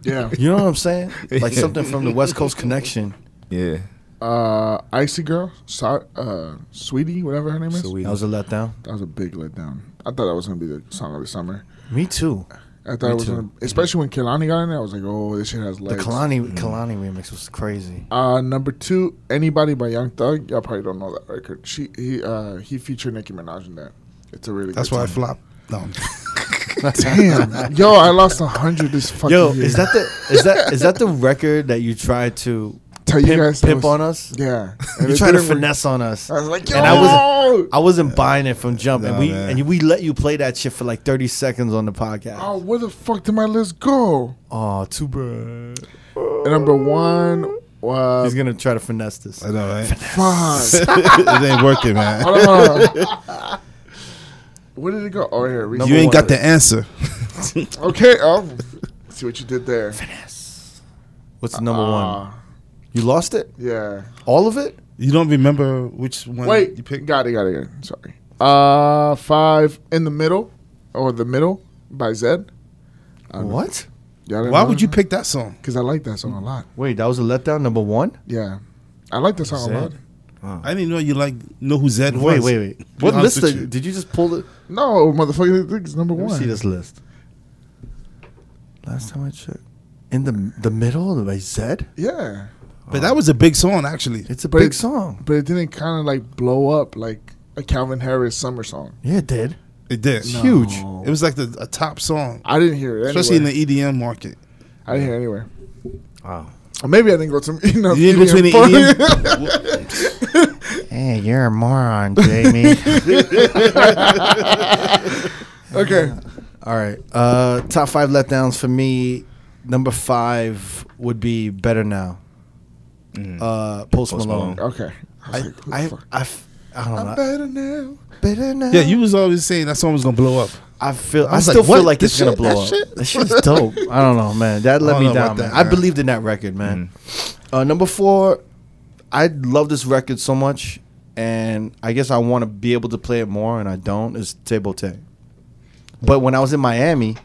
C: yeah.
B: You know what I'm saying? Like
A: Yeah.
B: something from the West Coast Connection.
A: yeah.
C: Uh, icy girl, so, uh, sweetie, whatever her name is.
A: So we
B: That was a letdown.
C: That was a big letdown. I thought that was gonna be the song of the summer.
B: Me too.
C: I thought
B: Me
C: it was
B: too.
C: gonna, especially when Kelani got in there. I was like, oh, this shit has
B: The
C: legs.
B: Kalani Kalani remix was crazy.
C: Uh, number two, anybody by Young Thug. Y'all probably don't know that record. She he uh he featured Nicki Minaj in that. It's a really
D: That's
C: good
D: why I
C: song.
D: flopped. No, I'm-
C: Damn, yo, I lost a hundred this fucking
B: Yo,
C: year.
B: is that the is that is that the record that you tried to
C: Tell you
B: pimp,
C: guys that
B: pimp
C: was-
B: on us?
C: Yeah,
B: You tried to finesse on us.
C: I was like, yo,
B: And I was- I wasn't buying it from jump, and
D: Nah,
B: we
D: man.
B: and we let you play that shit for like thirty seconds on the podcast.
C: oh, where the fuck did my list go?
B: Oh, too bad.
C: And number one was
B: He's gonna try to finesse this.
D: I know, right?
C: fuck.
D: it ain't working, man.
C: Hold on. Where did it go? Oh, here. Reese.
D: You ain't got the answer.
C: Okay. Oh, see what you did there.
B: What's the number one?
C: Uh,
B: You lost it?
C: Yeah.
B: All of it?
D: You don't remember which one
C: Wait.
D: you picked.
C: Got it. Got it. Got it. Sorry. Uh, five in the middle, or the middle by Zed.
B: What?
D: Why would you Mm. pick that song?
C: Because I like that song a lot.
B: Wait, that was a letdown number one?
C: Yeah, I like that song a lot.
A: Zed?
D: I didn't know you like know who Zed
B: Wait,
D: was.
B: wait, wait. What
D: honest
B: list
D: with
B: are-
D: you.
B: did you just pull the
C: No, motherfucker, I think it's number
B: Let me
C: one.
B: see this list. Last time I checked. In the the middle by Zed?
C: Yeah,
D: But that was a big song actually.
B: It's a
C: But
B: big
C: it's-
B: song.
C: but it didn't kind of like blow up like a Calvin Harris summer song.
B: Yeah, it did.
D: It did.
B: It's huge.
D: It was like the, a top song,
C: I didn't hear it.
D: especially
C: Especially anywhere.
D: in the EDM market.
C: I didn't hear it anywhere.
A: wow.
C: Or maybe I didn't go to you know.
D: You didn't go to any
C: EDM party.
D: EDM.
B: Hey, you're a moron, Jamie.
C: okay,
B: All right. Uh top five letdowns for me. Number five would be Better Now.
A: Mm.
B: Uh Post,
A: Post
B: Malone.
A: Malone.
C: okay. I,
B: I,
C: was like, who the
B: I,
C: fuck?
B: I, f- I don't know.
C: I'm better now.
B: Better now.
D: yeah, you was always saying that song was gonna blow up.
B: I feel. I,
D: was
B: still
D: like,
B: feel
D: what?
B: like
D: This
B: it's gonna
D: shit-
B: blow
D: that
B: up.
D: shit?
B: That shit is dope. I don't know, man. That
D: I
B: let
D: don't
B: me
D: know
B: down,
D: about
B: man.
D: that,
B: I
D: man.
B: believed in that record, man. Uh, number four, I love this record so much, and I guess I want to be able to play it more, and I don't. Is Table Tay. But when I was in Miami,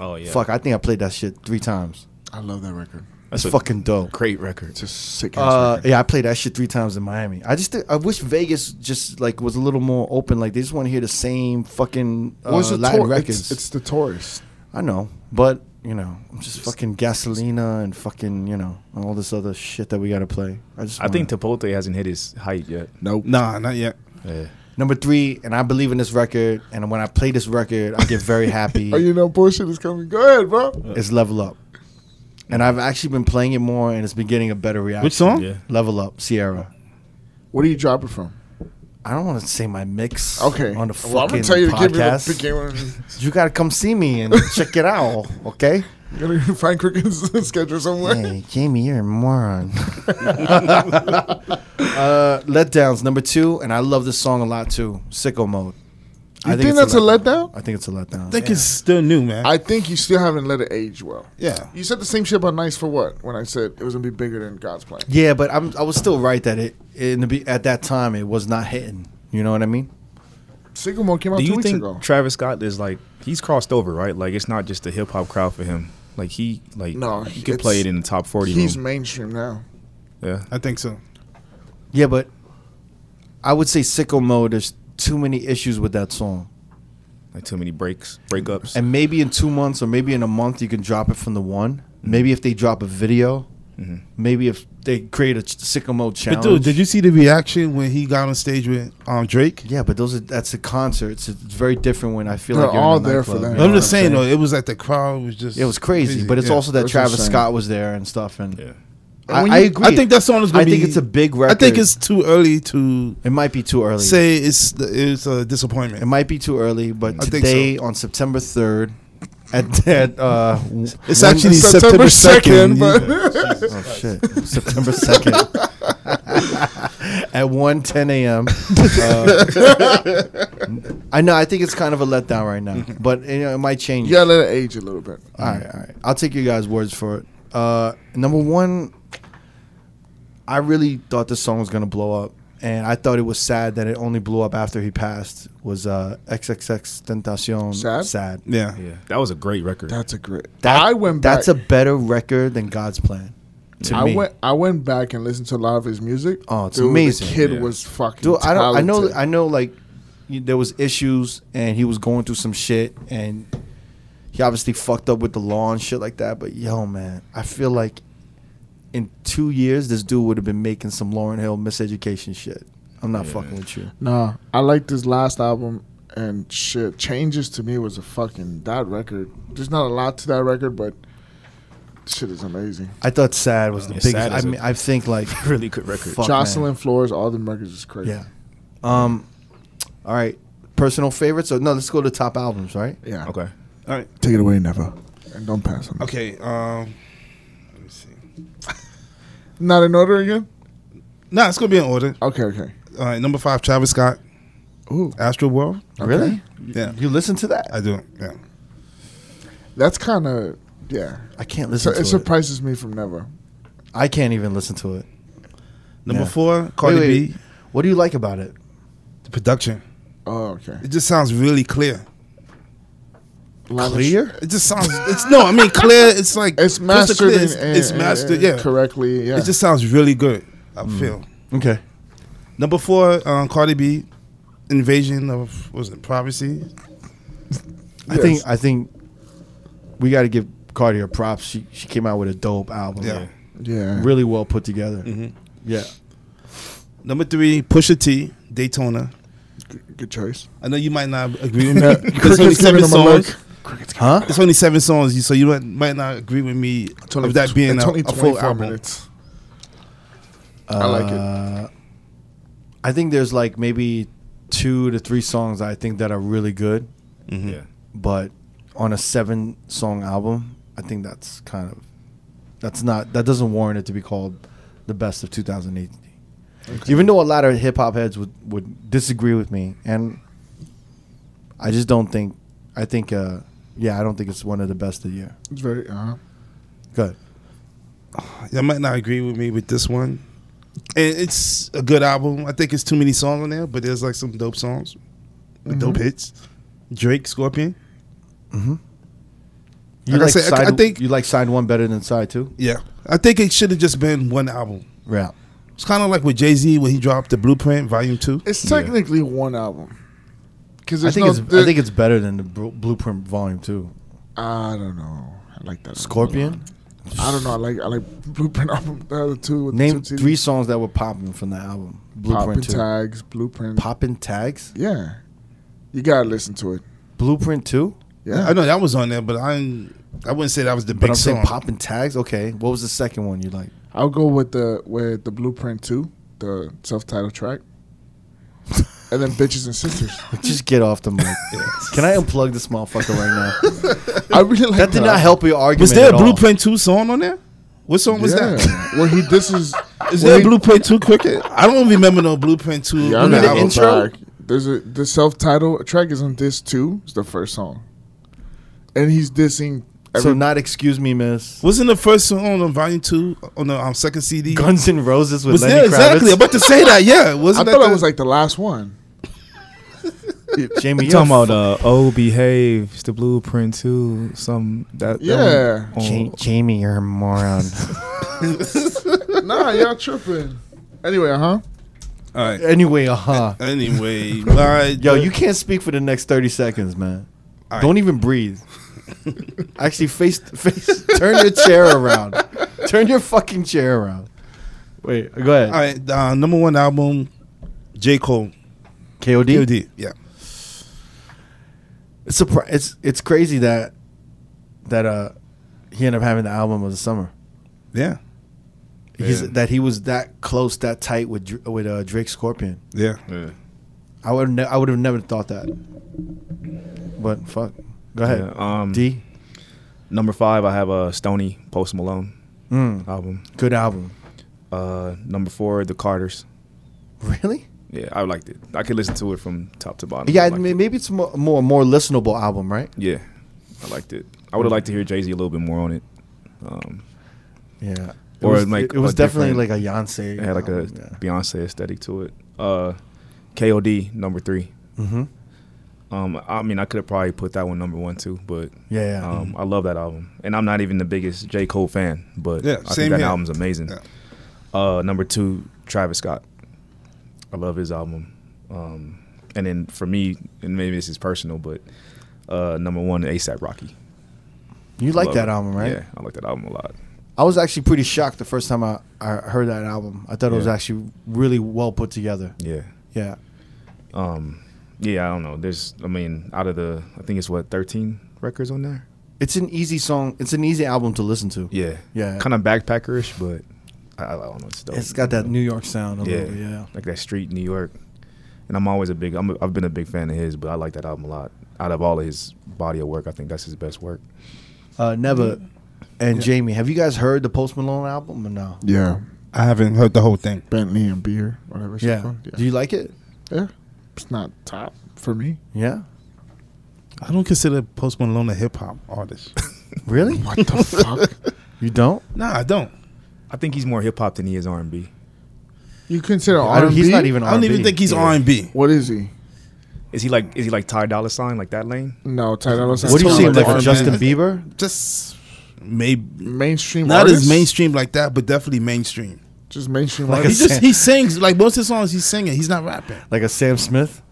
A: Oh yeah.
B: fuck, I think I played that shit three times.
C: I love that record.
A: That's
B: it's
A: a
B: fucking dope.
A: great record.
C: It's a sick ass
B: Uh,
C: record.
B: yeah, I played that shit three times in Miami. I just, I wish Vegas just like was a little more open. Like they just want to hear the same fucking uh,
C: What's the
B: Latin
C: tour-
B: records.
C: It's, it's the Taurus.
B: I know, but you know, I'm just fucking gasolina and fucking you know all this other shit that we gotta play. I just
A: I think
B: wanna-
A: Tapote hasn't hit his height yet.
C: Nope.
D: Nah, not yet.
A: Yeah.
B: number three, and I believe in this record, and when I play this record, I get very happy.
C: Oh, you know bullshit is coming. Go ahead, bro.
B: It's Level Up, and I've actually been playing it more, and it's been getting a better reaction.
D: Which song?
A: Yeah.
B: Level Up, Sierra.
C: What are you dropping from?
B: I don't want to say my mix.
C: Okay.
B: On the fucking
C: Well, I'm gonna tell you to give you the
B: podcast.
C: beginning.
B: You gotta come see me and check it out, okay?
C: You're gonna find Cricket's schedule somewhere.
B: Hey, Jamie, you're a moron. uh, letdowns number two, and I love this song a lot too. Sicko mode.
C: You think that's a letdown?
B: I think it's a letdown.
D: I think it's still new, man.
C: I think you still haven't let it age well.
D: yeah.
C: You said the same shit about Nice for what? When I said it was gonna be bigger than God's plan.
B: yeah, but I'm, I was still right that it in the be- at that time it was not hitting. You know what I mean?
C: Single Mode came out
A: Do
C: two
A: you
C: weeks
A: think
C: ago.
A: Travis Scott is like he's crossed over, right? Like it's not just a hip hop crowd for him. Like he like
C: No,
A: he could
C: it's-
A: play it in the top forty.
C: He's
A: room.
C: mainstream now.
A: yeah.
D: I think so.
B: Yeah, but I would say sicko mode. There's too many issues with that song,
A: Like too many breaks, breakups.
B: and maybe in two months or maybe in a month you can drop it from the one.
D: Mm-hmm.
B: Maybe if they drop a video, maybe if they create a ch- sicko mode challenge.
D: But dude, did you see the reaction when he got on stage with um, Drake?
B: Yeah, but those are that's a concert. It's, it's very different when I feel
C: They're
B: like you're in a
C: all there for
B: nightclub,
C: that.
B: you know
D: I'm
B: what
D: just saying though, it was like the crowd was just.
B: It was crazy, but it's
D: Yeah.
B: also that
C: that's
B: Travis
C: insane.
B: Scott was there and stuff. And
A: yeah.
B: I,
C: when
B: I
C: you-
B: agree.
D: I think that song is.
B: I
D: Gonna
B: think
D: be-
B: it's a big record.
D: I think it's too early to
B: it might be too early.
D: say it's the, it's a
B: it
D: disappointment.
B: might be too early, but
D: I think
B: today on September third, at at uh,
D: It's
B: when-
D: actually
C: September
D: September second.
C: 2nd, but-
B: oh shit September second at 1:10 a.m. Uh, I know. I think it's kind of a letdown right now, but you know, it might change.
C: You gotta let it age a little bit.
B: All right, all right. I'll take you guys' words for it. Uh, number one, I really thought this song was gonna blow up, and I thought it was sad that it only blew up after he passed. Was uh, XXX Tentacion
C: Sad?
B: Sad.
D: yeah.
A: Yeah. That was a great record.
C: That's a great.
B: That-
C: I went. Back,
B: That's a better record than God's Plan. To
C: I
B: me,
C: went. I went back and listened to a lot of his music.
B: Oh, it's
C: Dude, the
B: amazing.
C: kid
A: Yeah.
C: was fucking.
B: dude. I don't. I know.
C: talented.
B: I know. Like you- there was issues, and he was going through some shit, and he obviously fucked up with the law and shit like that. But yo, man, I feel like in two years, this dude would have been making some Lauren Hill miseducation shit. I'm not fucking with you.
C: Nah, I like this last album and shit. Changes to me was a fucking that record. There's not a lot to that record, but shit is amazing.
B: I thought Sad was the
A: Yeah,
B: biggest.
A: Sad
B: I
A: is a-
B: mean, I think like
A: really good record.
B: Fuck,
C: Jocelyn
B: man.
C: Flores, all them records is crazy.
B: yeah. Um, all right. Personal favorites or no? Let's go to top albums, right?
C: yeah.
A: Okay.
D: All right.
C: Take it away, never, and don't pass on.
D: Okay. Um, let me see.
C: Not in order again.
D: Nah, it's gonna be in order.
C: Okay, okay.
D: All right. Number five, Travis Scott,
C: Ooh,
D: Astro World.
C: okay.
B: Really?
D: Yeah,
B: You listen to that?
D: I do. Yeah.
C: That's kind of yeah.
B: I can't
C: So
B: listen
C: it
B: to it.
C: surprises me from never.
B: I can't even listen to it.
D: Number
B: Yeah.
D: four, Cardi
B: Wait, wait.
D: B.
B: What do you like about it?
D: The production.
C: Oh, okay.
D: It just sounds really clear.
C: Lot of sh-
D: It just sounds. It's no. I mean, clear. It's like
C: It's
D: crystal
C: mastered.
D: clear,
C: and-
D: It's, it's
C: and-
D: mastered.
C: and
D: Yeah.
C: correctly. Yeah. Mm.
D: It just sounds really good. I feel.
B: Okay.
D: Number four, um, Cardi B, Invasion of what was it Privacy?
B: I think I think we got to give Cardi her props. She she came out with a dope album.
D: Yeah.
C: yeah. Mm-hmm.
B: Really well put together. Yeah.
D: Number three, Pusha T, Daytona.
C: Good choice.
D: I know you might not agree with me.
C: Yeah,
D: There's only
C: Cricket's
D: seven
C: giving him a
D: songs.
C: look.
B: Huh?
D: It's only seven songs, you- so you might- might not agree with me of that being
C: it's
D: a,
C: only
D: a full
C: 24
D: album.
C: uh, minutes. I like it.
B: Uh, I think there's like maybe two to three songs I think that are really good,
D: Mhm.
A: Yeah.
B: but on a seven song album, I think that's kind of that's not that doesn't warrant it to be called the best of 2018. Even though a lot of hip hop heads would would disagree with me, and I just don't think I think uh yeah I don't think it's one of the best of the year.
C: It's very. Uh,
B: Good.
D: You might not agree with me with this one. And it's a good album. I think it's too many songs on there, but there's like some dope songs, with dope hits. Drake, Scorpion.
B: You
D: Like I
B: like
D: said, I-
B: side,
D: I think-
B: you like side one better than side two.
D: Yeah, I think it should have just been one album.
B: Yeah.
D: It's kind of like with Jay Z when he dropped the Blueprint Volume Two.
C: it's technically one album. Because
B: I think
C: no,
B: it's
C: there-
B: I think it's better than the Bru- Blueprint Volume Two.
C: I don't know. I like that.
B: Scorpion.
C: I don't know. I like. I like Blueprint album. The other two. With
B: Name
C: two
B: three songs that were popping from the album.
C: Blueprint
B: Blueprint Two.
C: tags. Blueprint.
B: Poppin' tags.
C: Yeah. You gotta listen to it.
B: Blueprint Two.
C: Yeah.
D: I know that was on there, but I didn't- I wouldn't say that was the
B: But
D: big
B: I'm
D: song.
B: saying poppin' tags. Okay. What was the second one you like?
C: I'll go with the with the Blueprint two, the self titled track. and then bitches and sisters.
B: Just get off the mic. Can I unplug this motherfucker right now?
C: I really like
B: That did not help your argument.
D: Was there
B: at
D: a
B: all.
D: Blueprint Two song on there? What song was that?
C: Yeah. Well, he this is
D: Is
C: well,
D: there a
C: he-
D: Blueprint Two Cricket? I don't remember no Blueprint Two.
C: Yeah, I
D: on
C: know
D: the
C: the
D: album.
C: intro. Track. There's a the self title track is on this too. It's the first song, and he's dissing.
B: So
C: Every,
B: not excuse me, miss.
D: Wasn't the first song on Volume Two on the um, second CD?
B: Guns N' Roses with
D: was
B: Lenny
D: there exactly?
B: Kravitz.
D: I'm about to say that. Yeah,
C: I
D: wasn't that?
C: thought I
D: the-
C: was like the last one.
B: Jamie,
A: You
B: you're
A: talking
B: a
A: about uh, "Oh Behave"? It's the blueprint too. Some that, that
C: Yeah.
A: one on-
B: Ja- Jamie, you're a moron.
C: nah, y'all tripping. Anyway, uh huh.
D: All right.
B: anyway, uh huh.
D: Anyway, bye.
B: Yo, you can't speak for the next thirty seconds, man.
D: All right.
B: Don't even breathe. Actually, face face. Turn your chair around. Turn your fucking chair around. Wait, go ahead.
D: All right, uh, number one album, J Cole,
B: KOD.
D: D.O.D. Yeah,
B: It's surpri- It's it's crazy that that uh he ended up having the album of the summer.
D: yeah,
B: He's,
A: Yeah.
B: That he was that close, that tight with Dr- with uh, Drake Scorpion.
D: yeah.
A: Yeah.
B: I would ne- I would have never thought that. But fuck. Go ahead.
A: Yeah, um,
B: D.
A: Number five, I have a uh, Stony Post Malone
B: Mm,
A: album.
B: good album.
A: Uh, number four, The Carters.
B: Really?
A: Yeah, I liked it. I could listen to it from top to bottom.
B: Yeah,
A: I
B: I
A: liked
B: mean,
A: it.
B: maybe it's more, more more listenable album, right?
A: yeah, I liked it. I would have liked to hear Jay Z a little bit more on it. Um,
B: Yeah.
A: Or
B: it was,
A: like
B: it, it was
A: a
B: definitely
A: different-
B: like a Beyonce.
A: it had like a
B: album,
A: Beyonce aesthetic to it. Uh, K.O.D. number three.
B: yeah. hmm
A: Um, I mean, I could have probably put that one number one too, but
B: Yeah, yeah. Mm-hmm.
A: um, I love that album, and I'm not even the biggest J. Cole fan, but I
D: Yeah,
A: think
D: same
A: that
D: here.
A: album's amazing.
D: Yeah.
A: Uh, number two, Travis Scott. I love his album, um, and then for me, and maybe this is personal, but uh, number one, ASAP Rocky.
B: you like
A: Love
B: that
A: it.
B: album, right?
A: Yeah, I like that album a lot.
B: I was actually pretty shocked the first time I, I heard that album. I thought it was
A: Yeah.
B: actually really well put together.
A: Yeah,
B: Yeah.
A: um, yeah. I don't know. There's, I mean, out of the, I think it's what 13 records on there.
B: It's an easy song. It's an easy album to listen to.
A: Yeah,
B: Yeah.
A: Kind of backpackerish, but I, I don't know. It's dope.
B: It's got that New York sound. A
A: Yeah.
B: Little, bit, yeah.
A: like that street New York. And I'm always a big. I'm a, I've been a big fan of his, but I like that album a lot. Out of all of his body of work, I think that's his best work.
B: Uh, Neva and Jamie, have you guys heard the Post Malone album or no?
C: Yeah,
D: I haven't heard the whole thing.
C: Bentley and beer, whatever. it's
B: Yeah.
C: called.
B: Do
C: yeah.
B: you like it?
C: yeah. It's not top for me.
B: Yeah.
D: I don't consider Post Malone a hip hop artist.
B: Really?
C: What the fuck?
B: You don't?
D: nah, I don't.
A: I think he's more hip hop than he is R and B.
C: You consider
B: I
C: R
B: don't-
C: and
B: he's not
C: B?
B: even.
D: I don't
B: R&B.
D: Oh, even think he's
B: Yeah.
D: R and B.
C: What is he?
A: Is he like is he like Ty Dolla Sign like that lane?
C: No, Ty Dolla Sign.
B: What do you
D: It's
B: see him
D: totally
B: like for Justin
D: different,
B: Bieber?
D: Just maybe
C: Mainstream.
D: not
C: artists?
D: as mainstream like that, but definitely mainstream.
C: Just mainstream.
B: Like
D: He
C: artists?
D: just he sings like most of his songs. He's singing. He's not rapping.
B: Like a Sam Smith?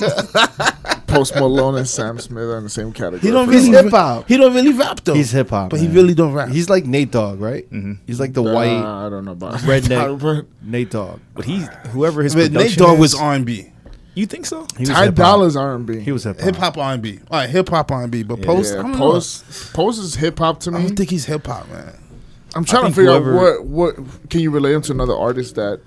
C: Post Malone and Sam Smith are in the same category.
D: He don't
C: for
B: He's
D: really
C: that
B: hip hop.
D: He don't really rap though.
B: He's hip hop,
D: Oh, but
B: man.
D: he really don't rap. Mm-hmm.
B: He's like Nate Dogg, right?
A: Mhm.
B: He's like the
C: one.
B: white
C: Nah, I don't know about
B: redneck Nate Dogg.
A: But he's whoever his
D: but
A: production
D: Nate Dogg was
A: is-
D: R and B,
A: You think so?
B: He was
C: Ty
B: hip-hop.
C: Dolla's R and
B: He
C: B.
B: was hip
D: hip
B: hop.
D: hop R and B. All right, hip hop R and B. But
A: Yeah.
D: Post, I
C: Yeah,
D: don't know.
C: Post Post is hip hop to
D: I
C: me.
D: don't think he's hip hop, man.
C: I'm trying to
A: think
C: figure
A: whoever-
C: out what what can you relate him to another artist that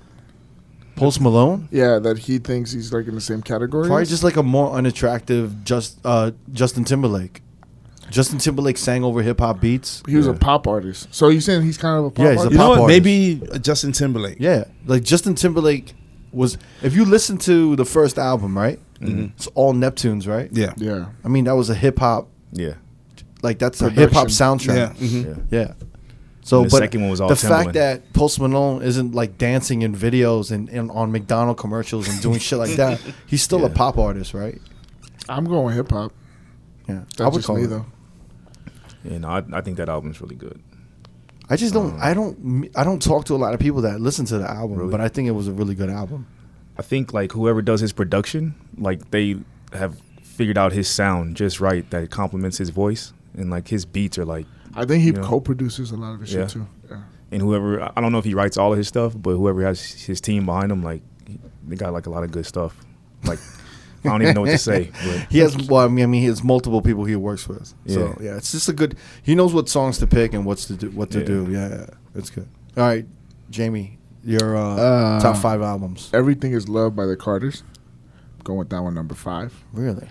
B: Post Malone?
C: yeah that he thinks he's like in the same category.
B: Probably
C: as?
B: just like a more unattractive just uh, Justin Timberlake. Justin Timberlake sang over hip hop beats.
C: he was a
A: Yeah.
C: pop artist. So you saying he's kind of a pop
B: Yeah, he's a
C: artist?
D: You know
B: Pop
D: what?
B: artist.
D: Maybe uh, Justin Timberlake.
B: Yeah, like Justin Timberlake was. If you listen to the first album, right? It's all Neptunes, right?
D: Yeah.
C: yeah.
B: I mean, that was a hip hop.
A: Yeah.
B: Like that's a hip hop
D: Yeah.
B: soundtrack.
D: mhm.
A: Yeah.
B: Yeah. So,
A: And the
B: but
A: second one was all
B: the
A: Timbaland.
B: fact that Post Malone isn't like dancing in videos and, and on McDonald commercials and doing shit like that, he's still a
A: Yeah.
B: pop artist, right?
C: I'm going hip hop.
B: Yeah, I
C: That's
B: would
C: just
B: call
C: me
B: it.
C: though.
A: Yeah, no, I, I think that album's really good.
B: I just don't. I don't. I don't talk to a lot of people that listen to the album,
A: Really?
B: but I think it was a really good album.
A: I think like whoever does his production, like they have figured out his sound just right that complements his voice and like his beats are like
C: I think he
A: Yeah.
C: co-produces a lot of his
A: Yeah.
C: shit too. Yeah.
A: and whoever I don't know if he writes all of his stuff, but whoever has his team behind him, like they got like a lot of good stuff. Like I don't even know what to say. But
B: He has. Well, I mean, I mean, he has multiple people he works with. So yeah, it's just a good. He knows what songs to pick and what's to do, what to
A: Yeah.
B: do. Yeah, it's good. All right, Jamie, your uh,
C: Uh,
B: top five albums?
C: Everything is Love by the Carters. Going with that one, number five.
B: Really?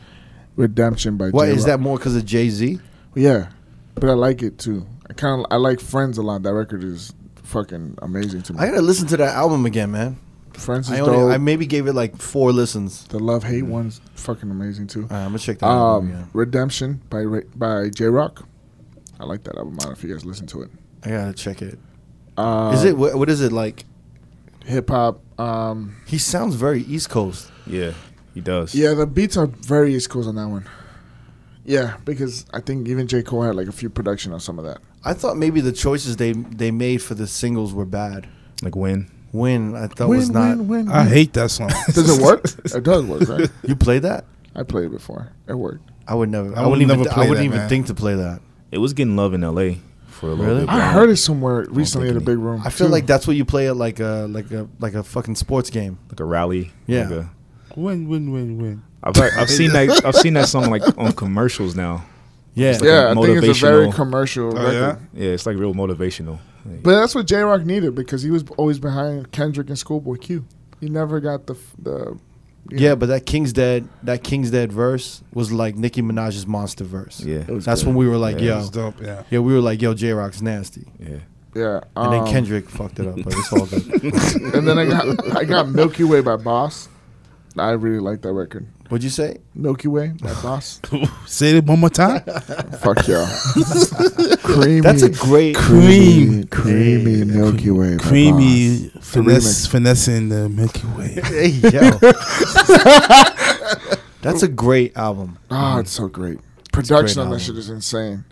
C: Redemption by
B: What
C: J.
B: is
C: Rock.
B: that more because of Jay Z?
C: Yeah, but I like it too. I kind of I like Friends a lot. That record is fucking amazing to me.
B: I gotta listen to that album again, man.
C: Friends is
B: I
C: dope.
B: only, I maybe gave it like four listens.
C: the Love Hate one's fucking amazing too.
B: All right, I'm gonna check that album
C: Um,
B: again.
C: Redemption by Ra- by J Rock. I like that album. I don't know if you guys listen to it.
B: I gotta check it. Is
C: Uh,
B: it what, what is it like?
C: hip hop? Um,
B: He sounds very East Coast.
A: Yeah, he does.
C: yeah, the beats are very East Coast on that one. Yeah, because I think even J Cole had like a few production on some of that.
B: I thought maybe the choices they they made for the singles were bad.
A: Like when?
B: Win, I thought was not.
C: win,
D: I hate that song.
C: Does it work? it does work, right?
B: You play that?
C: I played it before. It worked.
B: I would never.
D: I
B: I,
D: would
B: wouldn't
D: never
B: even.
D: play
B: I wouldn't
D: that,
B: even
D: man.
B: think to play that.
A: It was getting love in L.A. for a little
B: Really?
A: bit.
C: I
A: but
C: heard it somewhere recently
A: think
C: in a
A: it-
C: big room.
B: I feel
C: too.
B: like that's what you play at like a like a like a fucking sports game.
A: Like a rally.
B: Yeah.
A: Like a,
D: win, win, win, win.
A: I've, heard- I've seen that. I've seen that song like on commercials now.
B: Yeah.
A: like
C: yeah,
A: a
C: I think it's a very
A: motivational-
C: commercial
D: Oh,
C: record.
D: yeah?
A: Yeah, it's like real motivational. Like,
C: But that's what J Rock needed because he was always behind Kendrick and Schoolboy Q. He never got the f- the you
B: Yeah,
C: know,
B: but that King's Dead, that King's Dead verse was like Nicki Minaj's monster verse.
A: yeah,
C: was
B: that's
C: good.
B: when we were like,
A: Yeah,
D: That was
B: yo,
D: dope. Yeah.
B: yeah, we were like, yo, J Rock's nasty,
A: yeah.
C: yeah.
B: and
C: um,
B: then Kendrick fucked it up, but it's all good.
C: and then I got I got Milky Way by Boss. I really like that record.
B: What'd you say?
C: Milky Way by Boss.
D: Say it one more time.
C: Fuck y'all. creamy.
B: That's a great.
C: creamy, creamy Milky Way. by Boss.
D: Creamy finesse,
C: remix.
D: finessing the Milky Way.
B: Hey, yo. That's a great album.
C: Oh, it's so great. Production on
B: album.
C: that shit is insane.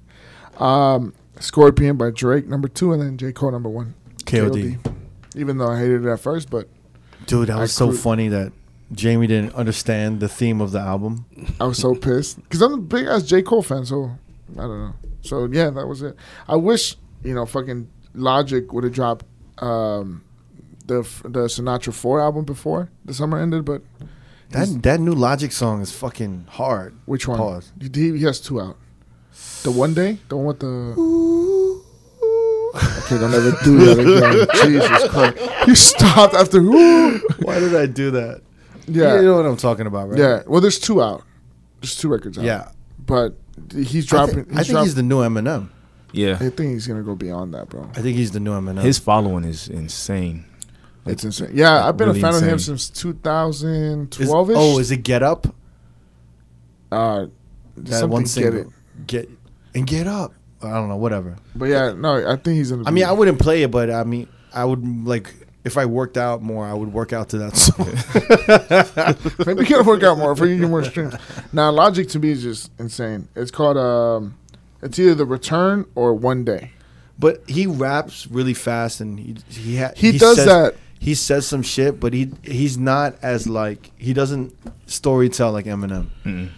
C: Um, Scorpion by Drake, number two, and then J. Cole, number one.
B: KOD.
C: Even though I hated it at first, but
B: Dude, that
C: I
B: was so
C: cru-
B: funny that Jamie didn't understand the theme of the album.
C: I was so pissed. Because I'm a big ass J. Cole fan, so I don't know. So yeah, that was it. I wish, you know, fucking Logic would have dropped um, the f- the Sinatra 4 album before the summer ended, but He's-
B: That that new Logic song is fucking hard.
C: which one?
B: Pause.
C: He, he has two out. The One Day? The one with the. Okay, don't ever do that again. Jesus Christ. You stopped after. Ooh.
B: Why did I do that?
C: Yeah.
B: You know what I'm talking about, right?
C: Yeah. Well, there's two out. There's two records out.
B: Yeah.
C: But he's
B: I
C: dropping.
B: think, I think he's the new Eminem.
A: Yeah.
C: I think he's gonna go beyond that, bro.
B: I think he's the new Eminem.
A: His following is insane.
C: It's insane. Yeah, I've been
A: really
C: a fan of him
A: insane.
C: since 2012
B: is,
C: ish.
B: oh, is it Get Up?
C: uh,
B: That one
C: get
B: single.
C: it.
B: Get and Get Up. I don't know. Whatever.
C: But yeah, no, I think he's gonna.
B: I mean,
C: be-
B: I wouldn't play it, but I mean, I would like if I worked out more, I would work out to that song.
C: Maybe get a workout more for you get more streams. Now, Logic to me is just insane. It's called um, it's either the Return or One Day.
B: but he raps really fast, and he he ha-
C: He does
B: says-
C: that.
B: He says some shit, but he he's not as like he doesn't storytell like Eminem.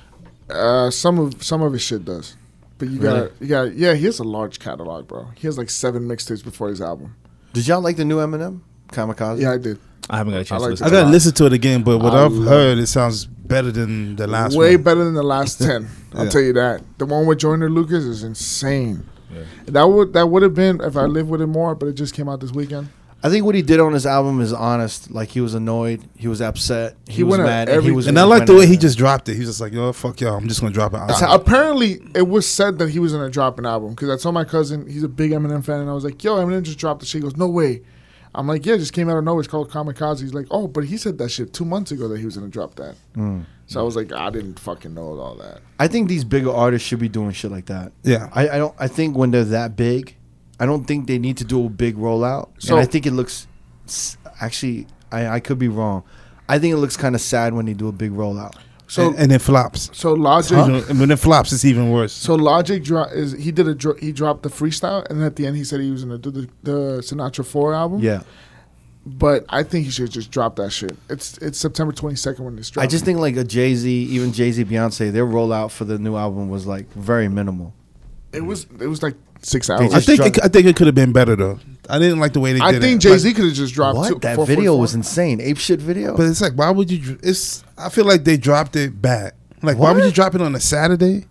C: Uh, some of some of his shit does, but you
B: Really?
C: got you got yeah. He has a large catalog, bro. He has like seven mixtapes before his album.
B: Did y'all like the new Eminem? Kamikaze.
C: Yeah, I did.
A: I haven't got a chance to
C: like
D: I
A: listen.
D: gotta listen to it again, but what
C: I
D: I've
C: love
D: heard, it sounds better than the last
C: way
D: one.
C: better than the last ten. I'll
D: Yeah.
C: tell you that. The one with Joyner Lucas is insane.
A: Yeah.
C: That would that would have been if I lived with it more, but it just came out this weekend.
B: I think what he did on his album is honest. Like he was annoyed, he was upset, he,
C: He
B: was
C: went at
B: mad, and he
C: every-
B: was.
D: and I like the
B: went
D: way
B: at
D: he
B: it.
D: just dropped it. He was just like, "Yo, fuck y'all, I'm just gonna drop it." Uh,
C: That's how- apparently, it was said that he was gonna drop an album because I told my cousin he's a big Eminem fan, and I was like, "Yo, Eminem just dropped the shit." He goes, "No way." I'm like, "Yeah, it just came out of nowhere. It's called Kamikaze." He's like, "Oh, but he said that shit two months ago that he was gonna drop that."
D: Hmm.
C: So I was like, "I didn't fucking know all that."
B: I think these bigger artists should be doing shit like that.
D: yeah,
B: I, I don't. I think when they're that big, I don't think they need to do a big rollout.
C: So-
B: and I think it looks. s- Actually, I, I could be wrong. I think it looks kind of sad when they do a big rollout.
C: So
D: and, and it flops.
C: so Logic,
D: And when it flops, it's even worse.
C: so Logic dro- is he did a dro- he dropped the freestyle, and at the end he said he was gonna do the, the Sinatra Four album.
B: Yeah,
C: but I think he should just drop that shit. It's it's September 22nd when it's dropped.
B: I just think like a Jay Z, even Jay Z, Beyonce, their rollout for the new album was like very minimal.
C: it was it was like six hours.
D: I think it, I think it could have been better though. I didn't like the way they
C: I
D: did
C: think
D: it.
C: Jay Z could have just dropped
B: What
C: two-
B: that
C: four-
B: video
C: four-
B: was insane, ape shit video.
D: Like, but it's like, why would you? dr- It's I feel like they dropped it bad. Like, why would you drop it on a Saturday?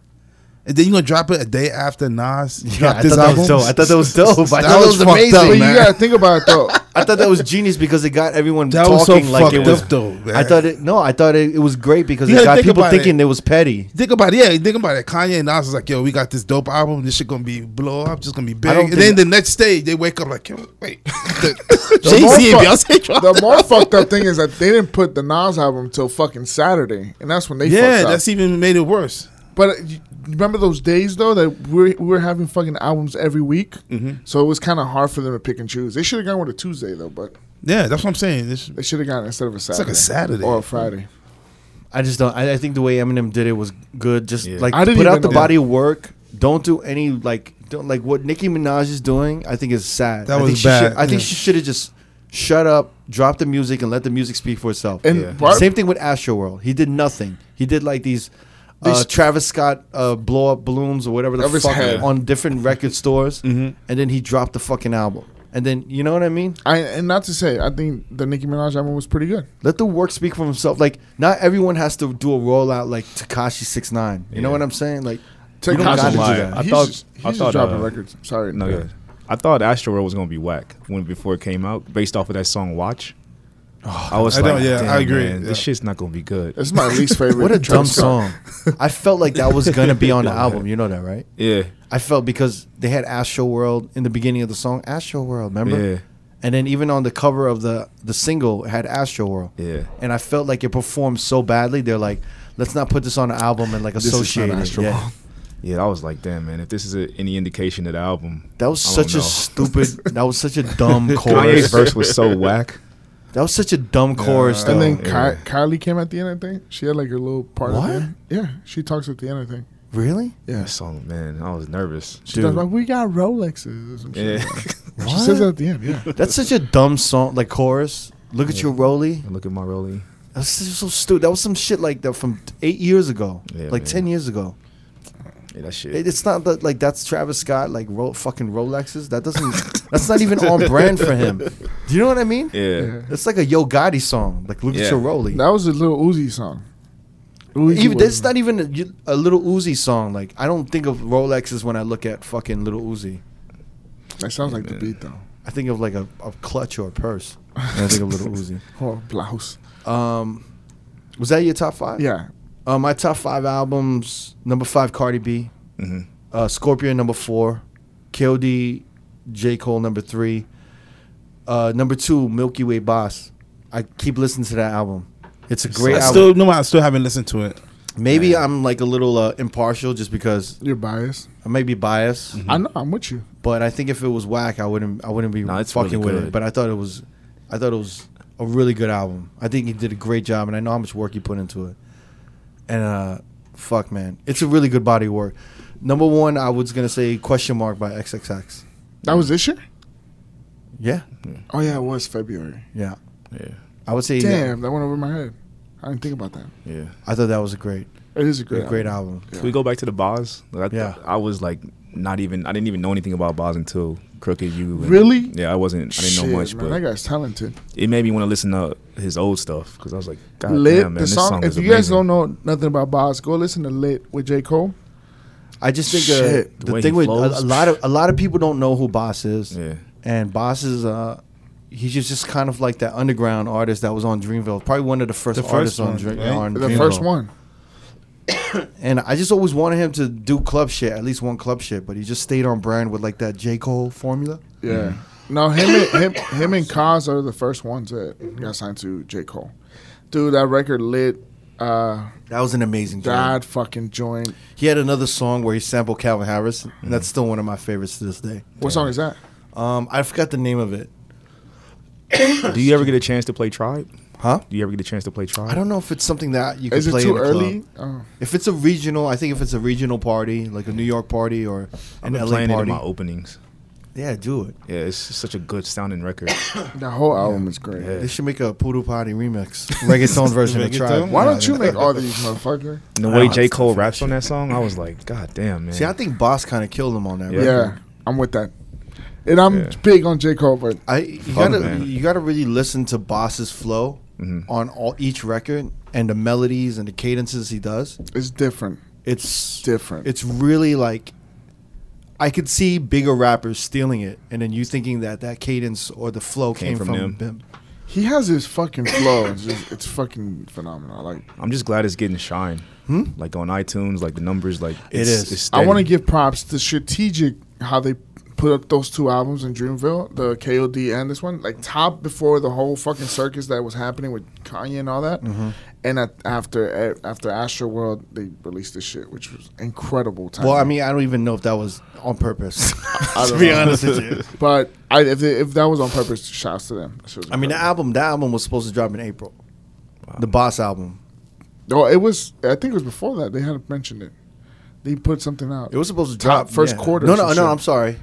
D: and then you gonna drop it a day after Nas
B: Yeah,
D: dropped
B: I
D: his
B: thought that was
D: album.
B: dope. I thought that was dope. I thought
D: That
B: that was,
D: was
B: fucked
D: amazing.
B: up,
C: but
D: man.
C: you gotta think about it though.
B: I thought that was genius because it got everyone
D: That was so
B: talking like
D: fucked
B: it was.
D: up though. Man.
B: I thought it. No, I thought it, it was great because
D: You
B: it
D: gotta
B: got
D: think
B: people
D: about it.
B: thinking it. was petty.
D: Think about it, yeah. Think about it. Kanye and Nas was like, "Yo, we got this dope album. This shit gonna be blow up. Just gonna be big."
B: don't
D: And then
B: think-
D: the next day, they wake up like, "Yo, wait,
C: The
D: Jay
C: more
D: Z and
C: fuck-
D: Beyonce dropped."
C: The more fucked up thing is that they didn't put the Nas album till fucking Saturday, and that's when they
D: Yeah,
C: fucked up.
D: that's even made it worse.
C: But uh, you you remember those days though that we we were having fucking albums every week, so it was kind of hard for them to pick and choose. They should have gone with a Tuesday though, but
D: Yeah, that's what I'm saying. This,
C: they should have gone instead of a Saturday.
D: like a Saturday.
C: or a Friday.
B: I just don't. I, I think the way Eminem did it was good. Just
A: Yeah.
B: like
C: I didn't
B: put out
C: even
B: the
C: know.
B: body of work. Don't do any like don't like what Nicki Minaj is doing. I think is sad.
D: That
B: I
D: was
B: think she should-
D: bad,
B: I think
D: yeah.
B: she should have just shut up, drop the music, and let the music speak for itself.
C: And
A: Yeah.
C: Bar-
B: Same thing with Astroworld. He did nothing. He did like these. Uh,
C: These-
B: Travis Scott uh, blow up balloons or whatever the
C: Of his
B: fuck
C: head.
B: on different record stores,
A: Mm-hmm.
B: and then he dropped the fucking album. And then you know what I mean?
C: I and not to say I think the Nicki Minaj album was pretty good.
B: Let the work speak for himself. Like not everyone has to do a rollout like Takashi Six Nine. You know
A: Yeah.
B: what I'm saying? Like
C: Take
B: don't
A: gotta
C: Nas
A: do
C: and-
A: that. I
C: he's
A: thought-
C: just, he's
A: I
C: just
A: thought,
C: dropping
A: uh,
C: records. Sorry,
A: No good. I thought Astroworld was gonna be whack when before it came out, based off of that song Watch. I was
D: I
A: like,
D: don't- yeah,
A: Damn,
D: I agree,
A: Man, This
D: yeah.
A: shit's not gonna be good.
C: It's my least favorite.
B: what a
C: Travis
B: dumb
C: Scott.
B: song. I felt like that was gonna be on the album. You know that, right?
A: Yeah,
B: I felt because they had Astro World in the beginning of the song Astro World, remember?
A: yeah,
B: And then even on the cover of the the single it had Astro World.
A: yeah.
B: And I felt like it performed so badly. They're like, let's not put this on the album and like
C: is not
B: associate it.
C: Astro
B: Yeah.
C: World.
A: Yeah, I was like, damn, man, if this is a, any indication of the album,
B: That was
A: I don't
B: such a
A: know.
B: stupid. That was such a dumb
A: Kanye's
B: chorus.
A: verse was so whack.
B: That was such a dumb chorus.
C: And
B: though.
C: then
A: Oh, yeah.
C: Ki- Kylie came at the end. I think she had like her little part. What?
B: What?
C: At the end. Yeah, she talks at the end. I think.
B: really?
A: That song, man, I was nervous.
C: She
B: Dude.
C: does like we got Rolexes. Or some shit.
A: Yeah,
C: She says that
B: What?
C: at the end. Yeah.
B: That's such a dumb song, like chorus. Look at your Rolly.
A: look at my rollie.
B: That's so stupid. That was some shit like that from eight years ago,
A: Yeah,
B: like
A: man.
B: ten years ago.
A: Yeah, that shit.
B: It- it's not that like that's Travis Scott like ro- fucking Rolexes. That doesn't. that's not even on brand for him. Do you know what I mean?
A: yeah.
C: Yeah.
B: It's like a Yo Gotti song. Like look at
A: Yeah.
B: your Rolly.
C: That was a little Uzi song. Uzi
B: Even
C: was-
B: that's not even a, you- a little Uzi song. Like I don't think of Rolexes when I look at fucking little Uzi.
C: That sounds like the beat though.
B: I think of like a, a clutch or a purse. When I think of little Uzi.
C: Or blouse.
B: Um, was that your top five?
C: Yeah.
B: Uh, my top five albums: number five, Cardi B,
A: hmm
B: uh, Scorpion, number four, KOD, J Cole, number three, uh, number two, Milky Way Boss. I keep listening to that album. It's a great
D: I
B: album.
D: still no, I still haven't listened to it.
B: Maybe I'm like a little uh, impartial just because
C: You're biased.
B: I may be biased,
C: I
A: Mm-hmm.
C: know. I'm with you.
B: but I think if it was whack, I wouldn't. I wouldn't be
A: No, it's
B: fucking
A: really
B: with it.
A: good.
B: But I thought it was. I thought it was a really good album. I think he did a great job, and I know how much work he put into it. And uh, fuck, man, it's a really good body of work. Number one, I was gonna say question mark by XXX.
C: That was this year.
B: Yeah,
C: Oh yeah, it was February.
B: yeah.
A: Yeah,
B: I would say. that-
C: Damn, that went over my head. I didn't think about that.
A: yeah.
B: I thought that was a great,
C: It is a
B: great,
C: great,
B: great album.
A: Can we go back to the Boz? Like, I, th-
B: Yeah.
A: I was like, not even. I didn't even know anything about Boz until Crooked You. and-
C: Really?
A: Yeah, I wasn't. I didn't
C: Shit,
A: know much,
C: man,
A: but
C: that guy's talented.
A: it made me want to listen to his old stuff because I was like, God
C: Lit,
A: damn, man,
C: the
A: this
C: song.
A: song,
C: if
A: is
C: you guys don't know nothing about Boz, go listen to Lit with J Cole.
B: I just think uh,
C: Shit,
B: the,
A: the way
B: thing
A: he
B: with a, a
A: flows.
B: lot of a lot of people don't know who Boss is.
A: Yeah.
B: and Boss is uh, he's just, just kind of like that underground artist that was on Dreamville. Probably one of the first
D: The first
B: artists on,
D: one,
B: Dream,
D: right?
B: on
C: The
B: Dreamville.
C: first one.
B: And I just always wanted him to do club shit, at least one club shit. But he just stayed on brand with like that J Cole formula.
C: Yeah.
A: Mm-hmm.
C: No, him and him, him and Cos are the first ones that got signed to J. Cole. Dude, that record lit uh
B: That was an amazing job.
C: that fucking joint.
B: He had another song where he sampled Calvin Harris, and that's still one of my favorites to this day.
C: What song is that?
B: Um, I forgot the name of it.
A: Do you ever get a chance to play Tribe?
B: Huh?
A: Do you ever get a chance to play Tribe?
B: I don't know if it's something that you can
C: Is it
B: play
C: too
B: in the club.
C: early? Oh.
B: If it's a regional, I think if it's a regional party, like a New York party or
A: I've
B: an
A: been
B: LA
A: playing it in
B: party,
A: my openings.
B: yeah, do it.
A: Yeah, it's just such a good sounding record.
C: That whole album is great.
A: Yeah.
B: They should make a Poodle Potty remix, reggaeton version of
D: Reggaeton?
B: Tribe.
C: Why don't you make all these motherfucker?
A: And the
B: I
A: way
B: don't
A: J
B: understand
A: Cole
B: that
A: raps on
B: shit.
A: that song, I was like, God damn, man.
B: See, I think Boss kind of killed him on that.
A: Yeah.
C: Yeah.
B: record.
C: I'm with that. And I'm
A: Yeah.
C: big on J. Cole, but
B: I you
A: Fuck,
B: gotta
A: man.
B: you gotta really listen to Boss's flow on all each record and the melodies and the cadences he does.
C: it's different.
B: It's
C: different.
B: It's really like I could see bigger rappers stealing it, and then you thinking that that cadence or the flow came,
A: Came
B: from,
A: from them.
B: them.
C: He has his fucking flow. It's, just, it's fucking phenomenal. Like
A: I'm just glad it's getting shine.
B: Hmm?
A: Like on iTunes, like the numbers, like
B: It
A: it's,
B: is.
A: It's
C: I want to
A: steady.
C: give props to Strategic how they put up those two albums in Dreamville, the KOD and this one, like top before the whole fucking circus that was happening with Kanye and all that.
B: Mm-hmm.
C: And at, after after Astro World, they released this shit, which was incredible. Time.
B: Well, I mean, I don't even know if that was on purpose.
C: I
B: to
C: don't
B: be
C: know.
B: honest with you,
C: but I, if, they, if that was on purpose, shouts to them. That shit was
B: I mean, the
C: incredible.
B: album that album was supposed to drop in April, the Boss album.
C: no, it was. I think it was before that they had mentioned it. They put something out.
B: It was supposed to
C: Top
B: drop
C: first quarter
B: No,
C: or
B: no, no.
C: some shit.
B: I'm sorry.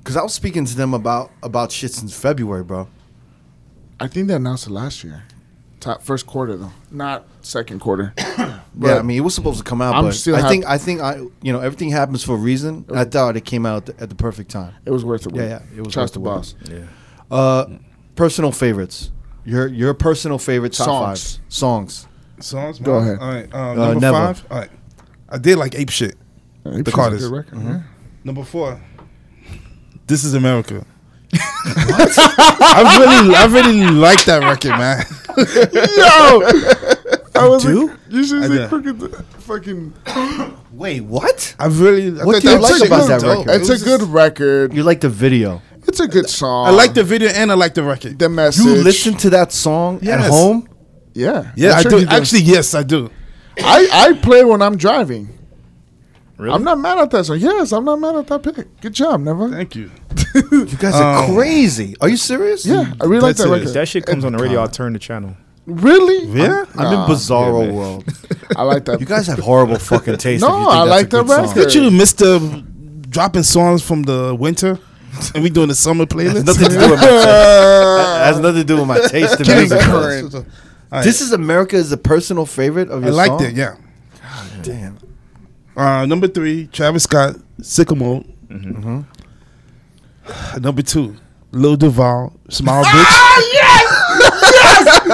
B: Because I was speaking to them about about shit since February, bro.
C: I think they announced it last year. Top first quarter though, not second quarter.
B: yeah,
C: But-
B: I mean, it was supposed to come out,
C: I'm
B: but
C: still
B: I
C: hap-
B: think I think I you know everything happens for a reason. and I thought it came out at the, at the perfect time.
C: It was worth it.
B: Yeah,
C: wait.
B: yeah, it was
C: Shouts
B: worth
C: to
B: the wait.
C: boss.
A: Yeah.
B: Uh, personal favorites. Your your personal favorite top
C: Songs.
B: five songs.
D: Songs.
C: Go ahead.
D: All right. Um,
B: Uh,
D: number
B: Neville.
D: five. All right. I did like ape shit.
C: The
D: Carters.
C: Good record.
B: Mm-hmm.
D: Number four. This is America. I really, I really like that record, man.
C: yeah. I was
B: do?
C: Like, you should
D: I
C: say
D: do.
C: fucking, fucking.
B: Wait, what?
D: I really. I
B: What
D: thought
B: do you
D: that
B: like
D: was
B: about
D: good,
B: that
D: dope.
B: record?
D: It
C: It's
D: was
C: a
D: just-
C: good record.
B: You like the video?
C: It's a good song.
D: I like the video and I like the record.
C: the message.
B: You listen to that song at
D: Yes.
B: home?
C: Yeah.
D: Yeah,
C: I'm
D: I
C: sure
D: do.
C: you
D: Actually, yes, I do.
C: I I play when I'm driving.
A: Really?
C: I'm not mad at that song. Yes, I'm not mad at that pick. Good job, never.
D: Thank you.
B: You guys are
D: Um,
B: crazy. Uh, Are you serious?
C: Yeah, I really like
D: That's
C: that
D: it.
A: If
C: record.
A: that shit comes on the radio, I'll turn the channel.
C: Really?
D: Yeah.
B: I'm
C: Nah.
B: in bizarro
A: Yeah, man.
B: world.
C: I like that.
B: You guys have horrible fucking taste.
C: No,
B: if you think
C: I
B: that's
C: like
B: a
C: the
B: good song.
C: record.
D: Look at you, Mister, dropping songs from the winter, and we doing the summer playlist.
B: Nothing to do with my, that has nothing to do with my taste in
C: Getting
B: music.
C: current.
D: All right.
B: This is America is a personal favorite of
D: I
B: your
D: liked
B: song?
D: it. Yeah.
B: Damn.
D: Uh, number three, Travis Scott, Sycamore.
C: Mm-hmm.
D: Number two, Lil Duval, Smile Bitch.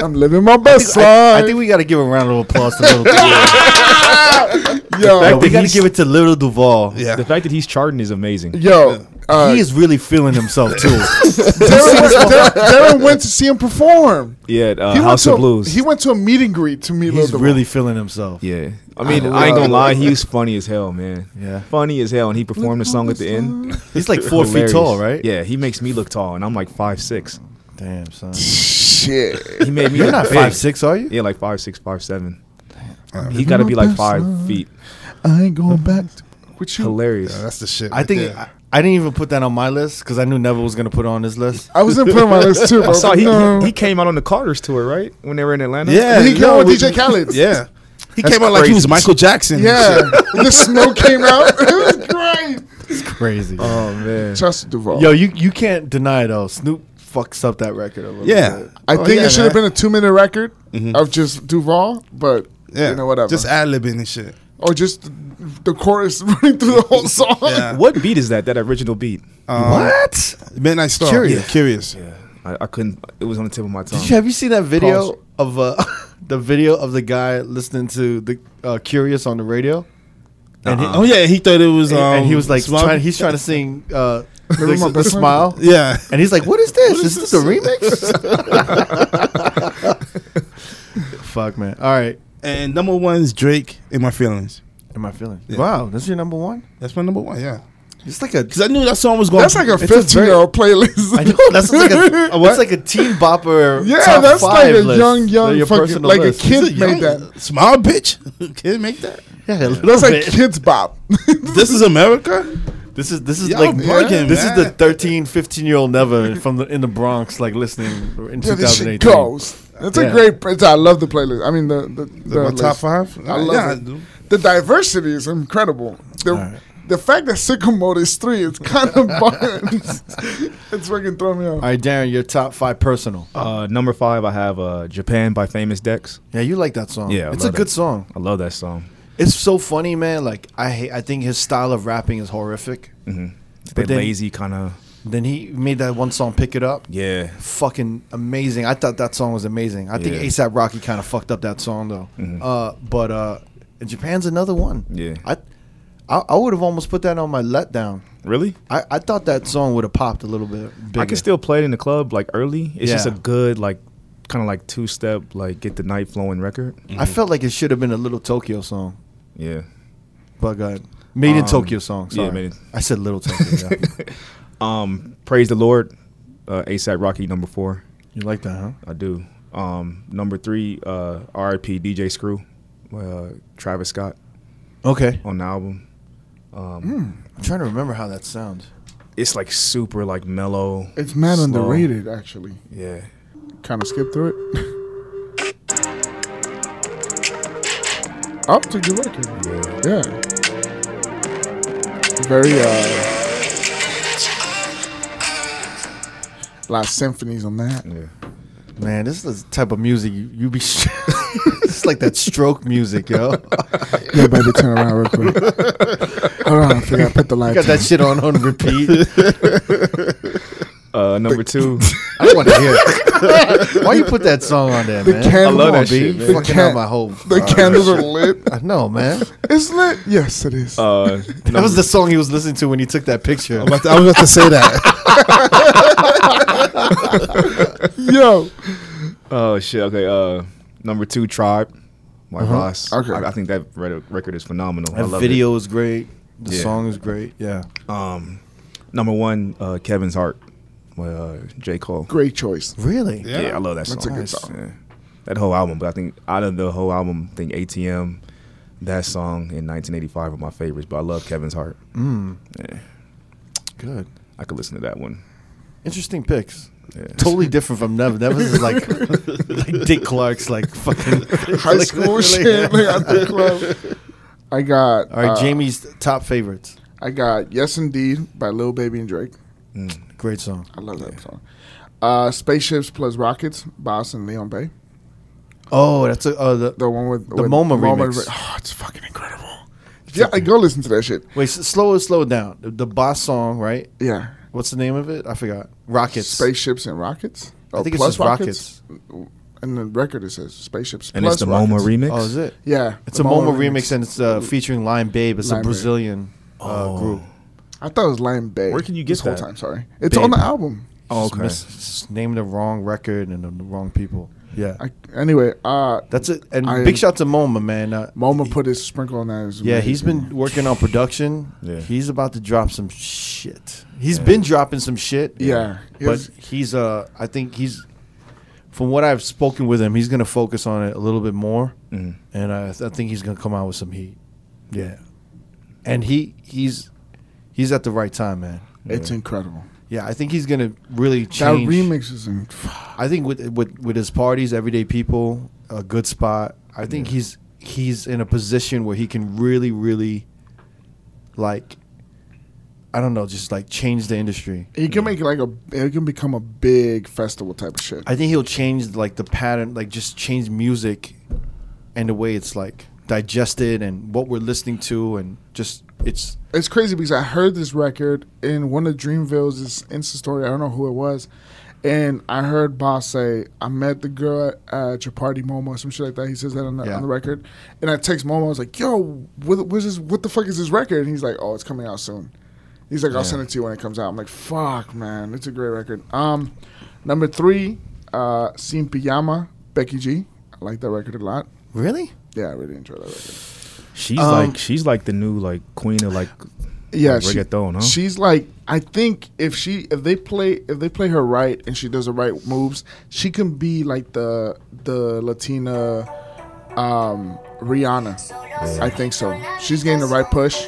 C: I'm living my best life.
B: I, I think we got to give a round of applause to Little Duval.
C: yo,
A: that
B: we got to
A: he's-
B: give it to Little Duval.
A: The
D: Yeah.
A: fact that he's charting is amazing.
C: yo. Uh,
B: he is really feeling himself too.
C: Darren, went, Darren, Darren went to see him perform.
A: Yeah, uh,
C: He went
A: House
C: to,
A: of Blues.
C: He went to a meet and greet to meet
B: He's
C: Lil Durk.
B: really feeling himself.
A: yeah, I mean,
C: I
A: I, ain't
C: love-
A: gonna lie, he was funny as hell, man.
B: Yeah.
A: funny as hell, and he performed a song at the end.
B: He's like four feet
A: Hilarious.
B: tall, right?
A: Yeah, he makes me look tall, and I'm like five six.
B: Damn, son.
C: Shit.
A: He made me
B: You're
A: look
B: not
A: big.
B: five six, are you?
A: Yeah, like five six, five seven. He's got to be like five feet.
C: I ain't going back. To, what you?
A: Hilarious.
D: That's the shit.
B: I think
D: I,
B: I, I didn't even put that on my list because I knew Neville was gonna put it on his list.
C: I was in put on my list too, bro.
A: I saw he,
C: No.
A: he he came out on the Carters tour, right? When they were in Atlanta.
D: yeah,
C: He came
D: no,
C: out with
D: we-
C: DJ Khaled.
D: Yeah, he
A: That's
D: came out like he
A: crazy.
D: was Michael Jackson.
C: yeah. the snow came out. It was great.
B: Crazy.
A: Oh man.
C: Trust Duval.
B: Yo, you you can't deny though. Snoop fucks up that record a little
D: yeah.
B: bit.
C: I
D: Oh,
C: think
D: yeah,
C: it should have
D: man.
C: been a two-minute record
A: Mm-hmm.
D: Mhm.
C: of just Duval, but
D: Yeah,
C: you know whatever,
D: Just ad libbing and shit.
C: or just the, the chorus running through the whole song.
D: Yeah.
A: What beat is that? That original beat?
D: Um,
B: What?
D: Midnight Star.
B: Curious.
D: Yeah, curious.
A: Yeah, I, I couldn't. It was on the tip of my tongue.
B: Did you, have you seen that video
C: Pause.
B: of uh, the video of the guy listening to the uh, Curious on the radio?
A: And he-
C: Uh-huh.
D: Oh yeah, he thought it was.
B: And,
D: Um,
B: and he was like,
D: Smile-
B: trying, he's trying to sing uh,
C: Remember
B: the,
C: my
B: the
C: best friend?
B: smile,
D: Yeah,
B: and he's like, "What is this?
D: What
B: is
D: is
B: this a remix?" Fuck, man. All right,
D: and number one is Drake in my feelings.
B: am I feeling?
D: Yeah.
B: Wow, that's your number one.
D: That's my number one. Yeah,
B: It's like a.
D: because I knew that song was going.
C: That's like a
D: It's
C: fifteen-year-old playlist.
B: I know that's like a,
D: what?
B: it's like a teen bopper.
C: Yeah,
B: top
C: that's like
B: five
C: a
B: list.
C: young, young
B: They're your
C: fucking-
B: personal
C: like a
B: list.
C: kid
D: It's a
C: made
D: young- Smile, bitch. Kid, make that.
B: Yeah, a little
C: That's like
B: bit.
C: kids bop.
D: This is America.
B: This is this is
D: Y'all
B: like
D: bugging,
B: this is the
D: man.
B: 13, 15 year old never from the in the Bronx like listening in
C: Yeah, this shit
B: 2018.
C: goes. That's
B: Yeah.
C: a great. It's, I love the playlist. I mean, the the, the
D: my top
C: list.
D: five.
C: I love
D: yeah,
C: it.
D: dude.
C: The diversity is incredible. The,
B: Alright.
C: the fact that Sycamore is three, it's kind of buns. it's fucking throwing me off.
B: All right, Darren, your top five personal.
A: Uh, number five, I have uh, Japan by Famous Dex.
B: Yeah, you like that song.
A: Yeah, I
B: it's a
A: love
B: good
A: that.
B: song.
A: I love that song.
B: It's so funny, man. Like I hate, I think his style of rapping is horrific.
A: Mm-hmm. That
B: But then-
A: lazy kind of.
B: Then he made that one song, "Pick It Up."
A: Yeah.
B: Fucking amazing. I thought that song was amazing. I think
A: Yeah.
B: Mm-hmm. ASAP Rocky kind of fucked up that song though. Uh, but uh, And Japan's another one.
A: Yeah.
B: I I, I would have almost put that on my letdown.
A: Really?
B: I, I thought that song would have popped a little bit bigger.
A: I can still play it in the club like early. It's just a
B: Yeah.
A: good like kind of like two step like get the night flowing record.
B: I felt like it should have been a little Tokyo song,
A: Yeah.
B: but God, made in
A: Um,
B: Tokyo song.
A: yeah,
B: Sorry.
A: Made in-
B: I said little Tokyo. yeah.
A: um, praise the Lord. Uh, ASAP Rocky number four.
B: You like that, huh?
A: I do. Um, number three. Uh, R.I.P. DJ Screw. Uh, Travis Scott
B: Okay,
A: on the album.
B: I'm trying to remember how that sounds.
A: It's like super like mellow.
C: It's mad
A: slow.
C: underrated, actually.
A: Yeah.
C: Kind of skip through it. Up to the record.
A: Yeah.
C: Yeah. Very uh a lot of symphonies on that.
A: Yeah.
B: Man, this is the type of music you, you be. Sh- it's like that stroke music, yo.
C: Yeah, baby, turn around real quick. Hold on, I forgot to put the
B: I
C: lights
B: got that
C: on.
B: shit on on repeat.
A: Uh, number two.
B: I don't want to hear. it. Why you put that song on there,
C: The
B: man?
C: candles-
A: I love
B: Come on,
A: that shit,
B: B.
A: man.
B: You
C: The
B: Fucking
C: can-
B: up my whole.
C: The candles are lit.
B: I know, man.
C: It's lit. Yes, it is.
A: Uh,
B: That was
A: number-
B: the song he was listening to when he took that picture.
D: I'm about to- I was about to say that.
C: Yo,
A: Oh shit. Okay. Uh, number two, Tribe. My Ross.
C: Okay.
A: I, I think that re- record is phenomenal. I
B: Uh-huh. That
A: love
B: video is great. The
A: Yeah.
B: song is great. Yeah.
A: It. Um, number one, uh, Kevin's Heart. With, uh, J Cole.
C: great choice.
B: Really?
A: Yeah.
D: Yeah.
A: I love that song.
C: That's a good song.
A: Yeah. That whole album, but I think out of the whole album, I think ATM, that song in 1985 are my favorites. But I love Kevin's Heart.
B: Mm,
A: Yeah,
B: good.
A: I could listen to that one.
B: Interesting picks.
A: Yeah.
B: Totally different from Nev. Nev is like, like Dick Clark's like fucking
C: High school shit. Like, at the club. I got.
B: All right,
C: uh,
B: Jamie's top favorites.
C: I got Yes Indeed by Lil Baby and Drake.
B: Great song.
C: I love that song. Uh, Spaceships plus Rockets, Boss and Leon Bay.
B: Oh, that's a uh, the,
C: The one with
B: The
C: with
B: MoMA remix.
C: oh, it's fucking incredible. Yeah, I go listen to that shit.
B: wait. s- Slow it, slow it down. The, the boss song, right?
C: Yeah,
B: What's the name of it? I forgot. Rockets.
C: spaceships and rockets.
B: I
C: Oh,
B: think it's
C: plus
B: just rockets.
C: And the record it says spaceships
A: And
C: plus
A: it's the
C: rockets.
A: MoMA remix.
B: Oh, is it?
C: Yeah,
B: It's
C: the
B: a MoMA remix and it's uh, featuring Lion Babe. It's
C: Lion
B: a
C: Babe.
B: Brazilian uh, group.
C: I thought it was Lime Bay.
A: Where can you get
C: this whole
A: that?
C: time? Sorry, it's
B: Babe.
C: on the album.
A: Oh,
B: Just
A: okay.
B: mis- just named the wrong record and the, the wrong people. Yeah.
C: I, anyway, uh,
B: That's it. And
C: I-
B: big shout to MoMA, man. Uh,
C: MoMA
B: he-
C: put his sprinkle on that. It's
B: Yeah, he's
C: amazing.
B: been working on production.
A: Yeah.
B: He's about to drop some shit. He's been dropping some shit.
C: Yeah.
B: But
C: Yes.
B: he's uh I think he's from what I've spoken with him, he's gonna focus on it a little bit more.
A: Mhm.
B: And I, I think he's gonna come out with some heat. Yeah. And he he's he's at the right time, man.
C: It's incredible.
B: Yeah, I think he's gonna really
C: That
B: change.
C: remix is in.
B: I think with with with his parties, everyday people, a good spot. I think he's he's in a position where he can really, really, like, I don't know, just like change the industry.
C: He can make like a. It can become a big festival type of shit.
B: I think he'll change like the pattern, like just change music, and the way it's like digested and what we're listening to, and just it's
C: it's crazy because I heard this record in one of Dreamville's Insta story. I don't know who it was. And I heard Boss say, I met the girl at, at your party, Momo, or some shit like that. He says that on the,
B: Yeah.
C: on the record. And I text Momo, I was like, yo, what, what's this, what the fuck is this record? And he's like, oh, it's coming out soon. He's like, I'll send it to you when it comes out. I'm like, fuck, man. It's a great record. Um, Number three, uh, Sin Pijama, Becky G. I like that record a lot.
B: really
C: Yeah, I really enjoy that record.
A: She's
B: Um,
A: like she's like the new like queen of like
C: yeah,
A: Like reggaeton, huh?
C: She's like, I think if she if they play if they play her right and she does the right moves, she can be like the the Latina um, Rihanna. I think so. She's getting the right push.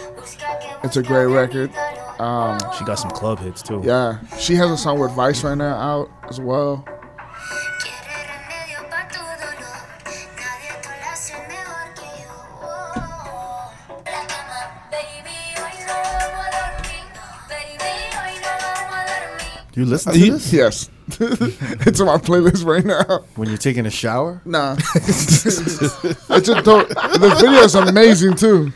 C: It's a great record. Um,
A: she got some club hits too.
C: yeah, she has a song with Vice right now out as well.
B: you listen
D: Are
B: to
D: you-
B: this
C: Yes, it's on my playlist right now.
B: when you're taking a shower.
C: Nah, it's a dope. The video's amazing too.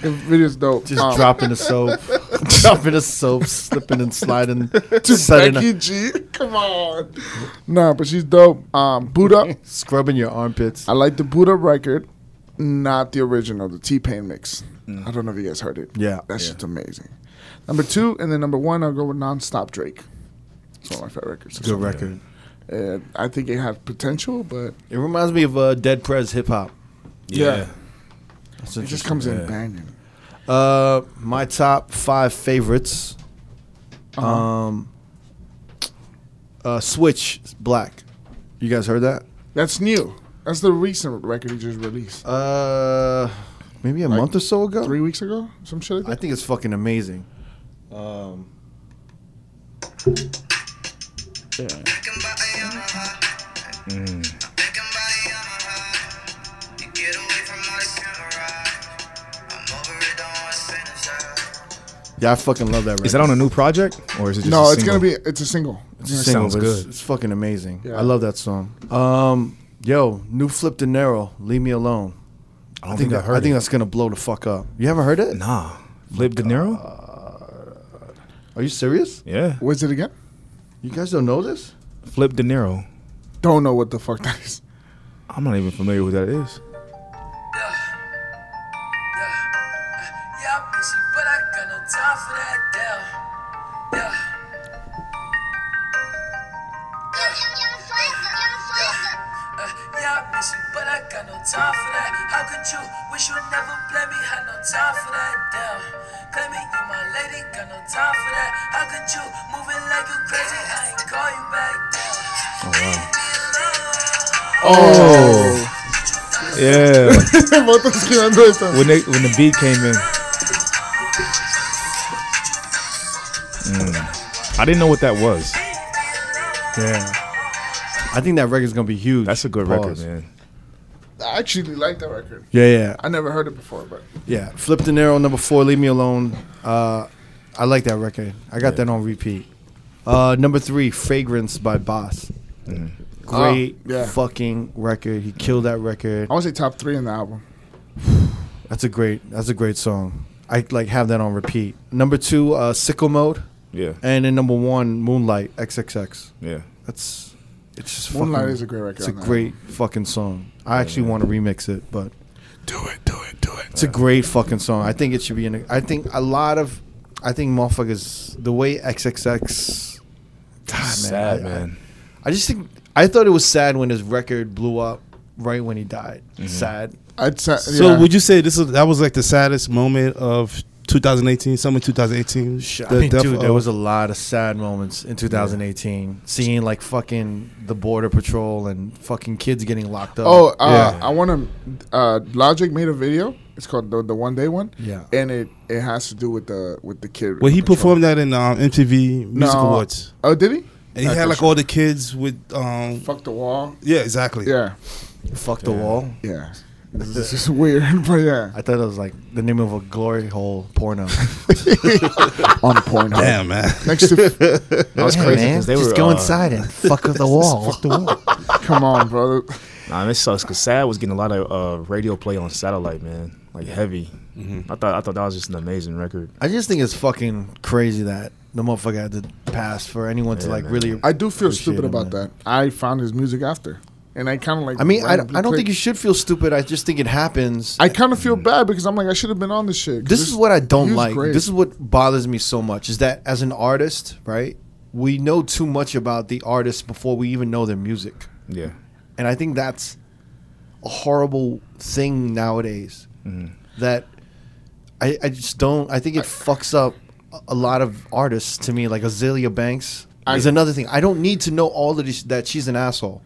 C: The video's dope.
B: Just
C: Um,
B: dropping the soap, dropping the soap, slipping and sliding, setting
C: Becky G. Come on. Nah, but she's dope. Um, boot up.
B: scrubbing your armpits.
C: I like the boot up record. not the original, the T Pain mix. I don't know if you guys heard it.
B: Yeah.
C: that
A: Yeah.
C: shit's amazing. Number two, and then number one, I'll go with Nonstop Drake. It's one of my favorite records.
B: Good record.
C: Uh, I think it had potential, but
B: It reminds me of uh, Dead Prez hip hop.
C: Yeah.
B: That's
C: it just
B: interesting.
C: comes
A: Yeah.
C: in banging.
B: Uh, my top five favorites.
C: Uh-huh.
B: Um, uh, Switch Black. You guys heard that?
C: That's new. That's the recent record he just released.
B: Uh, maybe a month or so ago.
C: Three weeks ago, some shit like
B: I
C: that.
B: think it's fucking amazing. Um, yeah, I fucking love that record.
A: Is that on a new project or is it just
C: no,
A: a
C: it's gonna
A: single?
C: be. It's a single.
B: It's a single,
A: sounds
B: but it's-
A: good.
B: It's, fucking amazing.
C: Yeah.
B: I love that song. Um, yo, new Flip De Niro, Leave Me Alone.
A: I don't think, I
B: that-
A: heard.
B: I think
A: it.
B: that's gonna blow the fuck up. You haven't heard it?
A: nah. Flip De Niro.
C: Uh,
B: Are you serious?
A: yeah.
C: What's it again?
B: You guys don't know this?
A: Flip De Niro.
C: Don't know what the fuck that is.
A: I'm not even familiar with who that is.
E: Yeah, I'm busy, but I got no time for that, damn. Yeah. Uh, yeah, I miss you, but I got no time for that. How could you wish you never blame me? Had no time for that, damn. Claiming you my lady, got no time for that. How could you moving like you crazy? I ain't call you back, damn. Oh, wow.
A: Oh. Yeah.
C: Both of us came under it, though.
A: when they when the beat came in. Mm. I didn't know what that was.
B: Yeah. I think that record's gonna be huge.
A: That's a good record,
B: Pause.
A: man.
C: I actually like that record.
B: Yeah, yeah,
C: I never heard it before, but
B: yeah. Flip De Niro, number four, Leave Me Alone. Uh, I like that record. I got that on repeat. Uh, number three, Fragrance by Boss.
A: Mm-hmm.
B: Great
C: Ah, yeah. Oh.
B: fucking record. He killed that record.
C: I want to say top three in the album.
B: That's a great. That's a great song. I like have that on repeat. Number two, uh, Sickle Mode,
A: Yeah,
B: and then number one, Moonlight XXX.
A: yeah.
B: That's it's just
C: Moonlight
B: fucking,
C: is a great record.
B: It's a
C: on that
B: great fucking song. I actually want to remix it, but
C: album. Do it, do it, do it.
B: it's a great fucking song. I think it should be in. A, I think a lot of, I think motherfuckers the way XXX. God, man,
A: Sad
B: I-
A: man.
B: I, I just think I thought it was sad when his record blew up right when he died.
A: Mm-hmm.
B: Sad.
C: I'd say,
D: So
C: yeah.
D: would you say this is that was like the saddest moment of 2018? Summer 2018.
B: Shit,
D: The
B: I mean,
D: death
B: dude, there
D: of-
B: was a lot of sad moments in 2018. Seeing like fucking the border patrol and fucking kids getting locked up.
C: Oh, uh,
D: Yeah.
C: I want to. Uh, Logic made a video. It's called the, the one day one.
B: Yeah.
C: and it it has to do with the with the kid.
D: Well, he
C: patrol.
D: performed that in um, MTV Music
C: No.
D: Awards,
C: Oh, did he?
D: and he had like all the kids with. um
C: Fuck the wall.
D: Yeah, exactly.
C: Yeah,
B: fuck the wall.
C: yeah. This is weird, but yeah.
B: I thought it was like the name of a glory hole porno.
C: On point.
D: Damn man.
C: Next to,
A: That was
B: Hey,
A: crazy
B: man,
A: because they
B: just
A: were.
B: go
A: uh,
B: inside and fuck with the wall. fuck the wall.
C: come on, brother.
A: Nah, this sucks because Sad was getting a lot of uh, radio play on satellite, man. Like heavy.
B: Mm-hmm.
A: I thought I thought that was just an amazing record.
B: I just think it's fucking crazy that the motherfucker had to pass for anyone to
A: Yeah,
B: like
A: man.
B: really.
C: I do feel
B: Appreciate
C: stupid
B: him,
C: about
B: man.
C: that. I found his music after, and I kind of like.
B: I mean, I, I
C: randomly
B: don't think
C: clicked.
B: you should feel stupid. I just think it happens.
C: I kind of feel bad because I'm like I should have been on this shit. 'cause
B: this is what I
C: he
B: don't
C: was
B: like.
C: great.
B: This is what bothers me so much is that as an artist, right? We know too much about the artist before we even know their music.
A: Yeah.
B: And I think that's a horrible thing nowadays. That I, I just don't I think it fucks up a- a lot of artists to me like Azealia Banks is another thing. I don't need to know all of this that she's an asshole.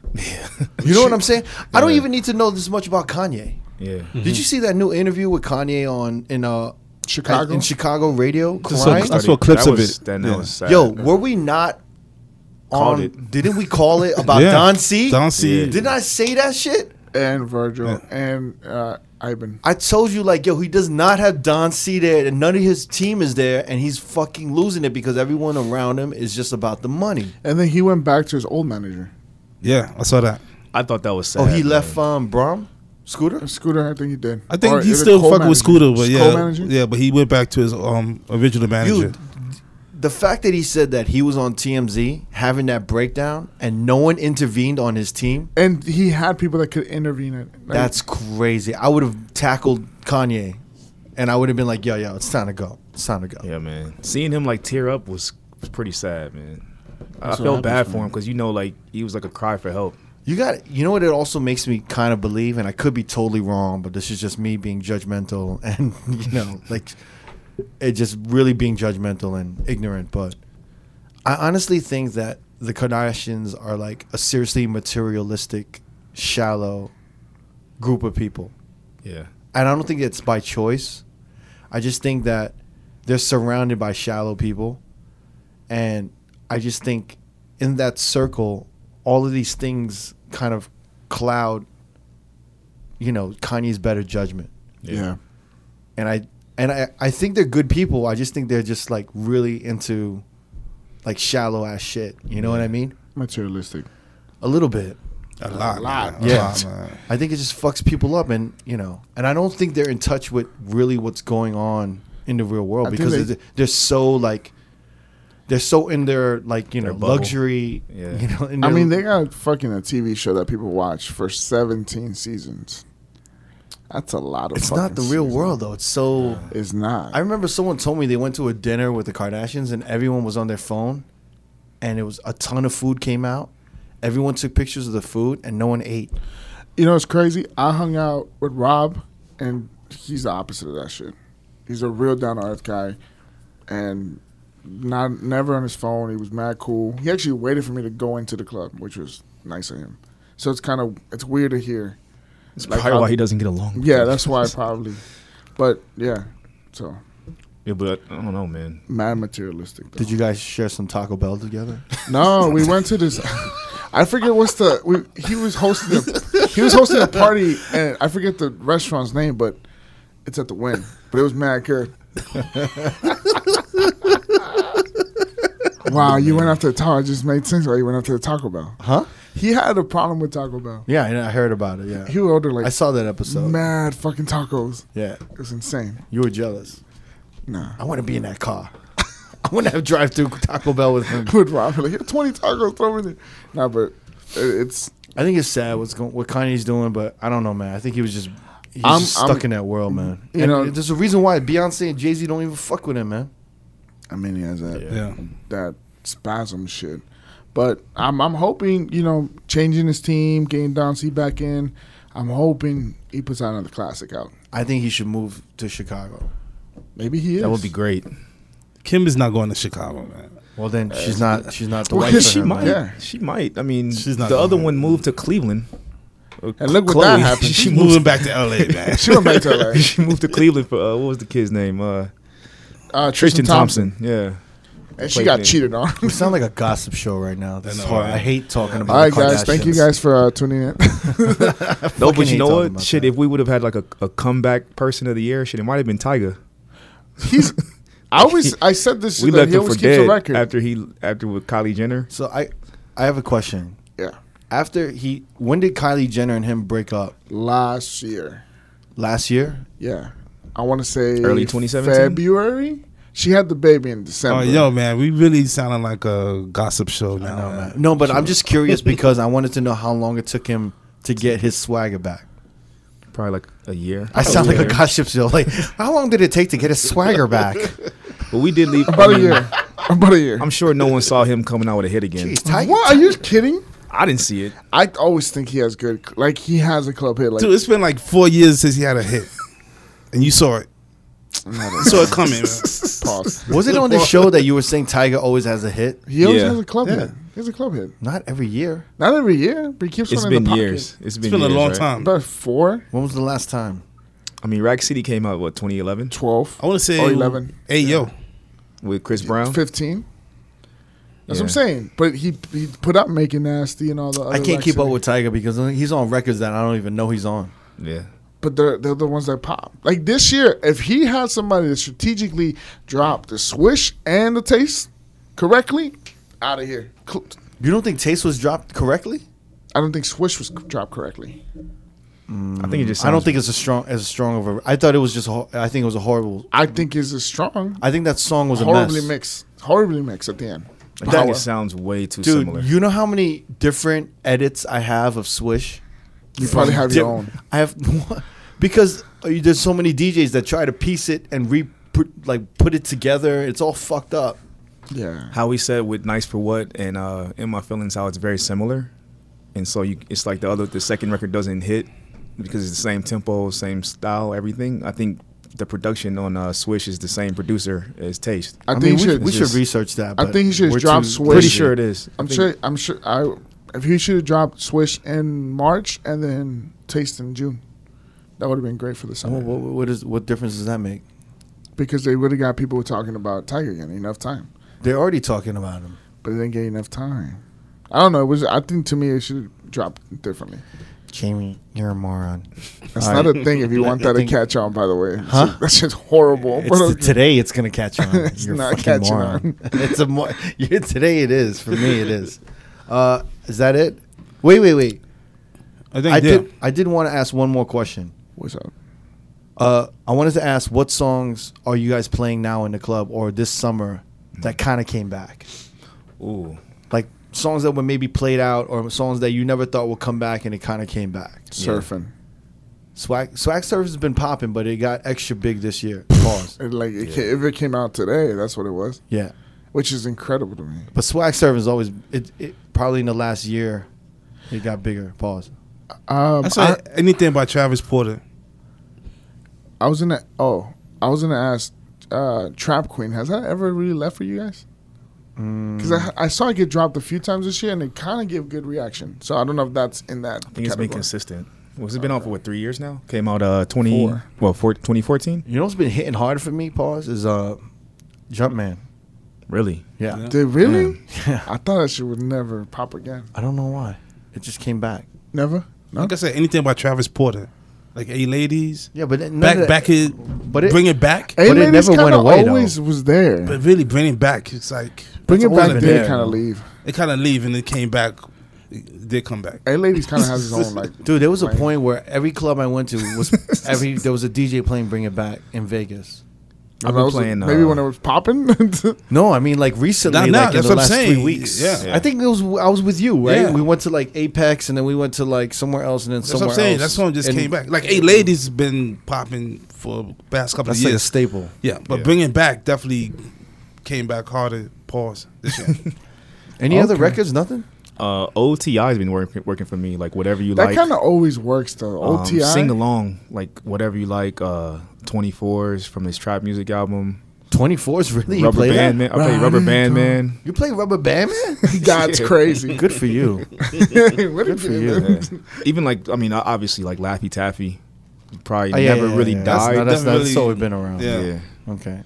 B: You know what I'm saying? I don't even need to know this much about Kanye.
A: Yeah.
B: Did you see that new interview with Kanye on in uh
C: Chicago?
B: in Chicago radio?
D: So-
B: Crying?
D: I saw clips
A: that
D: of
A: was-
D: it.
A: Then
D: Yeah.
A: that was sad.
B: Yo, were we not
A: Called
B: on?
A: it.
B: Didn't we call it about
D: Yeah.
B: Don C?
D: Don C.
A: Yeah.
B: Didn't I say that shit?
C: and Virgil and uh, Ivan.
B: I told you like, yo, he does not have Don C there, and none of his team is there, and he's fucking losing it because everyone around him is just about the money.
C: And then he went back to his old manager.
D: Yeah, I saw that.
A: I thought that was sad.
B: oh, he
A: man.
B: left um Brom, Scooter.
C: Scooter, I think he did.
D: I think
C: Or
D: he's
C: either
D: still fucking
C: co-manager.
D: with Scooter, but yeah,
C: Co-manager?
D: yeah, but he went back to his um original manager.
B: Dude, the fact that he said that he was on TMZ having that breakdown and no one intervened on his team,
C: And he had people that could intervene. It. Like,
B: that's crazy. I would have tackled Kanye and I would have been like, yo, yo, it's time to go. It's time to go.
A: Yeah, man. Seeing him like tear up was, was pretty sad, man. I
F: That's what
A: felt bad
F: happens,
A: for him because you know, like he was like a cry for help.
B: You got you know what it also makes me kind of believe, and I could be totally wrong, but this is just me being judgmental and you know, like it just really being judgmental and ignorant, but I honestly think that the Kardashians are like a seriously materialistic, shallow group of people.
A: Yeah,
B: And I don't think it's by choice. I just think that they're surrounded by shallow people. And I just think in that circle, all of these things kind of cloud, you know, Kanye's better judgment.
C: yeah.
B: And I and I, I think they're good people. I just think they're just like really into like shallow ass shit. You know what I mean?
C: Materialistic.
B: A little bit.
D: A lot,
C: lot.
D: man. A
B: Yeah.
D: lot, man.
B: I think it just fucks people up, and you know, and I don't think they're in touch with really what's going on in the real world
C: I think
B: because
C: they-
B: they're, they're so like they're so in their like you know
A: Their bubble.
B: luxury.
A: Yeah.
B: You know, in
C: I
B: their-
C: mean, they got fucking a TV show that people watch for 17 seasons. That's a lot of
B: it's not
C: fucking
B: the real
C: seasons.
B: world though. It's so.
C: It's not.
B: I remember someone told me they went to a dinner with the Kardashians and everyone was on their phone, and it was a ton of food came out. Everyone took pictures of the food and no one ate.
C: You know, it's crazy. I hung out with Rob, and he's the opposite of that shit. He's a real down to earth guy, and not never on his phone. He was mad cool. He actually waited for me to go into the club, which was nice of him. So it's kind of it's weird to hear.
A: that's
C: Like,
A: probably
C: how-
A: why he doesn't get along. with
C: Yeah,
A: them.
C: that's why probably. But yeah, so
A: Yeah, but I don't know, man.
C: mad materialistic. Though.
B: Did you guys share some Taco Bell together?
C: No, we went to this. I forget what's the. We, he was hosting. A, he was hosting a party, and I forget the restaurant's name, but it's at the Win. But it was mad good. wow, you went after the Taco. It just made sense why you went after the Taco Bell.
B: Huh?
C: He had a problem with Taco Bell.
B: Yeah, I I heard about it. Yeah,
C: He ordered
B: I
C: like
B: saw that episode.
C: mad fucking tacos.
B: Yeah.
C: It was insane.
B: You were jealous.
C: Nah.
B: I want to be in that car. I want to have drive through Taco Bell with him.
C: With Rob, like, here, 20 tacos, throw in there. Nah, but it, it's.
B: I think it's sad what's going, what Kanye's doing, but I don't know, man. I think he was just he's
C: I'm-
B: just stuck
C: I'm-
B: in that world, man.
C: you
B: and
C: know-
B: there's a reason why Beyonce and Jay Z don't even fuck with him, man.
C: I mean, he has that.
D: Yeah.
C: that spasm shit. But I'm I'm hoping you know changing his team, getting Don C back in. I'm hoping he puts out another classic out.
B: I think he should move to Chicago.
C: Maybe he is.
A: That would be great.
D: Kim is not going to Chicago, man.
B: Well, then she's not she's not the
C: Well,
B: wife.
C: yeah,
B: for
A: she
B: him,
A: might.
B: man.
C: Yeah.
A: She might. I mean,
D: She's not
A: the other
D: gonna-
A: one moved to Cleveland.
C: And look what that happened.
A: she
D: She's
A: moved.
D: moving back to LA, man.
C: She went back to LA.
A: she moved to Cleveland for uh, what was the kid's name? Uh,
C: Uh,
A: Tristan Thompson. Yeah.
C: and she got
A: Played
C: cheated on.
B: We sound like a gossip show right now. This
D: I
B: is
D: know,
B: hard.
D: right?
B: I hate talking about.
C: All right, guys. Thank you guys for uh, tuning in.
A: No, but you know what? Shit, if we would have had like a, a comeback person of the year, shit, it might have been Tiger.
C: He's. I always. I said this.
A: We
C: that
A: left
C: he
A: him
C: always
A: for
C: keeps a
A: dead
C: record.
A: after he after with Kylie Jenner.
B: so I I have a question.
C: yeah.
B: After he, when did Kylie Jenner and him break up?
C: Last year.
B: Last year.
C: Yeah. I want to say
A: Early 2017?
C: February. She had the baby in December.
D: Oh, yo, man, we really sounding like a gossip show now.
B: No,
D: man.
B: man. no, but I'm just curious because I wanted to know how long it took him to get his swagger back.
A: Probably like a year.
B: I sound like a
A: Probably year.
B: gossip show. Like, how long did it take to get his swagger back?
A: But we did leave.
C: About
A: I
C: a
A: mean,
C: year. About a year.
A: I'm sure no one saw him coming out with a hit again.
B: Jeez, Ty-
C: what? Are you kidding?
A: I didn't see it.
C: I always think he has good, like he has a club hit. Like
D: Dude, it's been like four years since he had a hit, and you saw it. You saw it coming. man.
C: pause.
B: Was it on the show that you were saying Tiger always has a hit?
C: He always
A: Yeah.
C: has a club
D: Yeah.
C: hit. He has a club hit.
B: Not every year.
C: Not every year, but he keeps
A: It's
C: one in
A: been
C: the pocket.
A: years. It's been,
D: It's been a
A: years,
D: long
A: right?
D: time.
C: About four,
B: When was the last time?
A: I mean, Rack City came out what 2011
C: 12,
D: I want to say
B: Oh,
C: Or 11.
D: Hey, yo,
A: with Chris Brown.
C: 15. That's
A: Yeah.
C: what I'm saying. But he he put up making nasty and all the. Other
B: I can't keep
C: Lexi.
B: up with Tiger because he's on records that I don't even know he's on.
A: Yeah,
C: But they're they're the ones that pop. Like this year, if he had somebody that strategically dropped the swish and the taste correctly, out of here. Cl-
B: You don't think Taste was dropped correctly?
C: I don't think swish was dropped correctly.
A: I think it just.
B: I don't
A: sounds-
B: think it's as strong as strong of a. I thought it was just. hor- I think it was a horrible.
C: I think is strong.
B: I think that song was a
C: horribly
B: mess.
C: mixed. Horribly mixed at the end.
A: I think
B: That-
A: it sounds way too
B: Dude,
A: similar.
B: you know how many different edits I have of Swish?
C: You probably have your own.
B: I have because you- there's so many DJs that try to piece it and re put, like put it together. It's all fucked up.
C: Yeah.
A: how we said with nice for what and uh in my feelings how it's very similar and so you it's like the other the second record doesn't hit because it's the same tempo same style everything i think the production on uh swish is the same producer as taste
C: I,
B: I,
C: think
B: mean,
C: he
B: we,
C: should.
B: we should
A: just-
B: research that.
C: I
B: but
C: think he should
B: we're
C: drop
B: too
C: Swish.
A: pretty
B: lazy.
A: sure it is
C: I'm sure. I'm sure. I if he should have dropped Swish in March and then Taste in June, that would have been great for the summer
B: Well, what, what is what difference does that make?
C: because they would have got people talking about Tiger again enough time,
B: They're already talking about him.
C: but they didn't get enough time. I don't know. It was. I think to me it should drop differently.
B: Jamie, you're a moron.
C: That's
B: All
C: not
B: right.
C: a thing if you want
B: I
C: that to
B: think-
C: catch on. By the way,
B: Huh?
C: that's just horrible.
B: It's
C: But
B: the-
C: okay.
B: today it's gonna catch on.
C: Oh, It's
B: You're a
C: not
B: fucking
C: catching
B: moron.
C: on.
B: it's a mo- yeah, today it is for me. It is. Uh, is that it? Wait, wait, wait.
D: I think
B: I
D: yeah.
B: did. I did want to ask one more question.
C: What's up?
B: Uh, I wanted to ask what songs are you guys playing now in the club or this summer that kind of came back,
A: ooh
B: like songs that were maybe played out or songs that you never thought would come back and it kind of came back.
C: Surfing.
B: Swag Swag Surf has been popping, but it got extra big this year. Pause.
C: And like it ca- if it came out today, that's what it was,
B: Yeah.
C: which is incredible to me.
B: But swag serving is always it, it probably in the last year it got bigger. Pause.
C: Um,
D: I
C: I-
D: saw anything by Travis Porter.
C: I was gonna. Oh, I was gonna ask. Uh, Trap Queen has that ever really left for you guys? Because I, I saw it get dropped a few times this year, and it kind of gave good reaction. So I don't know if that's in that.
A: i think it's been
C: category.
A: consistent was it been out for what three years now came out uh 20
C: Four.
A: well four, 2014
B: You know what's been hitting hard for me, pause, is uh Jumpman.
A: really
B: Yeah.
C: Did really?
B: Yeah.
C: I thought that shit would never pop again.
B: I don't know why. It just came back.
C: Never. No.
D: Like I said, anything by Travis Porter. Like, hey, ladies.
B: Yeah, but it, none
D: Back,
B: of that-
D: back it,
B: but it-
D: bring it back.
C: Hey,
B: But it
C: man,
B: never
C: it's
B: went
C: kinda
B: away, though.
C: Always was there.
D: But really, bring it back. It's like
C: Bring it
D: always
C: back.
D: been
C: Did
D: there.
C: kind of leave.
D: it kind of leave and it came back. It did come back.
C: A ladies kind of has his own like.
B: Dude, there was a
C: Right.
B: point where every club I went to was every there was a DJ playing Bring It Back in Vegas.
A: i've
C: that
A: been
C: was-
A: playing
C: maybe
A: uh,
C: when it was popping.
B: No, I mean like recently,
D: Not
B: like
D: now,
B: in
D: that's
B: the
D: what I'm
B: last three
D: saying.
B: weeks.
D: Yeah.
B: I think it was I was with you, right?
D: Yeah.
B: We went to like Apex and then we went to like somewhere else and then
D: That's
B: somewhere
D: what I'm saying.
B: else.
D: That song just
B: And
D: came back. Like, hey, ladies, been popping for past couple
B: That's
D: of
B: like a
D: years.
B: staple.
D: yeah, but bring it back definitely came back harder. Pause. This year.
B: Any other records? Nothing.
A: uh oti has been working working for me like whatever you
C: that
A: like
C: kind of always works though.
A: um,
C: OTI.
A: sing along like whatever you like uh 24s from his trap music album
B: Twenty fours really. you
A: rubber
B: play
A: band
B: that?
A: man i play rubber band man
B: You play Rubber Band Man?
C: That's crazy.
B: Good for you.
C: what
B: Good
C: did
B: for
C: you
B: you.
A: Yeah. Even like I mean, o- obviously like Laffy Taffy, probably
B: Oh, yeah,
A: never
B: yeah,
A: really
B: yeah. That's
A: died.
B: not- That's,
D: Never
B: not,
D: really-
B: that's all we've been around.
D: Yeah.
A: yeah.
B: Okay.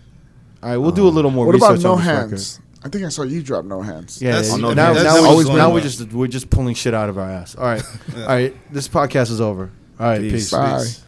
B: All right, we'll do a little more
C: What
B: research
C: about no
B: on this
C: hands? I think I saw you drop no hands.
B: record. Yeah,
D: That's-
B: yeah,
A: Oh, no
B: yeah. now,
A: hands.
B: now,
A: That's
B: we're
A: always
B: just,
A: been
B: now
D: one.
B: we're just we're just pulling shit out of our ass. All right, all right. This podcast is over. All right,
A: Peace.
B: peace.
C: Bye.
D: Peace.